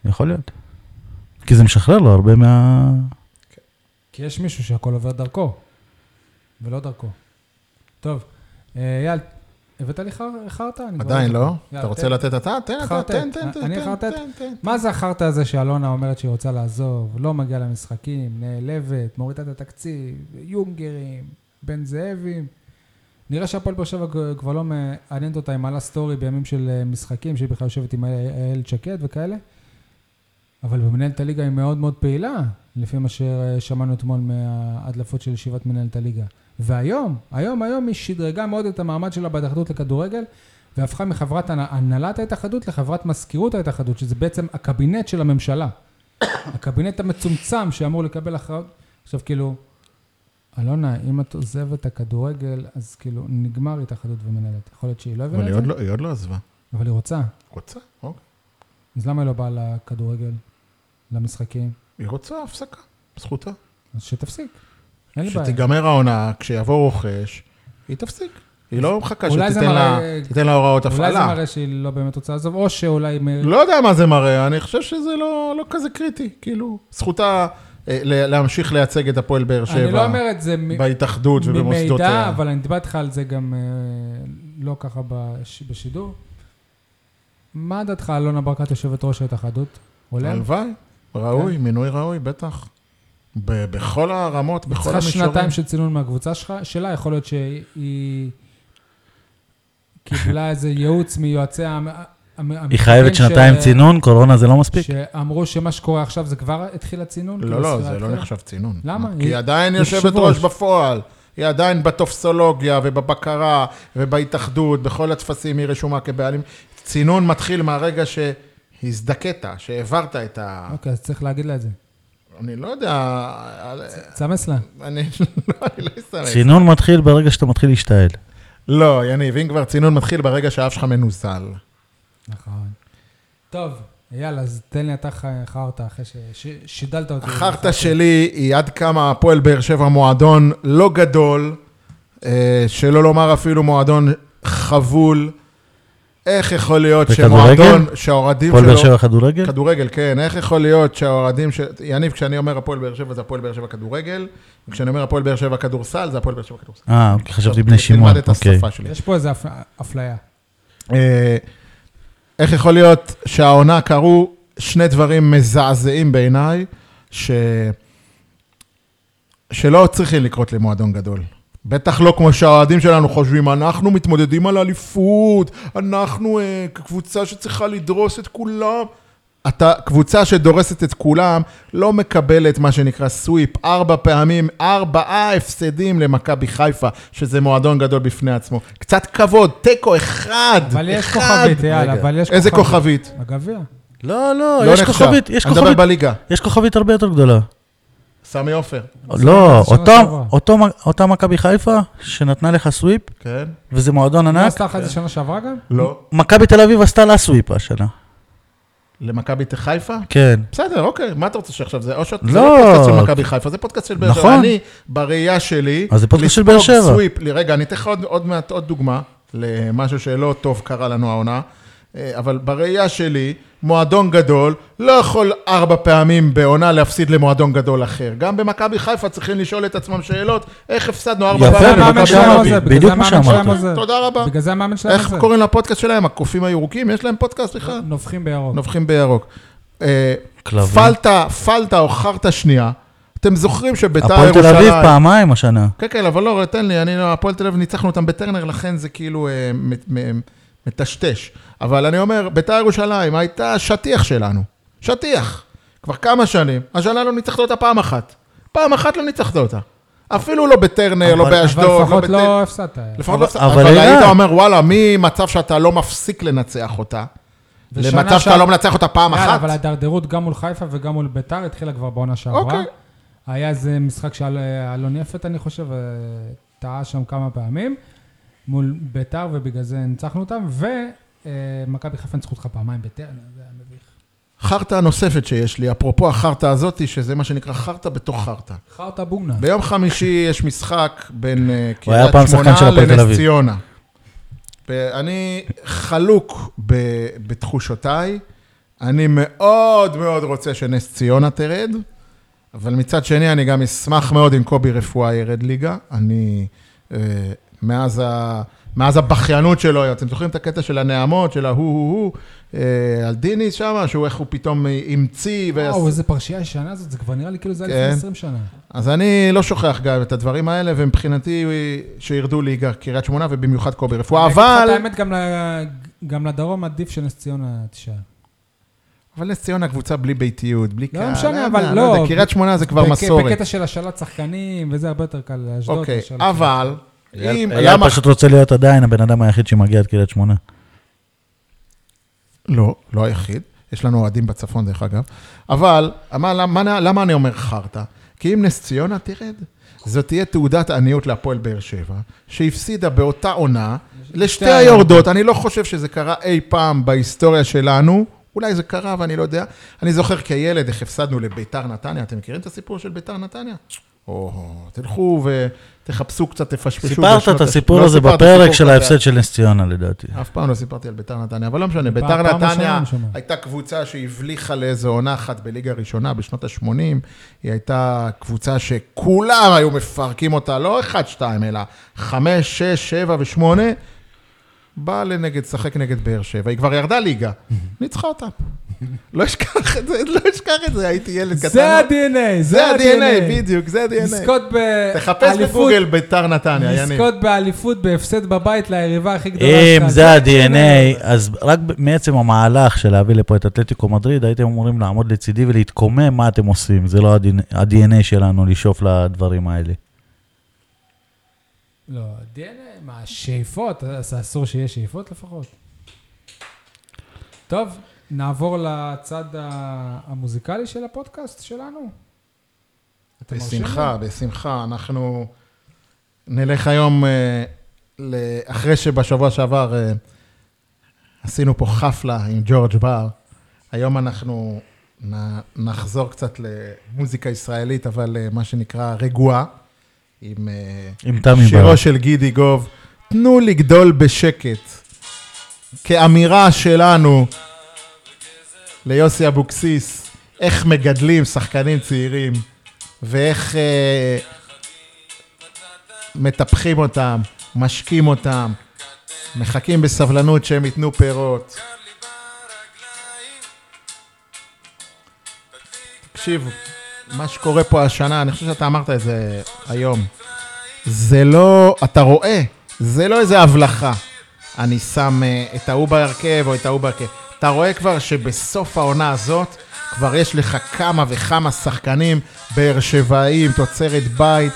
יכול להיות. כי זה משחרר לו הרבה מה... כי יש מישהו שהכל עובר דרכו, ולא דרכו. טוב, אה, אייל, הבאת לי חר- חרטא? אני כבר- עדיין לא? אתה יאללה, רוצה תן. לתת אתה? תן אתה, חרטט. תן, תן, תן, אני תן, חרטט? תן, תן. מה זה החרטא הזה שאלונה אומרת שהיא רוצה לעזוב, לא מגיעה למשחקים, נעלבת, מורידה את התקציב, יונגרים, בן זאבים? נראה שהפועל באר שבע כבר לא מעניינת אותה, היא מעלה סטורי בימים של אה, משחקים, שהיא בכלל יושבת עם איילת שקד וכאלה, אבל במנהלת הליגה היא מאוד מאוד פעילה, לפי מה ששמענו אתמול מההדלפות של ישיבת מנהלת הליגה. והיום, היום, היום היא שדרגה מאוד את המעמד שלה בהתאחדות לכדורגל, והפכה מחברת הנ- הנהלת ההתאחדות לחברת מזכירות ההתאחדות, שזה בעצם הקבינט של הממשלה. הקבינט המצומצם שאמור לקבל הכרעות. עכשיו, כאילו, אלונה, אם את עוזבת את הכדורגל, אז כאילו, נגמר התאחדות ומנהלת. יכול להיות שהיא לא אבל הבינה את היא עוד זה, לא- היא עוד לא עזבה. אבל היא רוצה. רוצה, אוקיי. אז למה היא לא באה לכדורגל, למשחקים? היא רוצה הפסקה, זכותה. אז שתפסיק. אין לי בעיה. כשתיגמר העונה, כשיבוא רוכש, היא תפסיק. היא לא מחכה אולי זה שתיתן לה- מראה- תיתן לה הוראות אולי זה הפעלה. מראה שהיא לא באמת רוצה לעזוב, או שאולי... היא מ- לא יודע מה זה מראה, אני חושב שזה לא לא כזה קריטי. כאילו, זכותה אה, ל- להמשיך לייצג את הפועל באר אני לא שבע אומר את זה מ- בהתאחדות ממידע, ובמוסדותיה. אבל אני דיברתי איתך על זה גם אה, לא ככה בש- בשידור. מה דעתך, אלונה ברקת, יושבת ראש ההתאחדות? עולה? כן. הלוואי, ראוי, מינוי ראוי, בטח. ב- בכל הרמות, בכל צריכה המישורים. שנתיים של צינון מהקבוצה שלך, שלה, יכול להיות שהיא קיבלה איזה ייעוץ מיועצי המ- המ- היא המתקנים חייבת ש- שנתיים צינון, קורונה זה לא מספיק? שאמרו שמה שקורה עכשיו זה כבר התחיל הצינון? לא, כאילו לא, ישראל זה לא התחילה? נחשב צינון. למה? כי היא היא- עדיין היא יושבת יושבת-ראש. ראש בפועל. היא עדיין בטופסולוגיה ובבקרה ובהתאחדות, בכל הטפסים היא רשומה כבעלים. צינון מתחיל מהרגע שהזדכית, שהעברת את ה... אוקיי, אז צריך להגיד לה את זה. אני לא יודע, אה, תסמס לה. אני לא אני לא אסתמך. צינון מתחיל ברגע שאתה מתחיל להשתעל. לא, יניב, אם כבר צינון מתחיל ברגע שהאף שלך מנוזל. אוקיי, נכון. טוב, יאללה, אז תן לי אתה ח- חרטא אחרי ש- ש- שידלת אותי. החרטא אוקיי. שלי היא עד כמה הפועל באר שבע מועדון לא גדול, אה, שלא לומר אפילו מועדון חבול. איך יכול להיות בכדורגל? שמועדון, שהאוהדים הפועל באר שלו... שבע כדורגל? כדורגל, כן. איך יכול להיות שהאוהדים של... יניב, כשאני אומר הפועל באר שבע, זה הפועל באר שבע כדורגל, וכשאני אומר הפועל באר שבע כדורסל, זה הפועל באר שבע כדורסל. אה, אוקיי, חשבתי טוב, בני שמעון, תלמד את אוקיי. השפה שלי. יש פה איזו אפ- אפליה. אה, איך יכול להיות שהעונה קרו שני דברים מזעזעים בעיניי, ש... שלא צריכים לקרות למועדון גדול. בטח לא כמו שהאוהדים שלנו חושבים, אנחנו מתמודדים על אליפות, אנחנו אה, קבוצה שצריכה לדרוס את כולם. אתה, קבוצה שדורסת את כולם, לא מקבלת מה שנקרא סוויפ, ארבע פעמים, ארבעה הפסדים למכבי חיפה, שזה מועדון גדול בפני עצמו. קצת כבוד, תיקו אחד, אבל יש אחד. כוכבית, יאללה, רגע. אבל יש כוכבית. איזה כוכבית? הגביע. לא, לא, לא יש נחשב. כוכבית, יש אני מדבר כוכבית, בליגה. יש כוכבית הרבה יותר גדולה. סמי עופר. לא, שנה אותו- שעברה. אותו מ- אותה מכבי חיפה, שנתנה לך סוויפ, כן? וזה מועדון לא ענק, עשתה לך את זה שנה שעברה גם? לא. מכבי תל אביב עשתה לה סוויפ השנה. למכבי חיפה? כן. בסדר, אוקיי, מה אתה רוצה שעכשיו זה? או שאתה... זה לא. לא פודקאסט של מכבי חיפה, זה פודקאסט של באר שבע. נכון. אני, בראייה שלי... אז זה פודקאסט של באר לספוג שבע. סוויפ, לי- רגע, אני אתן לך עוד- עוד מעט עוד דוגמה למשהו שלא טוב קרה לנו העונה, אה, אבל בראייה שלי, מועדון גדול לא יכול ארבע פעמים בעונה להפסיד למועדון גדול אחר. גם במכבי חיפה צריכים לשאול את עצמם שאלות, איך הפסדנו ארבע יפה, פעמים בדיוק המאמן למכבי בבקשה, שלהם שלנו חיפה? עוזב, אבי, בגלל בדיוק זה מה המאמן שלהם שאמרת. עוזב. תודה רבה. בגלל זה לא. המאמן שלהם איך עוזב. קוראים לפודקאסט שלהם? הקופים הירוקים? יש להם פודקאסט בכלל? נובחים בירוק. נובחים בירוק. אה, כלבים. פלטה, פלטה או חרטה שנייה. אתם זוכרים שביתר הפועל ירושלים... תל אביב פעמיים השנה. כן, כן, אבל לא, תן לי, אני, לא- הפועל תל אביב ניצחנו אותם בטרנר, לכן זה כאילו אה, מט- מ- מטשטש. אבל אני אומר, ביתר ירושלים הייתה שטיח שלנו. שטיח. כבר כמה שנים. השנה לא ניצחת אותה פעם אחת. פעם אחת לא ניצחת אותה. אפילו לא בטרנר, לא אבל- אבל באשדוד, לא לפחות בטרנר. לא הפסדת. לפחות אבל- לא... אבל אבל אילן- היית אומר, וואלה, ממצב שאתה לא מפסיק לנצח אותה, ושנה למצב שעברה- שאתה לא מנצח אותה פעם יאללה, אחת. אבל ההידרדרות גם מול חיפה וגם מול ביתר התחילה כבר בעונה שעברה. אוקיי. היה איזה משחק שאלון יפת, אני חושב, אה, טעה שם כמה פעמים, מול ביתר, ובגלל זה ניצחנו אותם, ומכבי חיפה ניצחו אותך פעמיים בטרנר, זה היה מביך. חרטא הנוספת שיש לי, אפרופו החרטא הזאתי, שזה מה שנקרא חרטא בתוך חרטא. חרטא בוגנה. ביום חמישי יש משחק בין אה, הוא היה פעם קריית שחקן של שמונה הפועל תל לנס אביב. ציונה. ואני חלוק ב- בתחושותיי, אני מאוד מאוד רוצה שנס ציונה תרד, אבל מצד שני אני גם אשמח מאוד אם קובי רפואה ירד ליגה. אני, אה, מאז, ה, מאז הבכיינות שלו, אתם זוכרים את הקטע של הנעמות, של ההוא-הוא-הוא, אה, על דיניס שמה, שהוא איך הוא פתאום אה, המציא. ועש- וואו, איזה פרשייה ישנה הזאת, זה כבר נראה לי כאילו זה היה כן. לפני 20 שנה. אז אני לא שוכח גם את הדברים האלה, ומבחינתי שירדו ליגה קריית שמונה, ובמיוחד קובי רפואה, אני אגיד לך אבל... את האמת, גם ל- גם לדרום עדיף שנס ציונה תשאר. אבל נס ציונה קבוצה בלי ביתיות, בלי לא קהל, משנה, יודע, אבל יודע, לא. יודע, קריית שמונה זה כבר בק- מסורת. בקטע של השאלת שחקנים, וזה הרבה יותר קל לאשדוד. אוקיי, מאשר לחיפה. אבל... אם... אייל למה... פשוט רוצה להיות עדיין הבן אדם היחיד שמגיע עד קריית שמונה. לא, לא היחיד. יש לנו אוהדים בצפון, דרך אגב. אבל, מה, למה, למה אני אומר חרטא? כי אם נס ציונה תרד, זאת תהיה תעודת עניות להפועל באר שבע, שהפסידה באותה עונה לשתי שתי היורדות. אני לא חושב שזה קרה אי פעם בהיסטוריה שלנו. אולי זה קרה, ואני לא יודע. אני זוכר כילד איך הפסדנו לביתר נתניה. אתם מכירים את הסיפור של ביתר נתניה? או, תלכו ותחפשו קצת, תפשפשו. סיפרת בשנות את ה- הסיפור לא הזה סיפרתי בפרק סיפור של כזה. ההפסד של נס ציונה לדעתי. אף פעם לא סיפרתי על ביתר נתניה, אבל לא משנה, פעם- ביתר פעם ראשונה נתניה אני שומע. הייתה קבוצה שהבליחה לאיזו עונה אחת בליגה הראשונה בשנות ה-80, היא הייתה קבוצה שכולם היו מפרקים אותה, לא 1-2, אלא 5, 6, 7 ו-8, באה לנגד, שחק נגד באר שבע, היא כבר ירדה ליגה, ניצחה אותה. לא אשכח את זה, לא אשכח את זה, הייתי ילד קטן. זה ה-DNA, זה ה-DNA, בדיוק, זה ה-DNA. לזכות באליפות. תחפש בגוגל ביתר נתניה, יניב. לזכות באליפות בהפסד בבית ליריבה הכי גדולה אם שלך. לא זה ה-DNA, אז רק ב- מעצם המהלך של להביא לפה את אתלטיקו מדריד, הייתם אמורים לעמוד לצידי ולהתקומם מה אתם עושים. זה לא ה-DNA שלנו לשאוף לדברים האלה. לא, DNA, מה, שאיפות? אז אסור שיהיה שאיפות לפחות. טוב, נעבור לצד ה- המוזיקלי של הפודקאסט שלנו. אתם מרשים בשמחה, בשמחה. אנחנו נלך היום, אה, ל- אחרי שבשבוע שעבר אה, עשינו פה חפלה עם ג'ורג' בר, היום אנחנו נ- נחזור קצת למוזיקה ישראלית, אבל אה, מה שנקרא רגועה, עם אה, עם תמי שירו בר. של גידי גוב, תנו לגדול בשקט, כאמירה שלנו ליוסי אבוקסיס, איך מגדלים שחקנים צעירים, ואיך אה, מטפחים אותם, משקים אותם, מחכים בסבלנות שהם ייתנו פירות. תקשיב, מה שקורה פה השנה, אני חושב שאתה אמרת את זה היום. זה לא, אתה רואה, זה לא איזה הבלחה. אני שם אה, את ההוא בהרכב או את ההוא בהרכב. אתה רואה כבר שבסוף העונה הזאת, כבר יש לך כמה וכמה שחקנים, באר שבעים, תוצרת בית,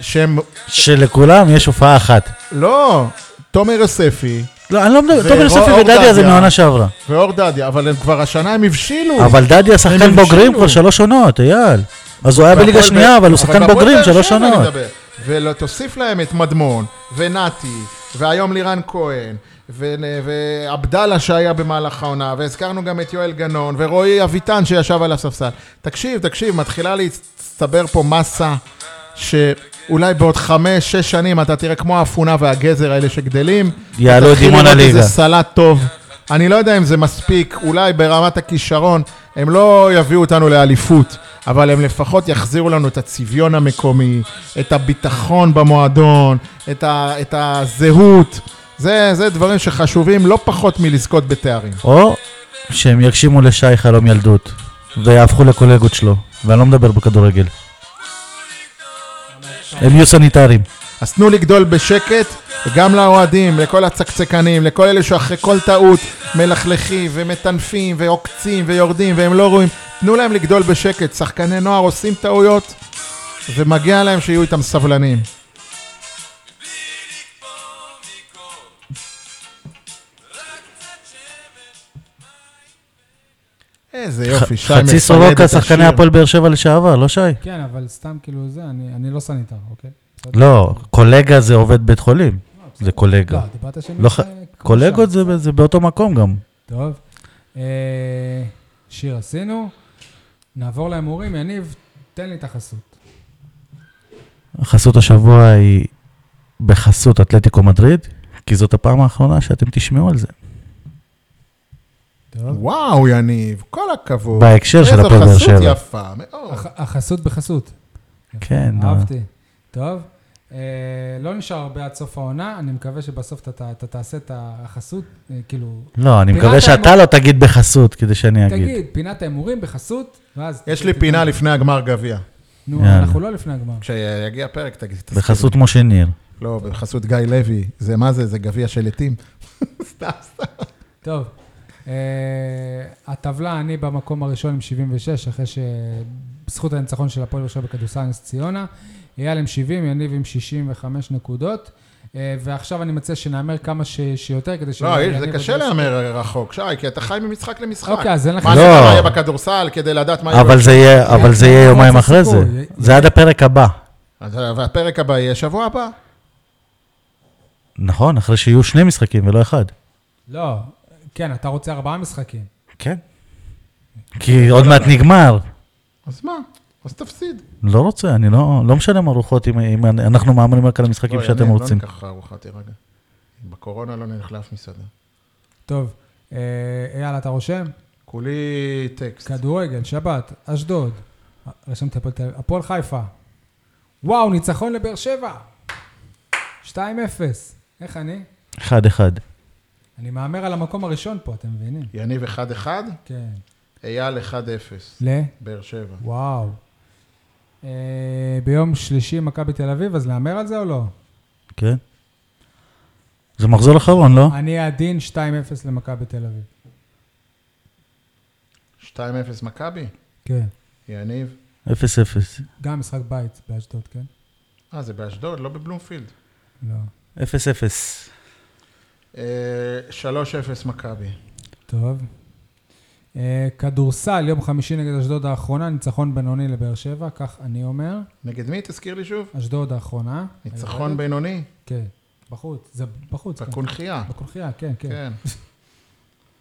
שהם, שלכולם יש הופעה אחת. לא, תומר יוספי לא, אני לא מדבר, זה תומר יוספי אור ודדיה זה דדיה. מעונה שעברה. ואור דדיה, אבל הם כבר השנה הם הבשילו. אבל דדיה שחקן הם בוגרים הבשילו. כבר שלוש עונות, אייל. אז הוא היה והפועל בליגה באר- שנייה, אבל הוא שחקן בהפועל בוגרים באר שלוש שבע אני עונות. מדבר. ולא תוסיף להם את מדמון, ונתי, והיום לירן כהן, ו- ועבדאללה שהיה במהלך העונה, והזכרנו גם את יואל גנון, ורועי אביטן שישב על הספסל. תקשיב, תקשיב, מתחילה להצטבר פה מסה, שאולי בעוד חמש, שש שנים אתה תראה כמו האפונה והגזר האלה שגדלים. יעלו את ותתחיל דימונה לראות ליגה. איזה סלט טוב. אני לא יודע אם זה מספיק, אולי ברמת הכישרון, הם לא יביאו אותנו לאליפות, אבל הם לפחות יחזירו לנו את הצביון המקומי, את הביטחון במועדון, את, ה, את הזהות. זה, זה דברים שחשובים לא פחות מלזכות בתארים. או שהם יגשימו לשי חלום ילדות, ויהפכו לקולגות שלו, ואני לא מדבר בכדורגל. הם יהיו סניטרים. אז תנו לגדול בשקט, גם לאוהדים, לכל הצקצקנים, לכל אלה שאחרי כל טעות מלכלכים ומטנפים ועוקצים ויורדים והם לא רואים, תנו להם לגדול בשקט. שחקני נוער עושים טעויות, ומגיע להם שיהיו איתם סבלניים. איזה יופי, שי חצי מפלד את סורוקה, השיר. שחקני הפועל באר שבע לשעבר, לא שי? כן, אבל סתם כאילו זה, אני אני לא סניטר, אוקיי? בסדר? לא, קולגה זה עובד בית חולים. זה קולגה. לא, דיברת שני. לא ח- קולגות זה- זה באותו מקום גם. טוב. אה, שיר עשינו. נעבור להימורים. יניב, תן לי את החסות. חסות השבוע היא בחסות אתלטיקו מדריד, כי זאת הפעם האחרונה שאתם תשמעו על זה. טוב. וואו, יניב, כל הכבוד. בהקשר של הפועל באר איזו שבע. חסות יפה, מאוד. הח- החסות בחסות. כן, אהבתי. טוב. אה, לא נשאר הרבה עד סוף העונה, אני מקווה שבסוף אתה- אתה אתה תעשה את החסות, אה, כאילו... לא, אני פינת מקווה שאתה האמור- לא תגיד בחסות, כדי שאני אגיד. תגיד, פינת ההימורים בחסות, ואז... יש לי פינה לפני הגמר גביע. נו, יאללה. אנחנו לא לפני הגמר. כשיגיע הפרק, תגיד. תזכיר לי. בחסות משה ניר. לא, בחסות גיא לוי. זה מה זה? זה גביע של עטים. סתם, סתם. טוב, אה, הטבלה, אני במקום הראשון עם 76, אחרי שבזכות הניצחון של הפועל באר שבע בכדורסל נס ציונה. אייל עם 70, יניב עם 65 נקודות. אה, ועכשיו אני מציע שנהמר כמה ש... שיותר כדי ש... לא, איש, זה יניב קשה יבוא- להמר רחוק, שי, כי אתה חי ממשחק למשחק. אוקיי, אז אין לך... מה לא. עשית מה יהיה בכדורסל כדי לדעת מה יהיה? אבל זה יהיה, אבל זה יהיה אבל יומיים זה אחרי זה. סיפור, זה עד הפרק הבא. אז- והפרק הבא יהיה שבוע הבא. נכון, אחרי שיהיו שני משחקים ולא אחד. לא, כן, אתה רוצה ארבעה משחקים. כן. כי עוד מעט נגמר. אז מה? אז תפסיד. לא רוצה, אני לא, לא משלם ארוחות אם, אם אנחנו מהמרים רק על המשחקים לא, שאתם יניב, רוצים. לא ניקח ארוחה, תירגע. בקורונה לא נלך לאף מסעדה. טוב, אה, אייל, אתה רושם? כולי טקסט. כדורגל, שבת, אשדוד. רשמתי הפועל תל אביב. הפועל חיפה. וואו, ניצחון לבאר שבע. 2-0. איך אני? 1-1. אני אני מהמר על המקום הראשון פה, אתם מבינים? יניב 1-1, כן. אייל 1-0, ל? באר שבע. וואו. אה, ביום שלישי מכבי תל אביב, אז להמר על זה או לא? כן. זה מחזור אחרון, לא? אני עדין 2-0 למכבי תל אביב. 2-0 מכבי, כן. יניב. 0-0. גם משחק בית באשדוד, כן? אה, זה באשדוד, לא בבלומפילד. לא. 0-0. אה, 3-0 מכבי. טוב. אה, כדורסל, יום חמישי נגד אשדוד האחרונה, ניצחון בינוני לבאר שבע, כך אני אומר. נגד מי? תזכיר לי שוב. אשדוד האחרונה. ניצחון בינוני, כן. בחוץ, זה בחוץ. כן. בקונכייה. בקונחייה, כן, כן. כן.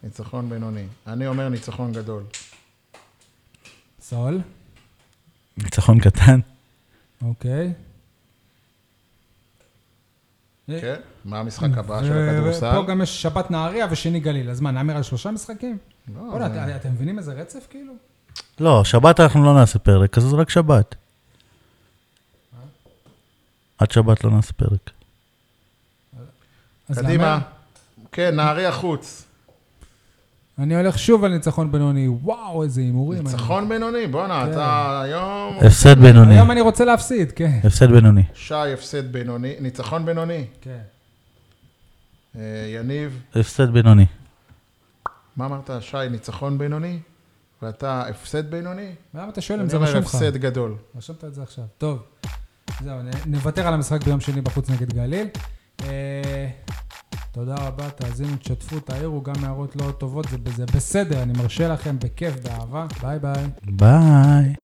ניצחון בינוני. אני אומר ניצחון גדול. סול, ניצחון קטן. אוקיי. אה. כן? מה המשחק הבא של הכדורסל? פה גם יש שבת נהריה ושני גליל, אז מה, נאמר על שלושה משחקים? לא, בוא'נה, זה- את- אתם מבינים איזה רצף כאילו? לא, שבת אנחנו לא נעשה פרק, אז זה רק שבת. עד שבת לא נעשה פרק. אז להמר? קדימה. כן, נהריה חוץ. אני הולך שוב על ניצחון בינוני, וואו, איזה הימורים. ניצחון בינוני, בואנה, כן. אתה אה, היום... הפסד אני- בינוני. היום אני רוצה להפסיד, כן. הפסד בינוני. שי, הפסד בינוני, ניצחון בינוני. כן. אה, יניב, הפסד בינוני. מה אמרת? שי, ניצחון בינוני? ואתה הפסד בינוני? למה אתה שואל אם אני כן, זה אומר רשום לך? הפסד גדול. רשמת את זה עכשיו. טוב, זהו, נ- נוותר על המשחק ביום שני בחוץ נגד גליל. אה, תודה רבה, תאזינו, תשתפו, תעירו, גם הערות לא טובות, זה, זה בסדר, אני מרשה לכם, בכיף, באהבה. ביי ביי. ביי.